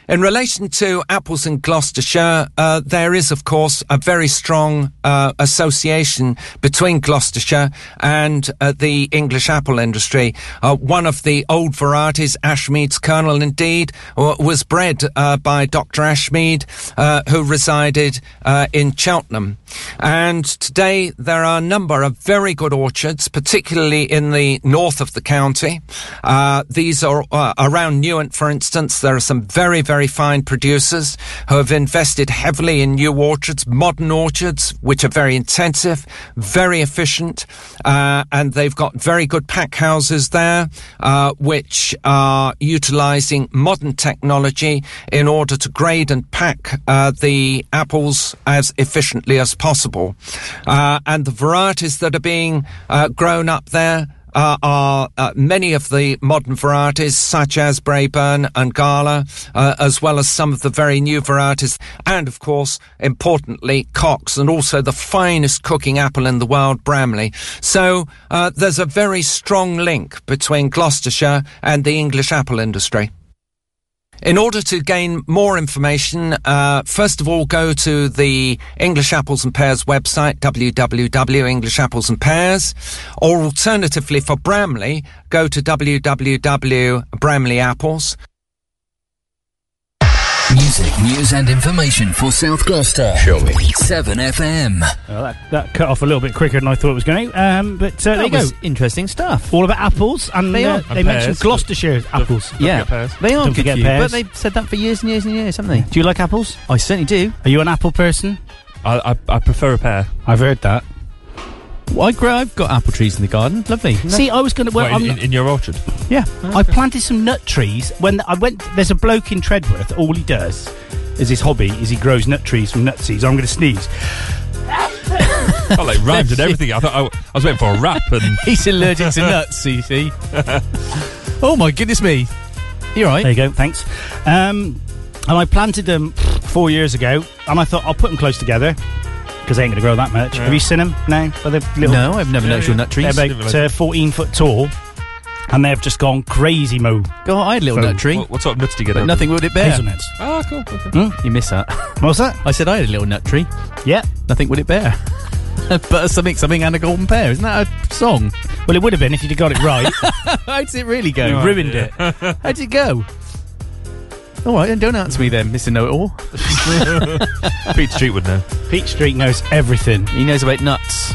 [SPEAKER 19] In relation to apples in Gloucestershire, uh, there is, of course, a very strong uh, association between Gloucestershire and uh, the English apple industry. Uh, one of the old varieties, Ashmead's Colonel, indeed, wa- was bred uh, by Dr. Ashmead, uh, who resided uh, in Cheltenham. And today there are a number of very good orchards, particularly in the north of the county. Uh, these are uh, around Newent, for instance. There are some very, very fine producers who have invested heavily in new orchards, modern orchards, which are very intensive, very efficient, uh, and they've got very good pack houses there, uh, which are utilizing modern technology in order to grade and pack uh, the apples as efficiently as possible. Uh, and the varieties that are being uh, grown up there uh, are uh, many of the modern varieties, such as Braeburn and Gala, uh, as well as some of the very new varieties, and of course, importantly, Cox, and also the finest cooking apple in the world, Bramley. So uh, there's a very strong link between Gloucestershire and the English apple industry. In order to gain more information, uh, first of all, go to the English Apples and Pears website, www.englishapplesandpears, or alternatively for Bramley, go to www.bramleyApples.
[SPEAKER 1] Music, news, and information for South Gloucester. Show me. 7FM.
[SPEAKER 2] Well, that, that cut off a little bit quicker than I thought it was going to. Um, but uh, there you
[SPEAKER 3] That was
[SPEAKER 2] go. Interesting stuff. All about apples, and
[SPEAKER 3] They
[SPEAKER 2] they, uh,
[SPEAKER 3] are.
[SPEAKER 2] they
[SPEAKER 3] And
[SPEAKER 2] mentioned
[SPEAKER 3] pears.
[SPEAKER 2] Gloucestershire's apples.
[SPEAKER 3] yeah, they are
[SPEAKER 2] Don't
[SPEAKER 3] good
[SPEAKER 2] forget
[SPEAKER 3] for you,
[SPEAKER 2] pears.
[SPEAKER 3] but they said that for years and years and years, haven't they?
[SPEAKER 2] Do you like apples?
[SPEAKER 3] I certainly do.
[SPEAKER 2] Are you an apple person?
[SPEAKER 3] I, I, I prefer a pear.
[SPEAKER 2] I've heard that.
[SPEAKER 3] Well, I grow, I've got apple trees in the garden. Lovely.
[SPEAKER 2] See, I was going to. Well,
[SPEAKER 3] Wait,
[SPEAKER 2] I'm
[SPEAKER 3] in-
[SPEAKER 2] not-
[SPEAKER 4] in your orchard.
[SPEAKER 2] Yeah, I planted some nut trees when I went. There's a bloke in Treadworth. All he does as his hobby is he grows nut trees from nut seeds. I'm going to sneeze.
[SPEAKER 4] I like rhymed and everything. I thought I, I was waiting for a rap, and
[SPEAKER 3] he's allergic to nuts. You see? oh my goodness me! You're right.
[SPEAKER 2] There you go. Thanks. Um, and I planted them four years ago, and I thought I'll put them close together because they ain't going to grow that much.
[SPEAKER 3] Yeah.
[SPEAKER 2] Have you seen them now? By the little
[SPEAKER 3] No, I've never Yeah, noticed your yeah. nut trees.
[SPEAKER 2] They're
[SPEAKER 3] Never
[SPEAKER 2] about
[SPEAKER 3] liked
[SPEAKER 2] uh,
[SPEAKER 3] them.
[SPEAKER 2] 14 foot tall, and they've just gone crazy mo.
[SPEAKER 3] God, I had a little nut tree. What,
[SPEAKER 4] sort of nuts do you get?
[SPEAKER 3] But
[SPEAKER 2] out?
[SPEAKER 3] nothing would it bear.
[SPEAKER 2] Hazelnuts.
[SPEAKER 4] Ah, cool. Okay.
[SPEAKER 3] Hmm? You miss that.
[SPEAKER 2] What's that?
[SPEAKER 3] I said I had a little nut tree.
[SPEAKER 2] Yeah.
[SPEAKER 3] Nothing would it bear. but something, something, and a golden pear. Isn't that a song?
[SPEAKER 2] Well, it would have been if you'd got it right.
[SPEAKER 3] How did it really go?
[SPEAKER 2] You ruined it.
[SPEAKER 3] How did it go? All right, then don't answer me then, Mister Know It All.
[SPEAKER 4] Pete Street would know.
[SPEAKER 2] Pete Street knows everything.
[SPEAKER 3] He knows about nuts.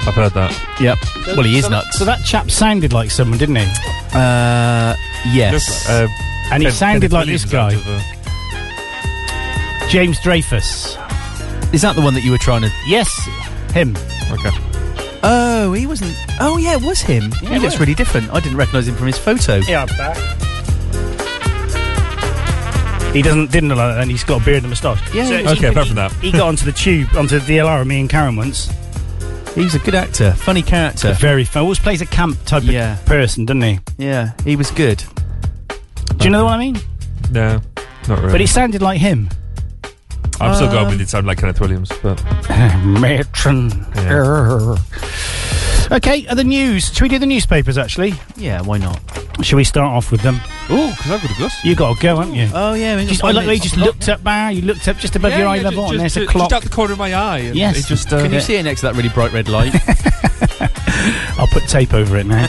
[SPEAKER 4] I've heard that.
[SPEAKER 3] Yep.
[SPEAKER 2] So-
[SPEAKER 3] well, he is
[SPEAKER 2] so that-
[SPEAKER 3] nuts.
[SPEAKER 2] So that chap sounded like someone, didn't he?
[SPEAKER 3] Uh, yes.
[SPEAKER 4] Look, uh,
[SPEAKER 2] and he
[SPEAKER 4] Ken- Kenneth
[SPEAKER 2] sounded like this guy,
[SPEAKER 4] Williams out of,
[SPEAKER 2] James Dreyfus.
[SPEAKER 3] Is that the one that you were trying to?
[SPEAKER 2] Yes, him.
[SPEAKER 4] Okay.
[SPEAKER 3] Oh, he wasn't. Oh, yeah, it was him.
[SPEAKER 2] Yeah,
[SPEAKER 3] he
[SPEAKER 2] it
[SPEAKER 3] looks
[SPEAKER 2] was.
[SPEAKER 3] really different. I didn't recognise him from his photo.
[SPEAKER 2] Yeah, I'm back. He doesn't didn't look like that, and he's got a beard and a moustache.
[SPEAKER 3] Yeah,
[SPEAKER 2] So
[SPEAKER 3] yeah.
[SPEAKER 2] he-
[SPEAKER 3] Okay, apart from
[SPEAKER 4] that.
[SPEAKER 2] he got onto the tube, onto the DLR, with me and Karen once.
[SPEAKER 3] He's a good actor, funny character.
[SPEAKER 2] Very fun. Always plays a camp type
[SPEAKER 3] Yeah.
[SPEAKER 2] of person, doesn't he?
[SPEAKER 3] Yeah, he was good.
[SPEAKER 2] Do you know what I mean?
[SPEAKER 4] No, not really.
[SPEAKER 2] But he sounded like him.
[SPEAKER 4] I'm still going with
[SPEAKER 2] Um,
[SPEAKER 4] it. Sound like Kenneth Williams, but
[SPEAKER 2] Uh, Matron. Okay, other news. Should we do the newspapers actually?
[SPEAKER 3] Yeah, why not?
[SPEAKER 2] Shall we start off with them?
[SPEAKER 4] Oh, because I've got a glass.
[SPEAKER 2] You got to go, haven't you?
[SPEAKER 3] Oh yeah, we
[SPEAKER 2] Just-
[SPEAKER 3] got
[SPEAKER 2] I
[SPEAKER 3] five
[SPEAKER 2] like the way you
[SPEAKER 3] minutes.
[SPEAKER 2] just looked up, Bar. You looked up just above
[SPEAKER 4] Yeah,
[SPEAKER 2] your eye
[SPEAKER 4] yeah,
[SPEAKER 2] level,
[SPEAKER 4] ju-
[SPEAKER 2] and
[SPEAKER 4] just-
[SPEAKER 2] there's a
[SPEAKER 4] ju-
[SPEAKER 2] clock.
[SPEAKER 4] Just out the corner of my eye. and
[SPEAKER 2] Yes.
[SPEAKER 4] It just, uh,
[SPEAKER 3] Can you see it next to that really bright red light?
[SPEAKER 2] I'll put tape over it now.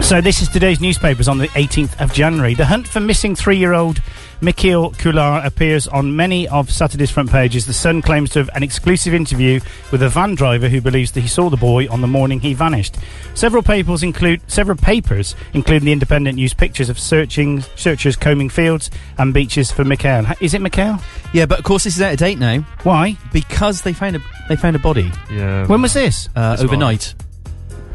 [SPEAKER 2] so this is today's newspapers on the 18th of January. The hunt for missing three-year-old Mikhail Kular appears on many of Saturday's front pages. The Sun claims to have an exclusive interview with a van driver who believes that he saw the boy on the morning he vanished. Several papers include several papers, including the Independent, use pictures of searching searchers combing fields and beaches for Mikhail. Ha- Is it Mikhail?
[SPEAKER 3] yeah, but of course this is out of date now
[SPEAKER 2] Why?
[SPEAKER 3] because they found a they found a body
[SPEAKER 4] Yeah.
[SPEAKER 2] When was this?
[SPEAKER 3] uh,
[SPEAKER 4] It's
[SPEAKER 3] overnight.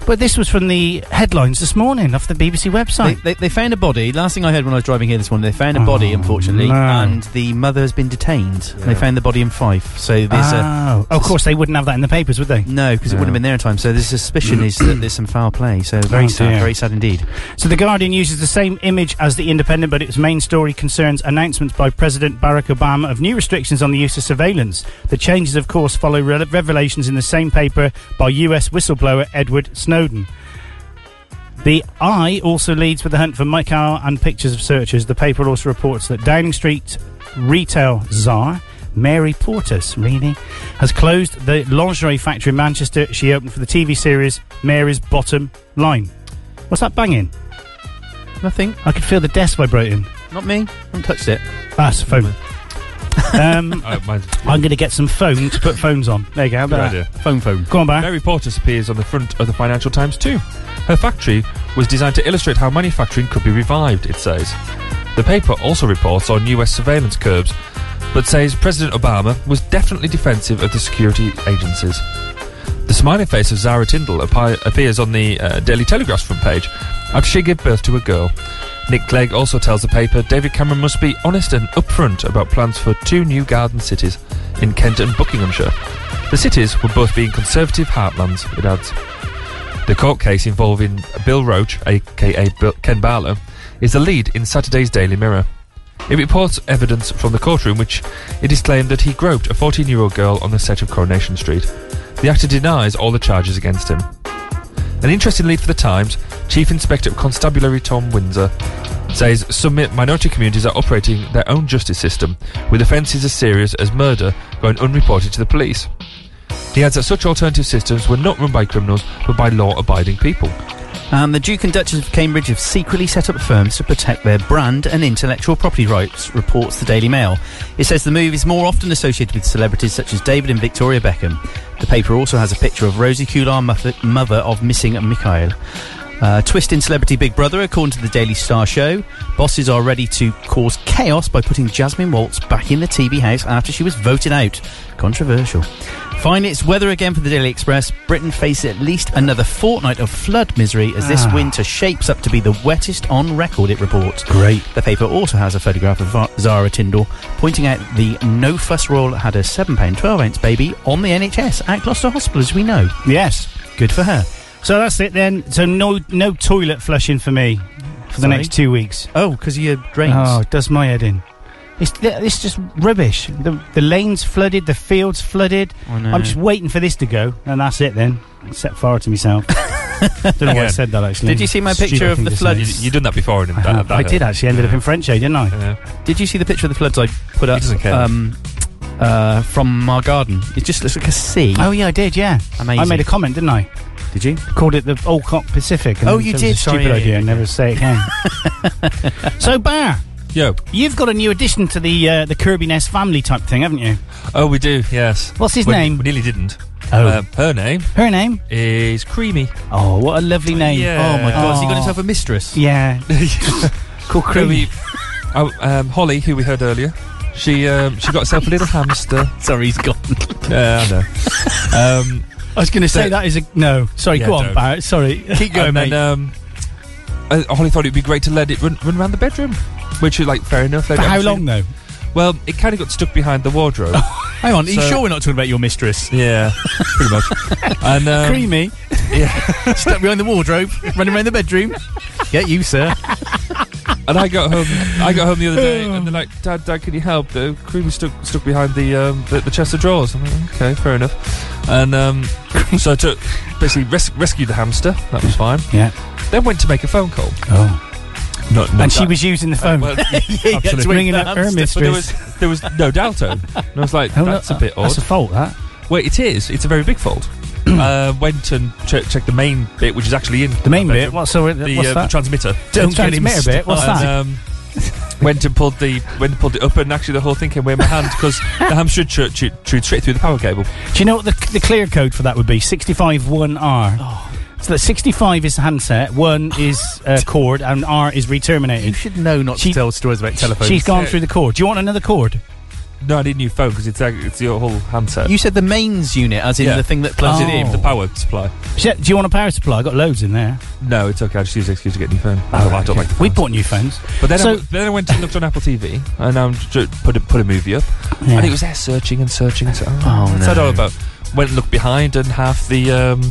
[SPEAKER 2] But this was from the headlines this morning off the BBC
[SPEAKER 3] They,
[SPEAKER 2] website.
[SPEAKER 3] they, they found a body. Last thing I heard when I was driving here this morning, they found a body, unfortunately,
[SPEAKER 2] Oh, no.
[SPEAKER 3] and the mother has been detained. And they
[SPEAKER 4] Yeah.
[SPEAKER 3] found the body in Fife, so there's a
[SPEAKER 2] oh, of course they wouldn't have that in the papers, would they?
[SPEAKER 3] no because it
[SPEAKER 4] No.
[SPEAKER 3] wouldn't have been there in time. So the suspicion is that there's some foul play. So very
[SPEAKER 2] Oh,
[SPEAKER 3] sad,
[SPEAKER 2] dear.
[SPEAKER 3] very sad indeed.
[SPEAKER 2] So the Guardian uses the same image as the Independent, but its main story concerns announcements by President Barack Obama of new restrictions on the use of surveillance. The changes, of course, follow re- revelations in the same paper by U.S. whistleblower Edward Snowden. The Eye also leads with the hunt for Michael and pictures of searchers. The paper also reports that Downing Street retail czar Mary Portas, really, has closed the lingerie factory in Manchester she opened for the TV series Mary's Bottom Line. What's that banging?
[SPEAKER 3] Nothing.
[SPEAKER 2] I could feel the desk vibrating.
[SPEAKER 3] Not me. Haven't touched it.
[SPEAKER 2] That's a phone. um,
[SPEAKER 4] Oh, mine's
[SPEAKER 2] I'm going to get some phone to put phones on. There you go. How
[SPEAKER 4] good
[SPEAKER 2] about that?
[SPEAKER 4] idea.
[SPEAKER 3] Phone, phone.
[SPEAKER 2] Go on, back.
[SPEAKER 4] Mary Portas appears on the front of the Financial Times too. Her factory was designed to illustrate how manufacturing could be revived, it says. The paper also reports on US surveillance curbs, but says President Obama was definitely defensive of the security agencies. The smiling face of Zara Tyndall appi- appears on the uh, Daily Telegraph's front page after she gave birth to a girl. Nick Clegg also tells the paper David Cameron must be honest and upfront about plans for two new garden cities in Kent and Buckinghamshire. The cities would both be in conservative heartlands, it adds. The court case involving Bill Roach, aka Bill- Ken Barlow, is the lead in Saturday's Daily Mirror. It reports evidence from the courtroom which it is claimed that he groped a 14 year old girl on the set of Coronation Street. The actor denies all the charges against him. An interesting lead for the Times, Chief Inspector of Constabulary Tom Windsor says some mi- minority communities are operating their own justice system, with offences as serious as murder going unreported to the police. He adds that such alternative systems were not run by criminals but by law abiding people.
[SPEAKER 3] And the Duke and Duchess of Cambridge have secretly set up firms to protect their brand and intellectual property rights, reports the Daily Mail. It says the move is more often associated with celebrities such as David and Victoria Beckham. The paper also has a picture of Rosie Kular, mother, mother of missing Mikhail. Uh, twist in Celebrity Big Brother, according to the Daily Star show, bosses are ready to cause chaos by putting Jasmine Waltz back in the TV house after she was voted out. Controversial. Fine, it's weather again for the Daily Express. Britain face at least another fortnight of flood misery as this
[SPEAKER 2] Ah.
[SPEAKER 3] winter shapes up to be the wettest on record, it reports.
[SPEAKER 2] Great.
[SPEAKER 3] The paper also has a photograph of Va- Zara Tyndall pointing out the no fuss roll had a £7 12 ounce baby on the NHS at Gloucester Hospital, as we know.
[SPEAKER 2] Yes.
[SPEAKER 3] Good for her.
[SPEAKER 2] So that's it then. So no no toilet flushing for me for the
[SPEAKER 3] Sorry?
[SPEAKER 2] next two weeks.
[SPEAKER 3] Oh, because your drains.
[SPEAKER 2] Oh, it does my head in. It's th- it's just rubbish. The the lanes flooded, the fields flooded.
[SPEAKER 3] I know.
[SPEAKER 2] I'm just waiting for this to go, and that's it then. Set fire to myself. Don't know why I
[SPEAKER 4] Again.
[SPEAKER 2] said that actually.
[SPEAKER 3] Did you see my
[SPEAKER 2] Stupid
[SPEAKER 3] picture of
[SPEAKER 2] thing
[SPEAKER 3] the
[SPEAKER 2] to say.
[SPEAKER 3] floods?
[SPEAKER 4] You, you've done that before, and
[SPEAKER 2] I,
[SPEAKER 4] that,
[SPEAKER 2] have.
[SPEAKER 4] that
[SPEAKER 2] I
[SPEAKER 4] hurt.
[SPEAKER 2] did actually ended up in French, eh, didn't I?
[SPEAKER 3] Did you see the picture of the floods I put up
[SPEAKER 4] doesn't care.
[SPEAKER 3] um, uh, from our garden? It just looks like a sea.
[SPEAKER 2] Oh yeah, I did. Yeah,
[SPEAKER 3] Amazing.
[SPEAKER 2] I made a comment, didn't I?
[SPEAKER 3] Did you?
[SPEAKER 2] Called it the Olcott Pacific. and
[SPEAKER 3] Oh,
[SPEAKER 2] it
[SPEAKER 3] you
[SPEAKER 2] was
[SPEAKER 3] did.
[SPEAKER 2] A stupid
[SPEAKER 3] Sorry, yeah,
[SPEAKER 2] idea.
[SPEAKER 3] yeah,
[SPEAKER 2] Never say it again. so, Bar,
[SPEAKER 4] Yo.
[SPEAKER 2] you've got a new addition to the uh, the Kirby Nest family type thing, haven't you?
[SPEAKER 4] Oh, we do, yes.
[SPEAKER 2] What's his
[SPEAKER 4] We-
[SPEAKER 2] name?
[SPEAKER 4] We nearly didn't.
[SPEAKER 2] Oh.
[SPEAKER 3] Uh,
[SPEAKER 4] Um, her name
[SPEAKER 2] Her name?
[SPEAKER 4] is Creamy.
[SPEAKER 2] Oh, what a lovely name.
[SPEAKER 4] Yeah.
[SPEAKER 3] Oh my god, has he got
[SPEAKER 2] Oh.
[SPEAKER 3] himself a mistress?
[SPEAKER 2] Yeah. Called Creamy.
[SPEAKER 4] Creamy. oh, um, Holly, who we heard earlier, she um, she got herself a little hamster.
[SPEAKER 3] Sorry, he's gone.
[SPEAKER 4] Yeah, I know. Um,
[SPEAKER 2] I was going to say
[SPEAKER 4] So-
[SPEAKER 2] that is a no. Sorry,
[SPEAKER 4] Yeah,
[SPEAKER 2] go on,
[SPEAKER 4] don't.
[SPEAKER 2] Barrett. Sorry.
[SPEAKER 3] Keep going,
[SPEAKER 4] and then,
[SPEAKER 3] mate.
[SPEAKER 4] um, uh, Holly thought it'd be great to let it run, run around the bedroom, which is like fair enough.
[SPEAKER 2] For how long though?
[SPEAKER 4] Well, it kind of got stuck behind the wardrobe.
[SPEAKER 3] Hang on, are you
[SPEAKER 4] So-
[SPEAKER 3] sure we're not talking about your mistress?
[SPEAKER 4] yeah, pretty much. And um,
[SPEAKER 2] Creamy.
[SPEAKER 3] Stuck behind the wardrobe, running around the bedroom. Get you, sir.
[SPEAKER 4] And I got home. I got home the other day, and they're like, "Dad, Dad, can you help? The cream was stuck stuck behind the um, the, the chest of drawers." I'm like, "Okay, fair enough." And um, so I took basically res- rescued the hamster. That was fine.
[SPEAKER 2] Yeah.
[SPEAKER 4] Then went to make a phone call.
[SPEAKER 2] Oh.
[SPEAKER 4] Not, not
[SPEAKER 2] And she
[SPEAKER 4] that-
[SPEAKER 2] was using the phone.
[SPEAKER 4] Well,
[SPEAKER 3] Yeah,
[SPEAKER 4] absolutely.
[SPEAKER 3] that's
[SPEAKER 2] ringing
[SPEAKER 3] the
[SPEAKER 2] up her
[SPEAKER 3] hamster.
[SPEAKER 4] But there
[SPEAKER 2] mistress.
[SPEAKER 4] was there was no Dalto, and I was like,
[SPEAKER 2] Oh,
[SPEAKER 4] "That's
[SPEAKER 2] that-
[SPEAKER 4] a bit odd."
[SPEAKER 2] That's a fault. That.
[SPEAKER 4] Well, it is. It's a very big fold. uh, went and che- checked the main bit, which is actually in
[SPEAKER 2] The main
[SPEAKER 4] our
[SPEAKER 2] bit.
[SPEAKER 4] bedroom.
[SPEAKER 2] What's, so,
[SPEAKER 4] The,
[SPEAKER 2] what's
[SPEAKER 4] uh, the
[SPEAKER 2] that?
[SPEAKER 4] transmitter.
[SPEAKER 2] Don't get him transmitter bit? What's
[SPEAKER 4] And,
[SPEAKER 2] that?
[SPEAKER 4] Um, went and pulled the went and pulled it up, and actually the whole thing came away in my hand because the hamster chewed, chewed, chewed straight through the power cable.
[SPEAKER 2] Do you know what the, the clear code for that would be? 651R.
[SPEAKER 4] Oh.
[SPEAKER 2] So that 65 is handset, 1 is uh, cord, and R is
[SPEAKER 3] You
[SPEAKER 2] re-terminated.
[SPEAKER 3] should know not
[SPEAKER 2] She-
[SPEAKER 3] to tell stories about telephones.
[SPEAKER 2] She's gone through the cord. Do you want another cord?
[SPEAKER 4] No, I need a new phone because it's uh, it's your whole handset.
[SPEAKER 3] You said the mains unit, as in
[SPEAKER 4] Yeah.
[SPEAKER 3] the thing that plugs it in.
[SPEAKER 2] Oh.
[SPEAKER 4] the power supply.
[SPEAKER 2] She- Do you want a power supply? i got loads in there. Oh,
[SPEAKER 4] No, it's okay. I just use the excuse to get a new phone. I don't- I don't like the
[SPEAKER 2] We
[SPEAKER 4] phone.
[SPEAKER 2] bought new phones.
[SPEAKER 4] But then, I
[SPEAKER 2] So-
[SPEAKER 4] w- then I went and looked on Apple TV, and I um, j- put a, put a movie up,
[SPEAKER 2] Yeah.
[SPEAKER 4] and it was there searching and searching and searching.
[SPEAKER 3] Oh,
[SPEAKER 4] What's that
[SPEAKER 3] no.
[SPEAKER 4] all about? Went and looked behind, and half the um,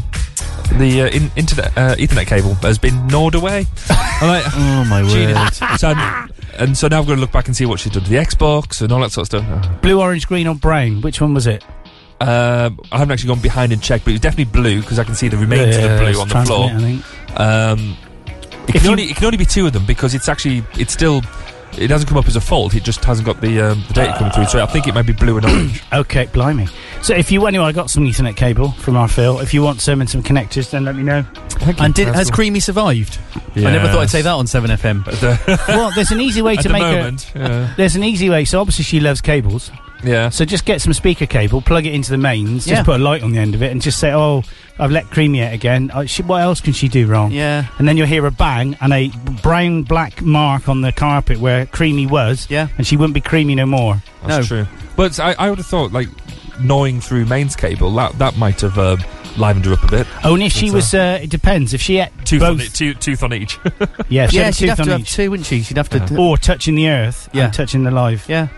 [SPEAKER 4] the uh, in- internet uh, Ethernet cable has been gnawed away. I'm like,
[SPEAKER 3] Oh my word.
[SPEAKER 4] "Genius." so I'm- and so now I've got to look back and see what she's done to the Xbox and all that sort of stuff.
[SPEAKER 2] Blue, orange, green, or brown? Which one was it?
[SPEAKER 4] Um, I haven't actually gone behind and checked, but it was definitely blue because I can see the remains of the blue on the
[SPEAKER 2] Transmit,
[SPEAKER 4] floor.
[SPEAKER 2] I think.
[SPEAKER 4] Um, it,
[SPEAKER 2] If
[SPEAKER 4] can
[SPEAKER 2] you-
[SPEAKER 4] only, it can only be two of them because it's actually it's still it hasn't come up as a fault. It just hasn't got the um, the data coming through. So I think it might be blue and orange.
[SPEAKER 2] Okay, blimey. So if you anyway, I got some Ethernet cable from our Phil. If you want some and some connectors, then let me know.
[SPEAKER 3] And did, has Creamy survived? I never thought I'd say that on 7FM.
[SPEAKER 2] well, there's an easy way
[SPEAKER 4] At
[SPEAKER 2] to
[SPEAKER 4] the
[SPEAKER 2] make
[SPEAKER 4] moment, yeah.
[SPEAKER 2] a. There's an easy way. So obviously she loves cables.
[SPEAKER 4] yeah.
[SPEAKER 2] So just get some speaker cable, plug it into the mains,
[SPEAKER 3] Yeah.
[SPEAKER 2] just put a light on the end of it, and just say, "Oh, I've let Creamy out again. Uh, she, what else can she do wrong?"
[SPEAKER 3] Yeah.
[SPEAKER 2] And then you'll hear a bang and a brown black mark on the carpet where Creamy was,
[SPEAKER 3] Yeah.
[SPEAKER 2] and she wouldn't be Creamy no more.
[SPEAKER 4] That's true. But I, I would have thought like gnawing through mains cable that that might have um, livened her up a bit.
[SPEAKER 2] Oh, and if she
[SPEAKER 4] That's,
[SPEAKER 2] was, uh, it depends. If she ate
[SPEAKER 4] Tooth on,
[SPEAKER 2] both,
[SPEAKER 4] it, two, tooth on each.
[SPEAKER 2] yeah, if she
[SPEAKER 3] Yeah,
[SPEAKER 2] had a
[SPEAKER 3] she'd
[SPEAKER 2] tooth
[SPEAKER 3] have to
[SPEAKER 2] on
[SPEAKER 3] have
[SPEAKER 2] each,
[SPEAKER 3] two, wouldn't she? She'd have to. d-
[SPEAKER 2] or touching the earth
[SPEAKER 3] Yeah.
[SPEAKER 2] and touching the live.
[SPEAKER 3] Yeah.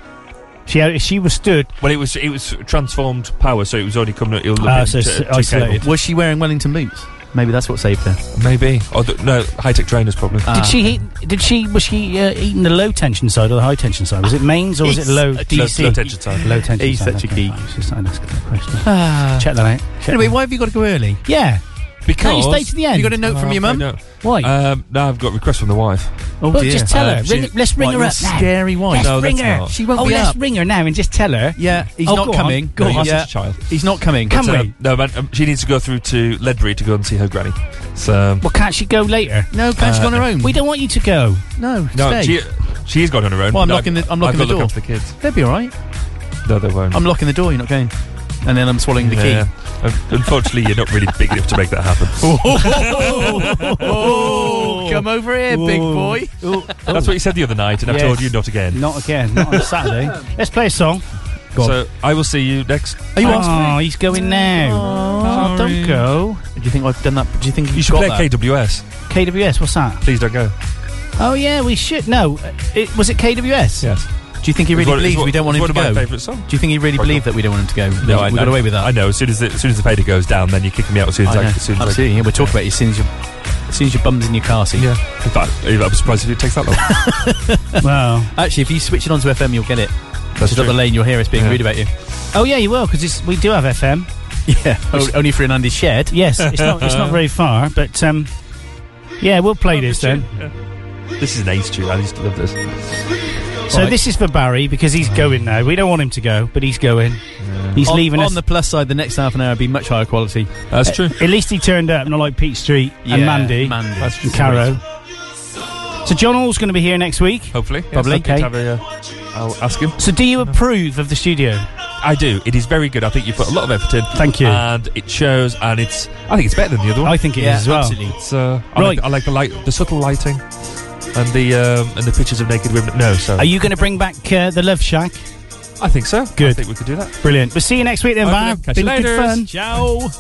[SPEAKER 2] She had, if she was stood.
[SPEAKER 4] well, it was it was transformed power, so it was only coming. It was
[SPEAKER 2] Ah, so it's isolated.
[SPEAKER 3] Was she wearing Wellington boots? Maybe that's what saved her.
[SPEAKER 4] Maybe. Or the, no, high tech trainers probably.
[SPEAKER 3] Ah.
[SPEAKER 2] Did she? Eat, did she? Was she uh, eating the low tension side or the high tension side? Was it mains or was it
[SPEAKER 3] He's
[SPEAKER 2] low
[SPEAKER 3] such a-
[SPEAKER 2] DC?
[SPEAKER 4] Low tension side.
[SPEAKER 2] Low tension.
[SPEAKER 3] He's
[SPEAKER 2] side,
[SPEAKER 3] such a
[SPEAKER 2] okay,
[SPEAKER 3] geek.
[SPEAKER 2] fine. I was just asking that question.
[SPEAKER 3] Ah.
[SPEAKER 2] Check that out. Check
[SPEAKER 3] Anyway,
[SPEAKER 2] that out.
[SPEAKER 3] why have you got to go early?
[SPEAKER 2] Yeah. Can't you
[SPEAKER 4] Because
[SPEAKER 2] stay to the end?
[SPEAKER 3] You got a note from your
[SPEAKER 4] Oh,
[SPEAKER 3] mum?
[SPEAKER 4] no.
[SPEAKER 2] why?
[SPEAKER 4] Um, no, I've got requests from the wife.
[SPEAKER 3] Oh,
[SPEAKER 2] well, just tell
[SPEAKER 4] Uh,
[SPEAKER 2] her.
[SPEAKER 4] she-
[SPEAKER 2] Ring, let's ring
[SPEAKER 3] Right,
[SPEAKER 2] her
[SPEAKER 3] you're
[SPEAKER 2] up. now.
[SPEAKER 3] Scary wife.
[SPEAKER 2] Let's
[SPEAKER 4] No,
[SPEAKER 2] ring
[SPEAKER 4] that's
[SPEAKER 2] her.
[SPEAKER 4] not.
[SPEAKER 3] She won't
[SPEAKER 2] oh,
[SPEAKER 3] be
[SPEAKER 2] let's
[SPEAKER 3] up.
[SPEAKER 2] ring her now and just tell her.
[SPEAKER 3] Yeah, he's
[SPEAKER 2] Oh,
[SPEAKER 3] not
[SPEAKER 2] go on,
[SPEAKER 3] coming.
[SPEAKER 2] go
[SPEAKER 4] no, you're
[SPEAKER 2] on.
[SPEAKER 3] Yeah.
[SPEAKER 4] such a child.
[SPEAKER 3] He's not coming.
[SPEAKER 2] Come
[SPEAKER 4] So,
[SPEAKER 2] we?
[SPEAKER 4] No, man, um, she needs to go through to Ledbury to go and see her granny. So um,
[SPEAKER 2] Well, can't she go later? Uh,
[SPEAKER 3] No, can't she go on her own?
[SPEAKER 2] We don't want you to go.
[SPEAKER 3] No,
[SPEAKER 4] no,
[SPEAKER 3] stay.
[SPEAKER 4] she she's gone on her own.
[SPEAKER 3] Well, I'm
[SPEAKER 4] No,
[SPEAKER 3] locking the- I'm
[SPEAKER 4] I've
[SPEAKER 3] locking
[SPEAKER 4] got
[SPEAKER 3] the
[SPEAKER 4] to look
[SPEAKER 3] door.
[SPEAKER 4] after the kids.
[SPEAKER 3] They'll be all right.
[SPEAKER 4] No, they won't.
[SPEAKER 3] I'm locking the door. You're not going. And then I'm swallowing the
[SPEAKER 4] Yeah.
[SPEAKER 3] key.
[SPEAKER 4] Un- Unfortunately, you're not really big enough to make that happen. oh,
[SPEAKER 3] Oh, come over here, big boy.
[SPEAKER 4] That's what you said the other night, and I've
[SPEAKER 2] Yes.
[SPEAKER 4] told you not again.
[SPEAKER 2] Not again. Not on Saturday. Let's play a song. Go on.
[SPEAKER 4] so I will see you next.
[SPEAKER 2] Are you on? Oh, he's going now. Oh, don't go.
[SPEAKER 4] Do you think I've done that? Do you think you
[SPEAKER 2] you've
[SPEAKER 4] should
[SPEAKER 2] got
[SPEAKER 4] play
[SPEAKER 2] that?
[SPEAKER 4] KWS?
[SPEAKER 2] KWS, what's that?
[SPEAKER 4] Please don't go.
[SPEAKER 2] Oh yeah, we should. No, uh, it, was it
[SPEAKER 4] Yes.
[SPEAKER 2] KWS?
[SPEAKER 3] Do you think he
[SPEAKER 4] It's
[SPEAKER 3] really
[SPEAKER 4] one- it's
[SPEAKER 3] believes
[SPEAKER 4] one-
[SPEAKER 3] we don't want
[SPEAKER 4] it's
[SPEAKER 3] him to
[SPEAKER 4] one of
[SPEAKER 3] go?
[SPEAKER 4] my favourite songs.
[SPEAKER 3] Do you think he really believed that we don't want him to go?
[SPEAKER 4] No,
[SPEAKER 3] we,
[SPEAKER 4] I
[SPEAKER 3] we got
[SPEAKER 4] know.
[SPEAKER 3] away with that.
[SPEAKER 4] I know. As soon as the, as soon as the fader goes down, then you're kicking me out. As soon as
[SPEAKER 3] I
[SPEAKER 4] I,
[SPEAKER 3] know.
[SPEAKER 4] as soon as
[SPEAKER 3] Absolutely.
[SPEAKER 4] I,
[SPEAKER 3] yeah, we'll talk about it as soon as you, as soon as your bum's in your car seat.
[SPEAKER 4] Yeah. In fact, I'm surprised if it takes that long.
[SPEAKER 2] Wow.
[SPEAKER 3] Actually, if you switch it onto FM, you'll get it. That's
[SPEAKER 4] true.
[SPEAKER 3] up the lane. You'll hear us being
[SPEAKER 4] Yeah.
[SPEAKER 3] rude about you.
[SPEAKER 2] Oh yeah, you will because we do have FM.
[SPEAKER 3] Yeah. O- only for an Andy's shed.
[SPEAKER 2] Yes, it's not it's not very far, but um, yeah, we'll play this then.
[SPEAKER 4] This is an ace tune. I used to love this.
[SPEAKER 2] So
[SPEAKER 3] Right.
[SPEAKER 2] this is for Barry because he's going now. We don't want him to go, but he's going. He's
[SPEAKER 3] on,
[SPEAKER 2] leaving
[SPEAKER 3] on
[SPEAKER 2] us.
[SPEAKER 3] the plus side. The next half an hour will be much higher quality.
[SPEAKER 4] That's true.
[SPEAKER 2] At least he turned up, not like Pete Street and
[SPEAKER 3] Yeah,
[SPEAKER 2] Mandy,
[SPEAKER 3] Mandy. That's
[SPEAKER 2] and
[SPEAKER 3] true.
[SPEAKER 2] Caro. So John Hall's going to be here next week.
[SPEAKER 4] Hopefully, yes,
[SPEAKER 2] Probably.
[SPEAKER 4] I'd get
[SPEAKER 2] Okay.
[SPEAKER 4] to have a, uh, I'll ask him.
[SPEAKER 2] So do you approve of the studio?
[SPEAKER 4] I do. It is very good. I think you put a lot of effort in.
[SPEAKER 2] Thank you.
[SPEAKER 4] And it shows, and it's. I think it's better than the other one.
[SPEAKER 2] I think it
[SPEAKER 4] it is
[SPEAKER 2] is Yeah, as well. absolutely.
[SPEAKER 4] It's, uh, I
[SPEAKER 2] Right.
[SPEAKER 4] Like, I like the light, the subtle lighting, and the um, and the pictures of naked women. No, so
[SPEAKER 2] Are you going to bring back uh, the Love Shack?
[SPEAKER 4] I think so. I
[SPEAKER 2] Good.
[SPEAKER 4] think we could do that.
[SPEAKER 2] Brilliant. We'll see you next week then,
[SPEAKER 4] Okay,
[SPEAKER 2] Bar.
[SPEAKER 4] catch
[SPEAKER 2] Been
[SPEAKER 4] you
[SPEAKER 2] good
[SPEAKER 4] later.
[SPEAKER 2] fun.
[SPEAKER 3] Ciao.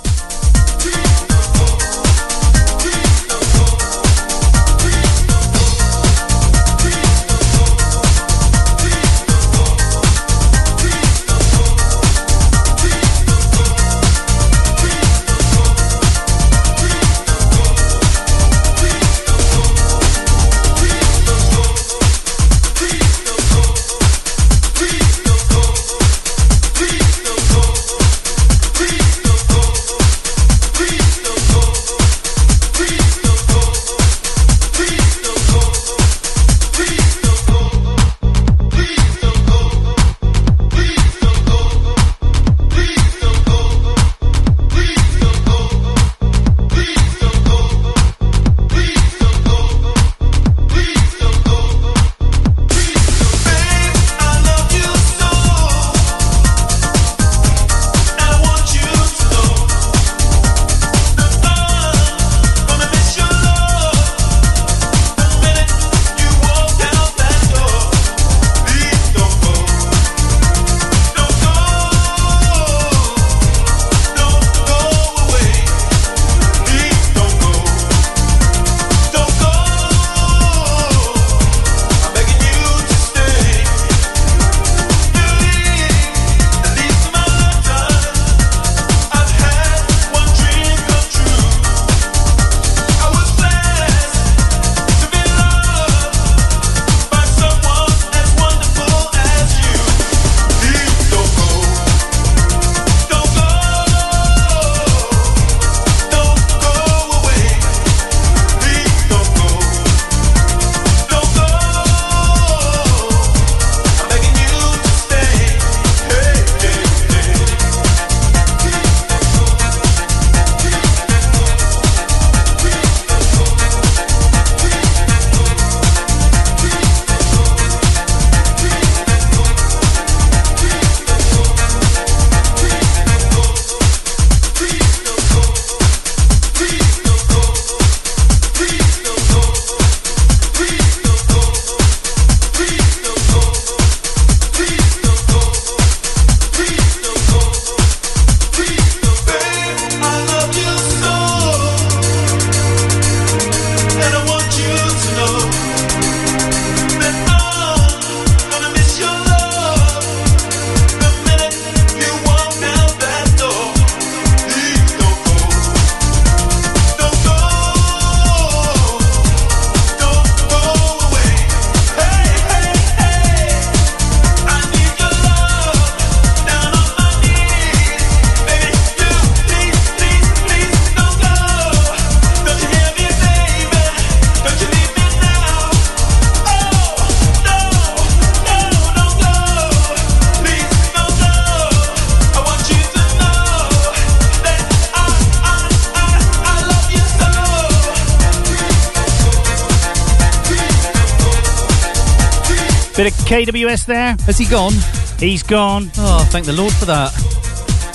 [SPEAKER 2] Bit of KWS there.
[SPEAKER 3] Has he gone?
[SPEAKER 2] He's gone.
[SPEAKER 3] Oh, thank the Lord for that.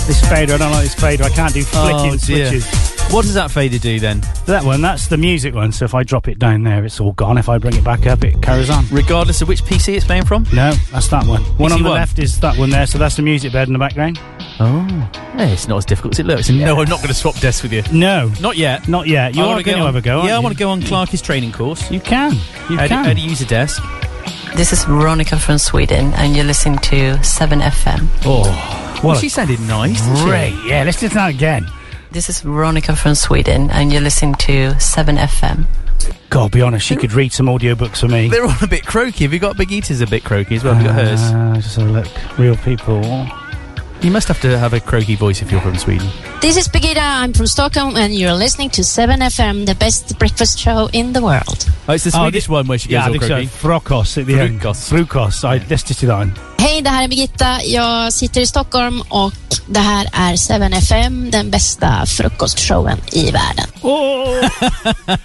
[SPEAKER 2] This fader, I don't like this fader. I can't do flicking
[SPEAKER 3] Oh, dear.
[SPEAKER 2] switches.
[SPEAKER 3] What does that fader do then?
[SPEAKER 2] That one, that's the music one. So if I drop it down there, it's all gone. If I bring it back up, it carries on.
[SPEAKER 3] Regardless of which PC it's playing from?
[SPEAKER 2] No, that's that one. One on the
[SPEAKER 3] PC1.
[SPEAKER 2] left is that one there. So that's the music bed in the background.
[SPEAKER 3] Oh. Yeah, it's not as difficult as it looks. No, I'm not going to swap desks with you.
[SPEAKER 2] No,
[SPEAKER 3] Not yet.
[SPEAKER 2] not yet. You
[SPEAKER 3] I
[SPEAKER 2] are
[SPEAKER 3] wanna
[SPEAKER 2] going to
[SPEAKER 3] on-
[SPEAKER 2] have a go. aren't
[SPEAKER 3] Yeah, I
[SPEAKER 2] you?
[SPEAKER 3] want to go on Clark's training course.
[SPEAKER 2] You can. You
[SPEAKER 3] how,
[SPEAKER 2] can.
[SPEAKER 3] To, how to use a desk.
[SPEAKER 20] This is Veronica from Sweden, and you're listening to 7FM.
[SPEAKER 3] Oh, well,
[SPEAKER 20] a-
[SPEAKER 3] she sounded nice. didn't she?
[SPEAKER 20] Great.
[SPEAKER 2] Yeah, let's do that again.
[SPEAKER 20] This is Veronica from Sweden, and you're listening to 7FM.
[SPEAKER 2] God, be honest, she could read some audiobooks for me.
[SPEAKER 3] They're all a bit croaky. Have you got Big Eater's a bit croaky as well? Have you got hers?
[SPEAKER 2] Uh, just have a look. Real people.
[SPEAKER 3] You must have to have a croaky voice if you're from Sweden.
[SPEAKER 21] This is Birgitta, I'm from Stockholm, and you're listening to 7FM, the best breakfast show in the world.
[SPEAKER 3] Oh, it's the
[SPEAKER 2] Oh,
[SPEAKER 3] Swedish
[SPEAKER 2] thi-
[SPEAKER 3] one where she goes
[SPEAKER 2] yeah, I
[SPEAKER 3] all
[SPEAKER 2] think
[SPEAKER 3] croaky.
[SPEAKER 2] so. Frukos at the end. Frukos. I, Let's just do that one.
[SPEAKER 21] Hej, det här är Birgitta. Jag sitter i Stockholm och det här är 7FM, den bästa frukostshowen i världen.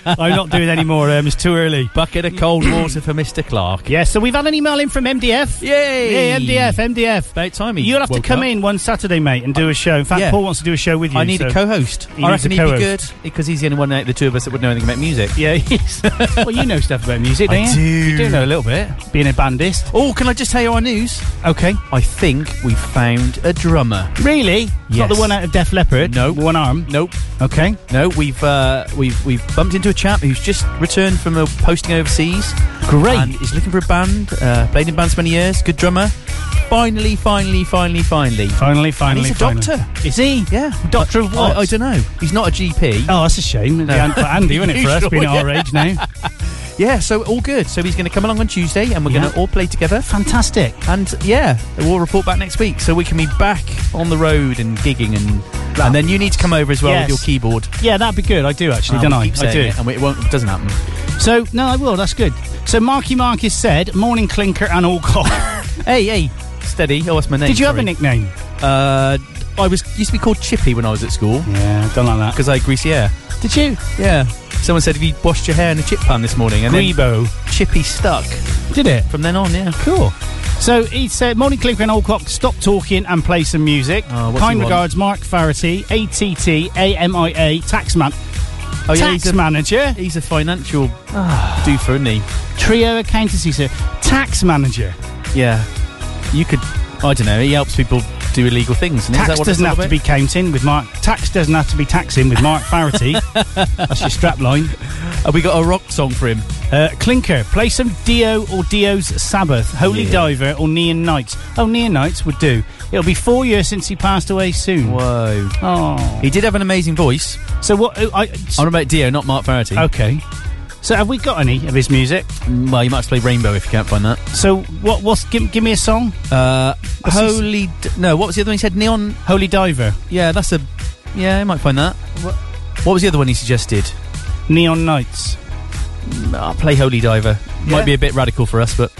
[SPEAKER 2] I'm not doing any more. Um, it's too early.
[SPEAKER 3] Bucket of cold water for Mr. Clark.
[SPEAKER 2] Yeah, so we've had an email in from MDF. Yay! Hey, MDF, MDF.
[SPEAKER 3] About time he
[SPEAKER 2] You'll have to
[SPEAKER 3] woke
[SPEAKER 2] come
[SPEAKER 3] up.
[SPEAKER 2] in one Saturday, mate, and do a show. In fact,
[SPEAKER 3] Yeah.
[SPEAKER 2] Paul wants to do a show with you.
[SPEAKER 3] I need
[SPEAKER 2] so
[SPEAKER 3] a co-host.
[SPEAKER 2] He
[SPEAKER 3] I
[SPEAKER 2] needs
[SPEAKER 3] reckon
[SPEAKER 2] a
[SPEAKER 3] he'd be good
[SPEAKER 2] co-host.
[SPEAKER 3] because he's the only one out of the two of us that would know anything about music.
[SPEAKER 2] Yeah, he is. well, you know stuff about music, don't
[SPEAKER 3] I
[SPEAKER 2] you?
[SPEAKER 3] do.
[SPEAKER 2] You do know a little bit. Being a bandist.
[SPEAKER 3] Oh, can I just tell you our news?
[SPEAKER 2] Okay.
[SPEAKER 3] I think we found a drummer.
[SPEAKER 2] Really? It's Not the
[SPEAKER 3] Yes.
[SPEAKER 2] one out of Def Leppard.
[SPEAKER 3] No.
[SPEAKER 2] One arm.
[SPEAKER 3] Nope.
[SPEAKER 2] Okay.
[SPEAKER 3] No, we've uh, we've we've bumped into a chap who's just returned from a posting overseas.
[SPEAKER 2] Great.
[SPEAKER 3] And he's looking for a band. Uh, played in bands for many years. Good drummer. Finally, finally, finally, finally.
[SPEAKER 2] Finally, finally,
[SPEAKER 3] he's a
[SPEAKER 2] finally.
[SPEAKER 3] doctor.
[SPEAKER 2] Is he?
[SPEAKER 3] Yeah.
[SPEAKER 2] Doctor of what?
[SPEAKER 3] I, I don't know. He's not a GP.
[SPEAKER 2] Oh, that's a shame.
[SPEAKER 3] No.
[SPEAKER 2] And- Andy, isn't it, for us
[SPEAKER 3] Usual,
[SPEAKER 2] being our
[SPEAKER 3] yeah.
[SPEAKER 2] age now?
[SPEAKER 3] Yeah, so all good. So he's going to come along on Tuesday and we're
[SPEAKER 2] Yeah.
[SPEAKER 3] going to all play together.
[SPEAKER 2] Fantastic.
[SPEAKER 3] And yeah, we'll report back next week so we can be back on the road and gigging and and then you need to come over as well
[SPEAKER 2] Yes.
[SPEAKER 3] with your keyboard.
[SPEAKER 2] Yeah, that'd be good. I do actually, don't
[SPEAKER 3] Um, we
[SPEAKER 2] I?
[SPEAKER 3] keep
[SPEAKER 2] I
[SPEAKER 3] saying
[SPEAKER 2] do.
[SPEAKER 3] it, and we- it won't it doesn't happen.
[SPEAKER 2] So no, I will. That's good. So Marky Marcus said, "Morning clinker and all cock."
[SPEAKER 3] Hey, hey, steady. Oh, what's my name?
[SPEAKER 2] Did you have a
[SPEAKER 3] Sorry.
[SPEAKER 2] nickname?
[SPEAKER 3] Uh, I was used to be called Chippy when I was at school
[SPEAKER 2] Yeah, don't like that.
[SPEAKER 3] because I had greasy hair.
[SPEAKER 2] Did you?
[SPEAKER 3] Yeah. Someone said if you washed your hair in a chip pan this morning and then
[SPEAKER 2] Grebo.
[SPEAKER 3] Chippy stuck
[SPEAKER 2] Did it?
[SPEAKER 3] from then on. Yeah.
[SPEAKER 2] Cool. So he said, "Morning clinker and all cock. Stop talking and play some music."
[SPEAKER 3] Oh, what's he
[SPEAKER 2] kind
[SPEAKER 3] want?
[SPEAKER 2] regards, Mark Farity, ATT AMIA taxman,
[SPEAKER 3] Oh yeah,
[SPEAKER 2] tax
[SPEAKER 3] he's a,
[SPEAKER 2] manager,
[SPEAKER 3] he's a financial doofer, isn't he?
[SPEAKER 2] trio accountancy, sir, tax manager.
[SPEAKER 3] Yeah. You could. I don't know. He helps people do illegal things. isn't it? Is that
[SPEAKER 2] Tax
[SPEAKER 3] what it's
[SPEAKER 2] doesn't
[SPEAKER 3] all
[SPEAKER 2] have to
[SPEAKER 3] about?
[SPEAKER 2] be counting with Mark. Tax doesn't have to be taxing with Mark Farity. That's your strap line.
[SPEAKER 3] Have we got a rock song for him?
[SPEAKER 2] Uh, Clinker, play some Dio or Dio's Sabbath, Holy
[SPEAKER 3] Yeah.
[SPEAKER 2] Diver or Neon Knights. Oh, Neon Knights would do. It'll be four years since he passed away soon.
[SPEAKER 3] Whoa.
[SPEAKER 2] Oh.
[SPEAKER 3] He did have an amazing voice.
[SPEAKER 2] So what? oh, I, s-
[SPEAKER 3] I'm about Dio, not Mark Farity.
[SPEAKER 2] okay. So have we got any of his music?
[SPEAKER 3] Mm, Well, you might have to play Rainbow if you can't find that.
[SPEAKER 2] So what? What's? Give, give me a song.
[SPEAKER 3] Uh,
[SPEAKER 2] What's he s-
[SPEAKER 3] Holy. D- no, what was the other one he said? Neon.
[SPEAKER 2] Holy Diver,
[SPEAKER 3] Yeah, that's a. Yeah, I might find that. What, was the other one he suggested?
[SPEAKER 2] Neon Knights.
[SPEAKER 3] I'll Uh, play Holy Diver.
[SPEAKER 2] Yeah.
[SPEAKER 3] Might be a bit radical for us, but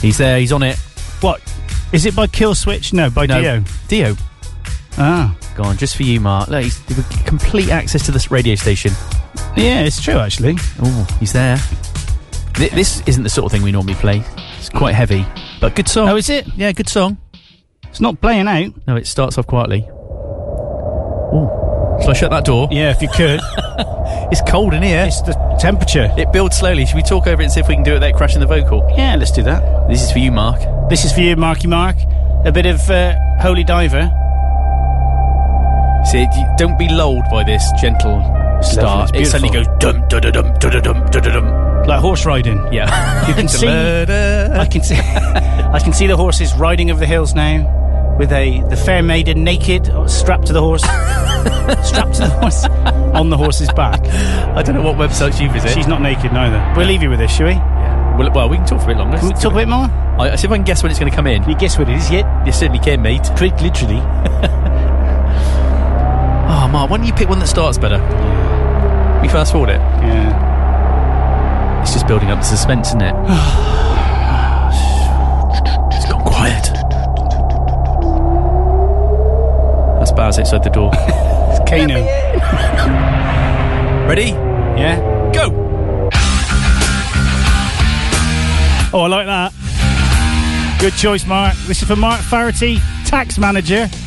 [SPEAKER 3] he's there. He's on it.
[SPEAKER 2] What? Is it by Kill Switch? No, by
[SPEAKER 3] No.
[SPEAKER 2] Dio.
[SPEAKER 3] Dio,
[SPEAKER 2] Ah,
[SPEAKER 3] go on, just for you, Mark. Look, he's he's got complete access to this radio station.
[SPEAKER 2] yeah, it's true actually.
[SPEAKER 3] Oh, he's there. Th- this isn't the sort of thing we normally play. It's quite heavy, but good song.
[SPEAKER 2] Oh, is it?
[SPEAKER 3] yeah, good song.
[SPEAKER 2] It's not playing out.
[SPEAKER 3] No, it starts off quietly. Oh, shall I shut that door?
[SPEAKER 2] Yeah, if you could.
[SPEAKER 3] It's cold in here.
[SPEAKER 2] it's the temperature.
[SPEAKER 3] It builds slowly. Should we talk over it and see if we can do it without crashing the vocal?
[SPEAKER 2] Yeah, let's do that.
[SPEAKER 3] This is for you, Mark.
[SPEAKER 2] This is for you, Marky Mark. A bit of uh, Holy Diver.
[SPEAKER 3] See, d- don't be lulled by this gentle start.
[SPEAKER 2] it's
[SPEAKER 3] It suddenly goes
[SPEAKER 2] beautiful.
[SPEAKER 3] dum dum dum dum dum dum dum dum.
[SPEAKER 2] Like horse riding.
[SPEAKER 3] Yeah,
[SPEAKER 2] You can see- I
[SPEAKER 3] Da-da.
[SPEAKER 2] can see I can see the horses riding over the hills now with a the fair maiden naked or strapped to the horse strapped to the horse on the horse's back.
[SPEAKER 3] I don't know what website you visit.
[SPEAKER 2] She's not naked neither. We'll leave you with this, shall we?
[SPEAKER 3] well, well, we can talk for a bit longer.
[SPEAKER 2] Can we talk a bit more?
[SPEAKER 3] I, I see if I can guess when it's going to come in.
[SPEAKER 2] Can you guess what it is yet?
[SPEAKER 3] You certainly can, mate.
[SPEAKER 2] Pretty literally.
[SPEAKER 3] Oh, Mark, why don't you pick one that starts better? We fast forward it.
[SPEAKER 2] Yeah.
[SPEAKER 3] It's just building up the suspense, isn't it? it's gone quiet. That's Baz outside the door.
[SPEAKER 2] It's Kano.
[SPEAKER 3] Ready?
[SPEAKER 2] Yeah?
[SPEAKER 3] Go!
[SPEAKER 2] Oh I like that. Good choice, Mark. This is for Mark Farity, tax manager.
[SPEAKER 5] Oh,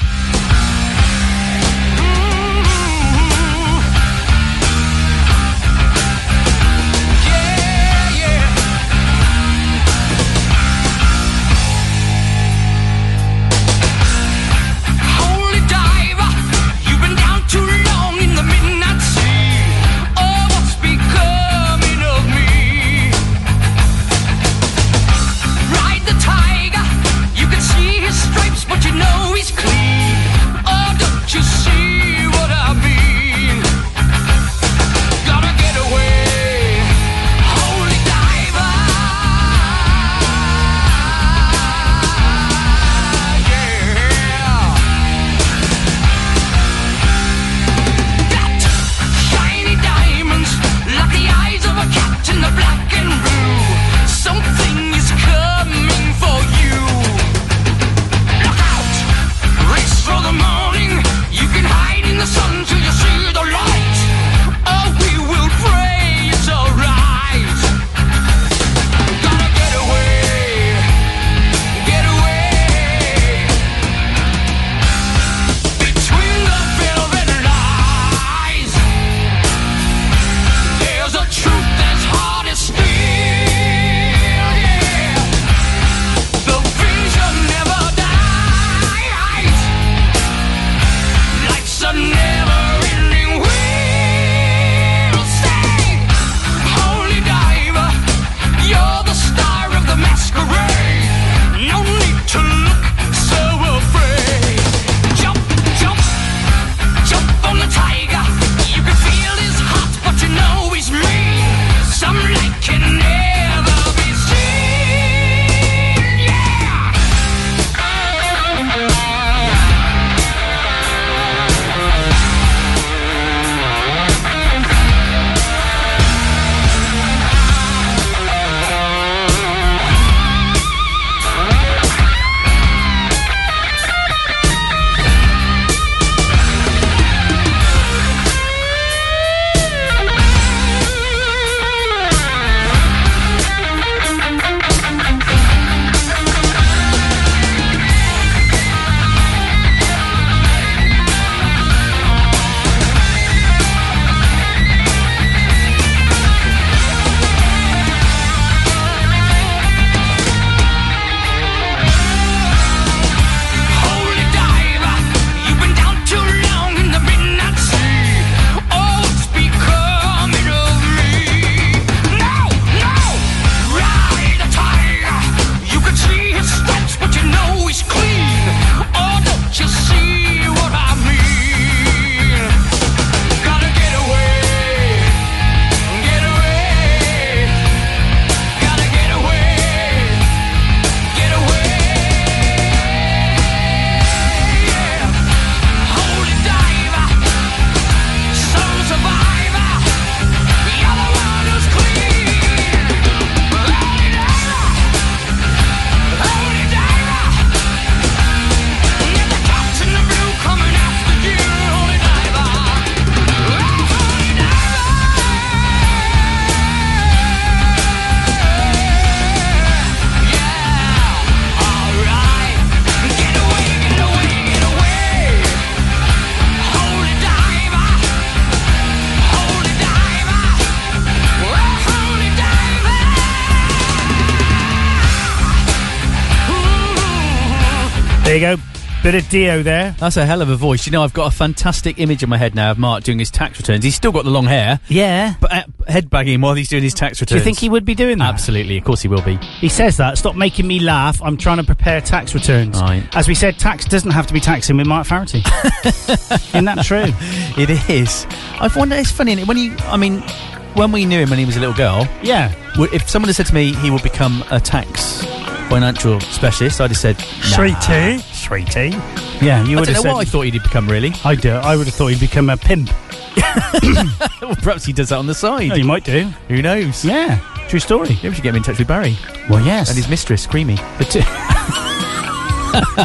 [SPEAKER 5] Oh, Oh, Oh, Oh,
[SPEAKER 2] you go. Bit of Dio there.
[SPEAKER 3] That's a hell of a voice. You know, I've got a fantastic image in my head now of Mark doing his tax returns. He's still got the long hair.
[SPEAKER 2] Yeah.
[SPEAKER 3] But uh, headbanging while he's doing his tax returns.
[SPEAKER 2] Do you think he would be doing that?
[SPEAKER 3] Absolutely. Of course he will be.
[SPEAKER 2] He says that. Stop making me laugh. I'm trying to prepare tax returns.
[SPEAKER 3] Right.
[SPEAKER 2] As we said, tax doesn't have to be taxing with Mark Farity. Isn't that true?
[SPEAKER 3] It is. I've wondered. It's funny. innit? When you, I mean, when we knew him when he was a little girl.
[SPEAKER 2] Yeah.
[SPEAKER 3] w- If someone had said to me he will become a tax financial specialist, I'd have said, nah.
[SPEAKER 2] Sweetie. Sweetie. Yeah, you
[SPEAKER 3] I
[SPEAKER 2] would have
[SPEAKER 3] don't know
[SPEAKER 2] said.
[SPEAKER 3] what I thought he'd become. Really,
[SPEAKER 2] I do. I would have thought he'd become a pimp.
[SPEAKER 3] well, perhaps he does that on the side.
[SPEAKER 2] Oh, he might do.
[SPEAKER 3] Who knows?
[SPEAKER 2] Yeah, true story.
[SPEAKER 3] Maybe we should get him in touch with Barry.
[SPEAKER 2] Well, yes.
[SPEAKER 3] And his mistress, Creamy.
[SPEAKER 2] The two-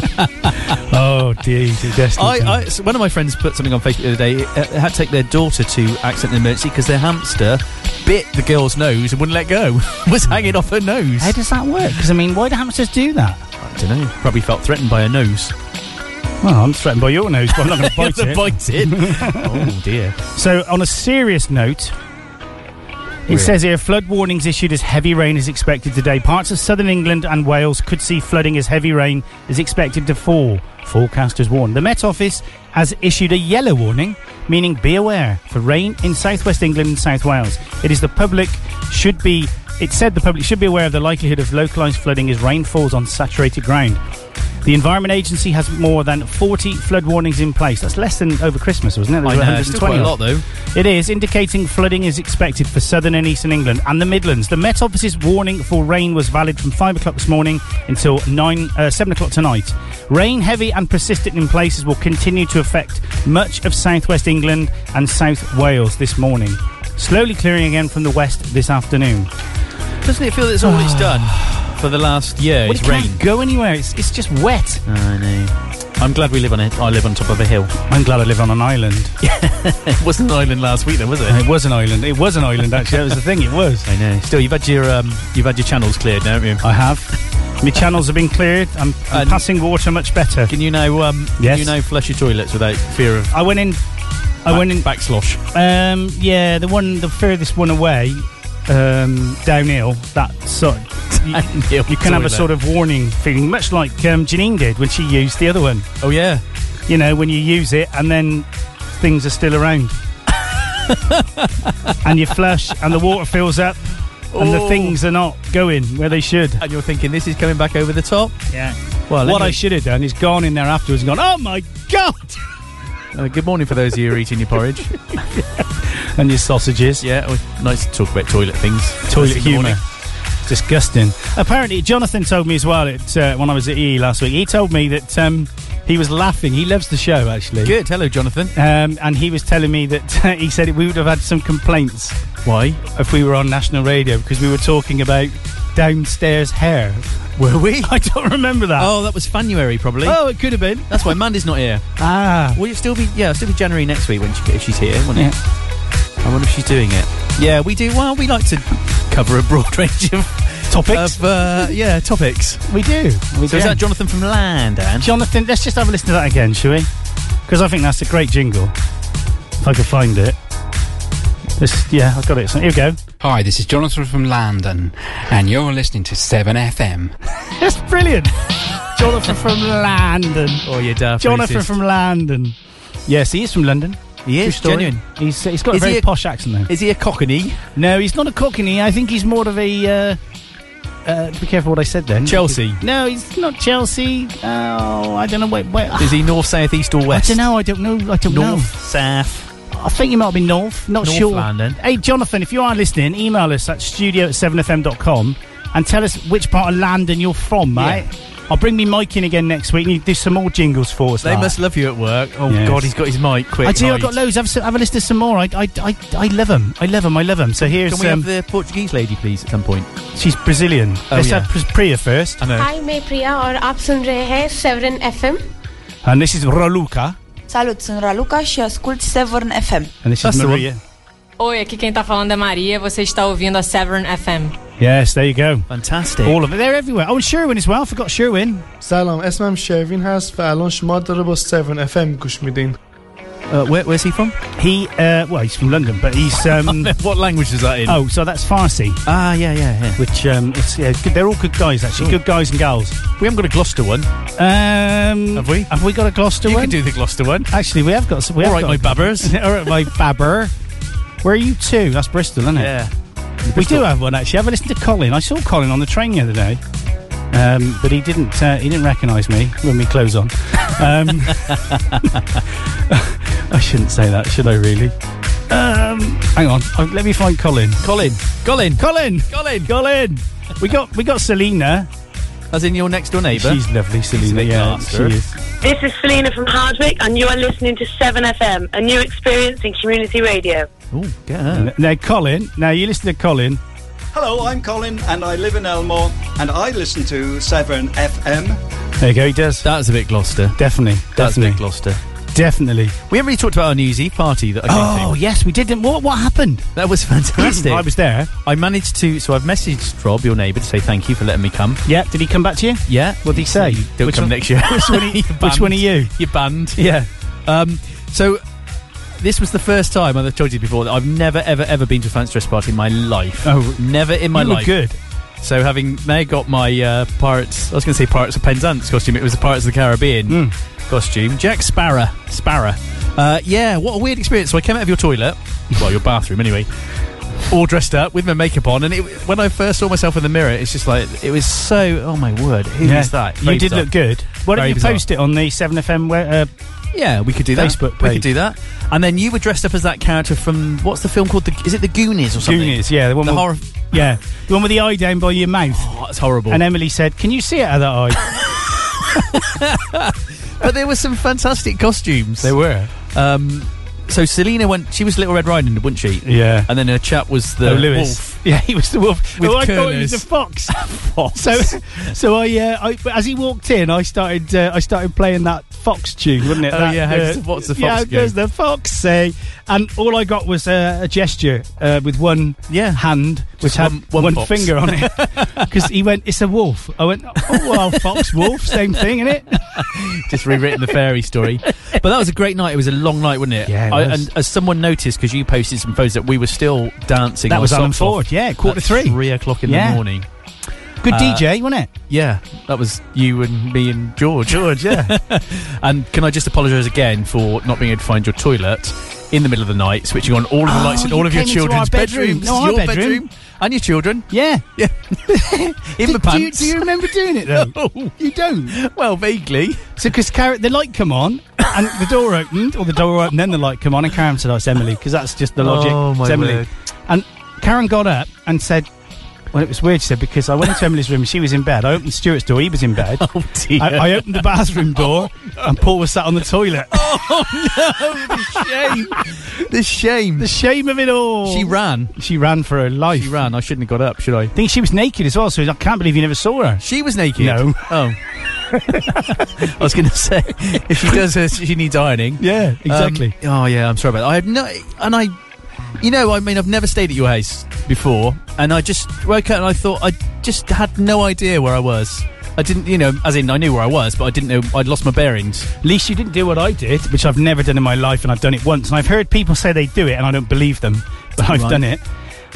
[SPEAKER 2] oh dear, you do destiny.
[SPEAKER 3] I, I, so one of my friends put something on Facebook the other day. Uh, had to take their daughter to accident and emergency because their hamster bit the girl's nose and wouldn't let go. was hanging off her nose.
[SPEAKER 2] How does that work? Because I mean, why do hamsters do that?
[SPEAKER 3] I don't know. Probably felt threatened by her nose.
[SPEAKER 2] Well, I'm threatened by your nose, but I'm not going to
[SPEAKER 3] Gonna
[SPEAKER 2] bite it.
[SPEAKER 3] bite it. oh dear.
[SPEAKER 2] So, on a serious note, it says here flood warnings issued as heavy rain is expected today. Parts of southern England and Wales could see flooding as heavy rain is expected to fall. Forecasters warn. The Met Office has issued a yellow warning, meaning be aware for rain in southwest England and South Wales. It is the public should be. It said the public should be aware of the likelihood of localised flooding as rain falls on saturated ground. The Environment Agency has more than 40 flood warnings in place. That's less than over Christmas, wasn't it? There
[SPEAKER 3] I
[SPEAKER 2] were
[SPEAKER 3] know, it's still quite a
[SPEAKER 2] 120.
[SPEAKER 3] lot though.
[SPEAKER 2] It is indicating flooding is expected for southern and eastern England and the Midlands. The Met Office's warning for rain was valid from five o'clock this morning until nine, uh, seven o'clock tonight. Rain, heavy and persistent in places, will continue to affect much of southwest England and South Wales this morning. Slowly clearing again from the west this afternoon.
[SPEAKER 3] Doesn't it feel that it's all it's done for the last year?
[SPEAKER 2] Well,
[SPEAKER 3] it's
[SPEAKER 2] it
[SPEAKER 3] rain.
[SPEAKER 2] can't go anywhere. It's, it's just wet.
[SPEAKER 3] I know. I'm glad we live on it. I live on top of a hill.
[SPEAKER 2] I'm glad I live on an island.
[SPEAKER 3] it wasn't an island last week, though, was
[SPEAKER 2] it was an island. It was an island. Actually, that was the thing. It was.
[SPEAKER 3] I know. Still, you've had your um, you've had your channels cleared now, haven't you?
[SPEAKER 2] I have. My channels have been cleared. I'm, I'm
[SPEAKER 3] And-
[SPEAKER 2] passing water much better.
[SPEAKER 3] Can you now um,
[SPEAKER 2] Yes.
[SPEAKER 3] can you now flush your toilets without fear of
[SPEAKER 2] I went in. I went in.
[SPEAKER 3] backslosh?
[SPEAKER 2] Um, yeah, the one, the furthest one away, um, downhill. That sort. You,
[SPEAKER 3] Downhill
[SPEAKER 2] you can have a
[SPEAKER 3] toilet.
[SPEAKER 2] sort of warning feeling, much like um, Janine did when she used the other one.
[SPEAKER 3] Oh yeah.
[SPEAKER 2] You know, when you use it and then things are still around, and you flush and the water fills up, and the
[SPEAKER 3] Oh.
[SPEAKER 2] things are not going where they should.
[SPEAKER 3] And you're thinking this is coming back over the top.
[SPEAKER 2] Yeah.
[SPEAKER 3] Well,
[SPEAKER 2] what I
[SPEAKER 3] anyway-
[SPEAKER 2] should have done is gone in there afterwards and gone, oh my god,
[SPEAKER 3] Uh, good morning for those of you who are eating your porridge.
[SPEAKER 2] and your sausages.
[SPEAKER 3] yeah, well, nice to talk about toilet things.
[SPEAKER 2] toilet
[SPEAKER 3] First thing in the
[SPEAKER 2] humour. Disgusting. Apparently, Jonathan told me as well at, uh, when I was at EE last week. He told me that um, he was laughing. He loves the show actually.
[SPEAKER 3] morning. Good. Hello, Jonathan.
[SPEAKER 2] Um, and he was telling me that he said we would have had some complaints
[SPEAKER 3] Why?
[SPEAKER 2] if we were on national radio because we were talking about downstairs hair.
[SPEAKER 3] Were we?
[SPEAKER 2] I don't remember that.
[SPEAKER 3] Oh, that was January probably.
[SPEAKER 2] Oh, it could have been.
[SPEAKER 3] That's why Mandy's not here.
[SPEAKER 2] Ah,
[SPEAKER 3] Will you still be? Yeah, it'll still be January next week when she, if she's here. Won't
[SPEAKER 2] Yeah.
[SPEAKER 3] it? I wonder if she's doing it. Yeah, we do. Well, we like to cover a broad range of
[SPEAKER 2] topics.
[SPEAKER 3] of uh, yeah topics.
[SPEAKER 2] we do. We
[SPEAKER 3] So
[SPEAKER 2] do.
[SPEAKER 3] is that Jonathan from Land, Anne?
[SPEAKER 2] Jonathan, let's just have a listen to that again, shall we? Because I think that's a great jingle. If I could find it. This, yeah, I've got it. So here we go.
[SPEAKER 15] Hi, this is Jonathan from London, and you're listening to 7FM.
[SPEAKER 2] That's brilliant. Jonathan from London.
[SPEAKER 3] Oh, you daft
[SPEAKER 2] Jonathan
[SPEAKER 3] racist.
[SPEAKER 2] from London. Yes, he is from London.
[SPEAKER 3] He
[SPEAKER 2] True
[SPEAKER 3] is
[SPEAKER 2] story.
[SPEAKER 3] genuine.
[SPEAKER 2] He's, he's got
[SPEAKER 3] Is
[SPEAKER 2] a very
[SPEAKER 3] he a-
[SPEAKER 2] posh accent though.
[SPEAKER 3] Is he a cockney?
[SPEAKER 2] No, he's not a cockney. I think he's more of a. Uh, uh, be careful what I said then.
[SPEAKER 3] Chelsea.
[SPEAKER 2] No, he's not Chelsea. Oh, I don't know. Wait, wait.
[SPEAKER 3] Is he north, south, east, or
[SPEAKER 2] I
[SPEAKER 3] west?
[SPEAKER 2] don't know. I don't know. I don't know.
[SPEAKER 3] North, south.
[SPEAKER 2] I think you might be north, not
[SPEAKER 3] North
[SPEAKER 2] sure.
[SPEAKER 3] London.
[SPEAKER 2] Hey, Jonathan, if you are listening, email us at studio at 7fm.com and tell us which part of London you're from, mate. I'll bring me mic in again next week and you do some more jingles for us.
[SPEAKER 3] They
[SPEAKER 2] like.
[SPEAKER 3] must love you at work. Oh
[SPEAKER 2] Yes.
[SPEAKER 3] God, he's got his mic. Quick,
[SPEAKER 2] I do. I've
[SPEAKER 3] hide.
[SPEAKER 2] got loads. Have, some, have a list of some more. I, I, I, I love them. I love them. I love them. So here's
[SPEAKER 3] Can we
[SPEAKER 2] um,
[SPEAKER 3] have the Portuguese lady, please, at some point?
[SPEAKER 2] she's Brazilian.
[SPEAKER 3] Oh,
[SPEAKER 2] Let's
[SPEAKER 3] yeah.
[SPEAKER 2] have Pr- Priya first,
[SPEAKER 3] I know.
[SPEAKER 7] हाय मैं प्रिया और आप सुन रहे हैं Severn FM
[SPEAKER 2] and this is Raluca,
[SPEAKER 22] Salut, sunt Raluca și ascult Severn FM.
[SPEAKER 2] and this
[SPEAKER 3] That's
[SPEAKER 2] is
[SPEAKER 3] the
[SPEAKER 2] Maria.
[SPEAKER 22] Oi, aqui quem tá falando é Maria, você está ouvindo a Severn FM.
[SPEAKER 2] Yes, there you go.
[SPEAKER 3] Fantastic.
[SPEAKER 2] All of it. They're everywhere. Oh, and Sherwin as well. I forgot Sherwin.
[SPEAKER 23] سلام اسمم شروین هست و الان شما داره با 7 FM گوش میدین
[SPEAKER 3] Uh, where, where's he from?
[SPEAKER 2] He, uh, well, he's from London, but he's. Um,
[SPEAKER 3] what language is that in?
[SPEAKER 2] Oh, so that's Farsi.
[SPEAKER 3] Ah, yeah, yeah, yeah.
[SPEAKER 2] Which um, it's yeah, good, they're all good guys actually,
[SPEAKER 3] Ooh.
[SPEAKER 2] good guys and gals.
[SPEAKER 3] We haven't got a Gloucester one.
[SPEAKER 2] Um,
[SPEAKER 3] Have we?
[SPEAKER 2] Have we got a Gloucester
[SPEAKER 3] You
[SPEAKER 2] one?
[SPEAKER 3] can do the Gloucester one.
[SPEAKER 2] Actually, we have got. some- We
[SPEAKER 3] All
[SPEAKER 2] have
[SPEAKER 3] right,
[SPEAKER 2] got-
[SPEAKER 3] my babbers.
[SPEAKER 2] all right, my babber. Where are you two? That's Bristol, isn't it?
[SPEAKER 3] Yeah.
[SPEAKER 2] We do have one actually. Have a listen to Colin. I saw Colin on the train the other day, um, but he didn't. Uh, he didn't recognise me when we close on. Um, I shouldn't say that, should I? Really? Um, hang on. Oh, let me find Colin.
[SPEAKER 3] Colin. Colin.
[SPEAKER 2] Colin.
[SPEAKER 3] Colin.
[SPEAKER 2] Colin. We got. We got Selena.
[SPEAKER 3] As in your next door neighbour.
[SPEAKER 2] She's lovely, Selena.
[SPEAKER 3] a
[SPEAKER 2] Yeah, she
[SPEAKER 3] gangster.
[SPEAKER 2] is.
[SPEAKER 8] This is Selena from Hardwick, and you are listening to 7FM, a new experience in community radio.
[SPEAKER 3] Oh,
[SPEAKER 2] N- Now, Colin. Now you listen to Colin.
[SPEAKER 10] Hello, I'm Colin, and I live in Elmore, and I listen to Severn FM.
[SPEAKER 2] There you go. He does.
[SPEAKER 3] That's a bit Gloucester.
[SPEAKER 2] Definitely.
[SPEAKER 3] That's a
[SPEAKER 2] Definitely.
[SPEAKER 3] bit Gloucester.
[SPEAKER 2] Definitely.
[SPEAKER 3] We haven't really talked about our newsy party that I came
[SPEAKER 2] Oh yes, we didn't. What what happened?
[SPEAKER 3] to. That was fantastic.
[SPEAKER 2] I was there.
[SPEAKER 3] I managed to. So I've messaged Rob, your neighbour, to say thank you for letting me come.
[SPEAKER 2] Yeah. Did he come back to you?
[SPEAKER 3] Yeah.
[SPEAKER 2] What did he say?
[SPEAKER 3] Don't
[SPEAKER 2] Which
[SPEAKER 3] come
[SPEAKER 2] one-
[SPEAKER 3] next year.
[SPEAKER 2] which one are you-
[SPEAKER 3] You're
[SPEAKER 2] which one are you?
[SPEAKER 3] You're banned.
[SPEAKER 2] Yeah.
[SPEAKER 3] Um, so this was the first time I've told you before that I've never, ever, ever been to a fancy dress party in my life.
[SPEAKER 2] Oh,
[SPEAKER 3] never in my
[SPEAKER 2] you were
[SPEAKER 3] life.
[SPEAKER 2] good.
[SPEAKER 3] So having now got my uh, pirates, I was going to say pirates of Penzance costume. It was the Pirates of the Caribbean
[SPEAKER 2] Hmm.
[SPEAKER 3] costume. Jack Sparrow. Sparrow. Uh, yeah, what a weird experience. So I came out of your toilet, well, your bathroom anyway, all dressed up with my makeup on, and it, when I first saw myself in the mirror, it's just like it was so. Oh my word, who is
[SPEAKER 2] Yeah,
[SPEAKER 3] that?
[SPEAKER 2] You did look good. Why don't
[SPEAKER 3] Very
[SPEAKER 2] you
[SPEAKER 3] bizarre.
[SPEAKER 2] post it on the 7FM we- uh,
[SPEAKER 3] Yeah, we could do
[SPEAKER 2] Facebook
[SPEAKER 3] that. We
[SPEAKER 2] page.
[SPEAKER 3] could do that. And then you were dressed up as that character from what's the film called? The, is it The Goonies or something?
[SPEAKER 2] Goonies? Yeah, the one
[SPEAKER 3] The
[SPEAKER 2] with
[SPEAKER 3] horror.
[SPEAKER 2] yeah, the one with the eye down by your mouth.
[SPEAKER 3] Oh, that's horrible.
[SPEAKER 2] and Emily said, "Can you see out of that eye?"
[SPEAKER 3] but there were some fantastic costumes.
[SPEAKER 2] they were.
[SPEAKER 3] Um, so Selena went. She was Little Red Riding Hood, wasn't she?
[SPEAKER 2] Yeah.
[SPEAKER 3] And then her chap was the
[SPEAKER 2] oh, Lewis.
[SPEAKER 3] wolf.
[SPEAKER 2] Yeah, he was the wolf.
[SPEAKER 3] With
[SPEAKER 2] oh, I thought he was the
[SPEAKER 3] curlers.
[SPEAKER 2] fox. So, so I, uh, I, but as he walked in, I started, uh, I started playing that fox tune, wouldn't it?
[SPEAKER 3] Oh,
[SPEAKER 2] That, uh,
[SPEAKER 3] yeah, how does the- what's the fox
[SPEAKER 2] Yeah,
[SPEAKER 3] go?
[SPEAKER 2] there's the fox say, and all I got was uh, a gesture uh, with one
[SPEAKER 3] Yeah.
[SPEAKER 2] hand, which
[SPEAKER 3] Just
[SPEAKER 2] had
[SPEAKER 3] one-
[SPEAKER 2] one,
[SPEAKER 3] one fox.
[SPEAKER 2] finger on it, because he went, "It's a wolf." I went, "Oh, well, fox, wolf, same thing, innit?"
[SPEAKER 3] Just rewritten the fairy story. But that was a great night. It was a long night, wasn't it?
[SPEAKER 2] Yeah, it
[SPEAKER 3] I,
[SPEAKER 2] was.
[SPEAKER 3] And as someone noticed, because you posted some photos that we were still dancing.
[SPEAKER 2] That
[SPEAKER 3] our
[SPEAKER 2] was Alan
[SPEAKER 3] socks off
[SPEAKER 2] Ford. Yeah, quarter
[SPEAKER 3] at
[SPEAKER 2] to three.
[SPEAKER 3] three o'clock in
[SPEAKER 2] Yeah.
[SPEAKER 3] the morning.
[SPEAKER 2] Good
[SPEAKER 3] Uh,
[SPEAKER 2] DJ, wasn't it?
[SPEAKER 3] Yeah, that was you and me and George.
[SPEAKER 2] George, yeah.
[SPEAKER 3] And can I just apologise again for not being able to find your toilet in the middle of the night, switching on all of the
[SPEAKER 2] Oh,
[SPEAKER 3] lights in
[SPEAKER 2] you
[SPEAKER 3] all of your
[SPEAKER 2] came into our
[SPEAKER 3] children's
[SPEAKER 2] bedroom.
[SPEAKER 3] bedrooms,
[SPEAKER 2] No, our
[SPEAKER 3] your
[SPEAKER 2] bedroom.
[SPEAKER 3] and your children
[SPEAKER 2] yeah. Do-
[SPEAKER 3] in the
[SPEAKER 2] do you-
[SPEAKER 3] pants.
[SPEAKER 2] do you remember doing it though?
[SPEAKER 3] No.
[SPEAKER 2] You don't.
[SPEAKER 3] Well, vaguely.
[SPEAKER 2] So, because the light come on and the door opened, or the door opened, then the light come on, and Karen said, "Oh, it's Emily," because that's just the logic.
[SPEAKER 3] Oh, my
[SPEAKER 2] it's Emily.
[SPEAKER 3] word.
[SPEAKER 2] And Karen got up and said, "Well, it was weird," she said, because I went into Emily's room, she was in bed. I opened Stuart's door, he was in bed.
[SPEAKER 3] Oh dear. Oh,
[SPEAKER 2] I, I opened the bathroom door, and Paul was sat on the toilet.
[SPEAKER 3] shame. the shame.
[SPEAKER 2] The shame of it all.
[SPEAKER 3] she ran.
[SPEAKER 2] She ran for her life.
[SPEAKER 3] She ran. I shouldn't have got up, should I?
[SPEAKER 2] I think she was naked as well, so I can't believe you never saw her.
[SPEAKER 3] She was naked.
[SPEAKER 2] No.
[SPEAKER 3] Oh. I was going to say, if she does her, she needs ironing.
[SPEAKER 2] Yeah, exactly.
[SPEAKER 3] Um, oh yeah, I'm sorry about that. I had no, and I, you know, I mean, I've never stayed at your house before, and I just woke up and I thought I just had no idea where I was. I didn't, you know, as in I knew where I was, but I didn't know I'd lost my bearings.
[SPEAKER 2] At least you didn't do what I did, which I've never done in my life, and I've done it once. And I've heard people say they do it, and I don't believe them, but I've
[SPEAKER 3] Right.
[SPEAKER 2] done it.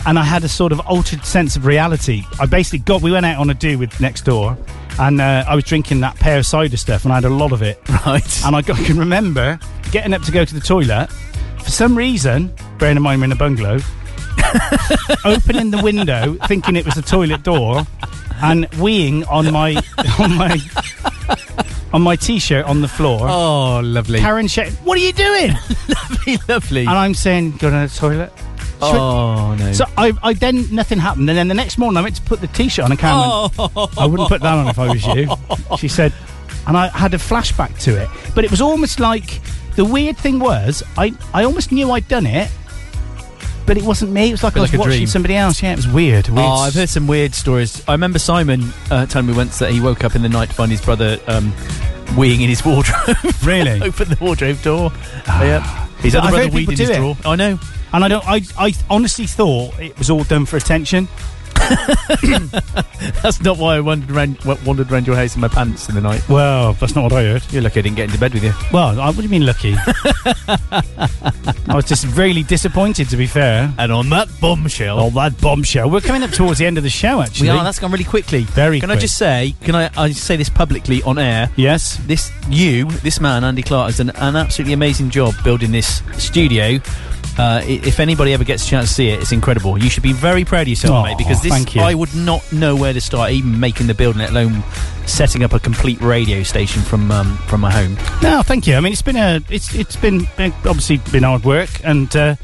[SPEAKER 2] And I had a sort of altered sense of reality. I basically got, we went out on a do with next door, and uh, I was drinking that pear cider stuff, and I had a lot of it.
[SPEAKER 3] Right.
[SPEAKER 2] And I, got, I can remember getting up to go to the toilet. For some reason, bearing in mind we're in a bungalow, opening the window, thinking it was the toilet door, and weeing on my on my on my t-shirt on the floor.
[SPEAKER 3] oh, lovely,
[SPEAKER 2] Karen Shet, what are you doing?
[SPEAKER 3] lovely.
[SPEAKER 2] and I'm saying, go to the toilet.
[SPEAKER 3] oh no.
[SPEAKER 2] So I, I then nothing happened, and then the next morning I went to put the t-shirt on, and Karen went,
[SPEAKER 3] oh.
[SPEAKER 2] I wouldn't put that on if I was you. She said, and I had a flashback to it. But it was almost like the weird thing was, I, I almost knew I'd done it, but it wasn't me. It was like I
[SPEAKER 3] Bit
[SPEAKER 2] was
[SPEAKER 3] like a
[SPEAKER 2] watching
[SPEAKER 3] dream.
[SPEAKER 2] somebody else. Yeah, it was weird. weird.
[SPEAKER 3] Oh, I've heard some weird stories. I remember Simon uh, telling me once that he woke up in the night to find his brother um, weeing in his wardrobe.
[SPEAKER 2] Really?
[SPEAKER 3] Open the wardrobe door. yeah. His
[SPEAKER 2] But
[SPEAKER 3] other
[SPEAKER 2] I've
[SPEAKER 3] brother
[SPEAKER 2] heard
[SPEAKER 3] weed
[SPEAKER 2] people
[SPEAKER 3] in his
[SPEAKER 2] do it.
[SPEAKER 3] drawer. I know.
[SPEAKER 2] and I don't. I, I honestly thought it was all done for attention.
[SPEAKER 3] That's not why I wandered around, wa- wandered around your house in my pants in the night.
[SPEAKER 2] Well, that's not what I heard.
[SPEAKER 3] You're lucky I didn't get into bed with you.
[SPEAKER 2] Well, I, what do you mean lucky? I was just really disappointed, to be fair.
[SPEAKER 3] And on that bombshell.
[SPEAKER 2] On that bombshell. We're coming up towards the end of the show, actually.
[SPEAKER 3] We are. That's gone really quickly.
[SPEAKER 2] Very
[SPEAKER 3] Can I
[SPEAKER 2] quick.
[SPEAKER 3] just say? Can I? I say this publicly on air.
[SPEAKER 2] Yes.
[SPEAKER 3] This you, this man, Andy Clark, has done an absolutely amazing job building this studio. Uh, i- if anybody ever gets a chance to see it, it's incredible. You should be very proud of yourself,
[SPEAKER 2] Aw,
[SPEAKER 3] mate, because this
[SPEAKER 2] thank you.
[SPEAKER 3] I would not know where to start, even making the building, let alone setting up a complete radio station from um, from my home.
[SPEAKER 2] No, thank you. I mean, it's been a, it's it's been been- obviously been hard work, and uh,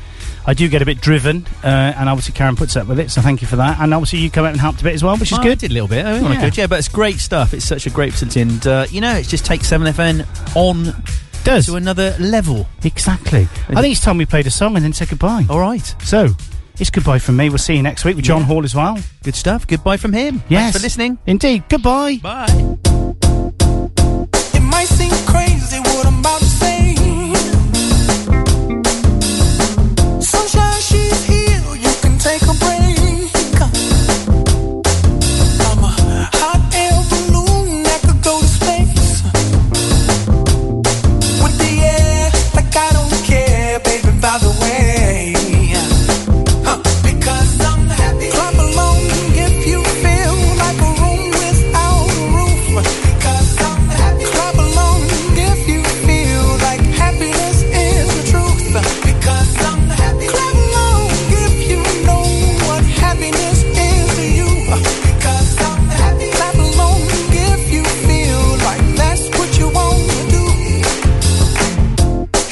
[SPEAKER 2] I do get a bit driven, uh, and obviously Karen puts up with it, so thank you for that. And obviously you come out and helped a bit as well, which is
[SPEAKER 3] Well, I
[SPEAKER 2] good.
[SPEAKER 3] did a little bit. I mean,
[SPEAKER 2] Yeah.
[SPEAKER 3] yeah. Good. yeah, but it's great stuff. It's such a great facility, and uh, you know, it just takes Seven FN on
[SPEAKER 2] Does.
[SPEAKER 3] to another level.
[SPEAKER 2] Exactly. I think it's time we played a song and then said goodbye.
[SPEAKER 3] All right.
[SPEAKER 2] So it's goodbye from me. We'll see you next week with John Hall as well.
[SPEAKER 3] Good stuff. Goodbye from him.
[SPEAKER 2] Yes.
[SPEAKER 3] Thanks for listening.
[SPEAKER 2] Indeed. Goodbye.
[SPEAKER 3] Bye.
[SPEAKER 24] It might seem crazy what I'm about to say. Sunshine, she's here. You can take a break. I'm a hot air balloon that could go to space. With the air, like I don't care, baby. By the way. Huh. Because I'm happy. Clap along if you feel like a room without a roof. Because I'm happy. Clap along if you feel like happiness is the truth. Because I'm happy. Clap along if you know what happiness is to you. Because I'm happy. Clap along if you feel like that's what you want to do.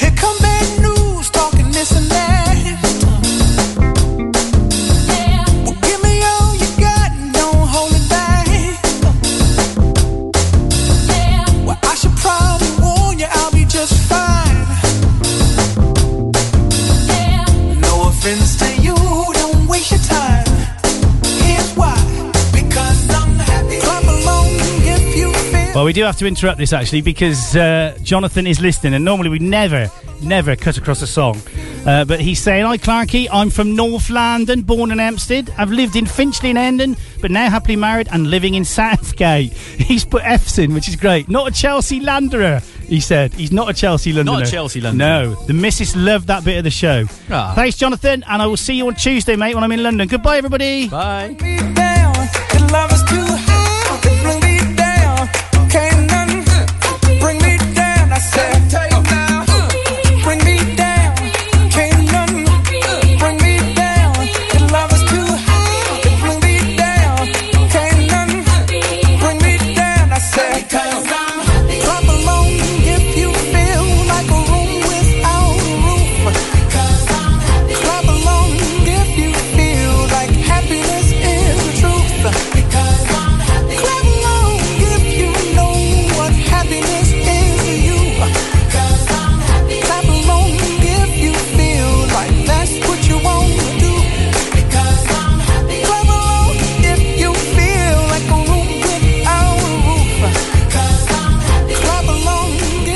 [SPEAKER 24] Here come bad news talking this and that. Give me all you got, don't hold it back. Well, I should probably warn you, I'll be just fine. No offense to you, don't waste your time. Here's why, because I'm happy. Clap along if you feel.
[SPEAKER 2] Well, we do have to interrupt this actually because uh, Jonathan is listening, and normally we never, never cut across a song. Uh, but he's saying, Hi, Clarky, I'm from North London, born in Hampstead. I've lived in Finchley and Hendon, but now happily married and living in Southgate. He's put F's in, which is great. Not a Chelsea Landerer, he said. He's not a Chelsea Londoner.
[SPEAKER 3] Chelsea Londoner.
[SPEAKER 2] No. The missus loved that bit of the show.
[SPEAKER 3] Ah.
[SPEAKER 2] Thanks, Jonathan, and I will see you on Tuesday, mate, when I'm in London. Goodbye, everybody.
[SPEAKER 3] Bye.
[SPEAKER 24] me down. Your love is too high to bring me down. Can't nothing bring me down. I said, bring me down. Can't nothing bring me down. Your love is too high to bring me down. Can't nothing bring me down. I said, clap along if you feel like a room without a roof. Clap along if you feel like happiness is the truth. Because I'm happy. Clap along if you know what happiness is to you. Because I'm happy. Clap along if you feel like that's what you want to do. Because I'm happy. Clap along if you feel like a room without a roof. Because I'm happy. Clap along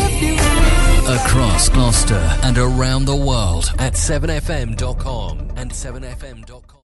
[SPEAKER 24] if you.
[SPEAKER 1] Across Gloucester and around the world at 7fm.com and 7fm.com.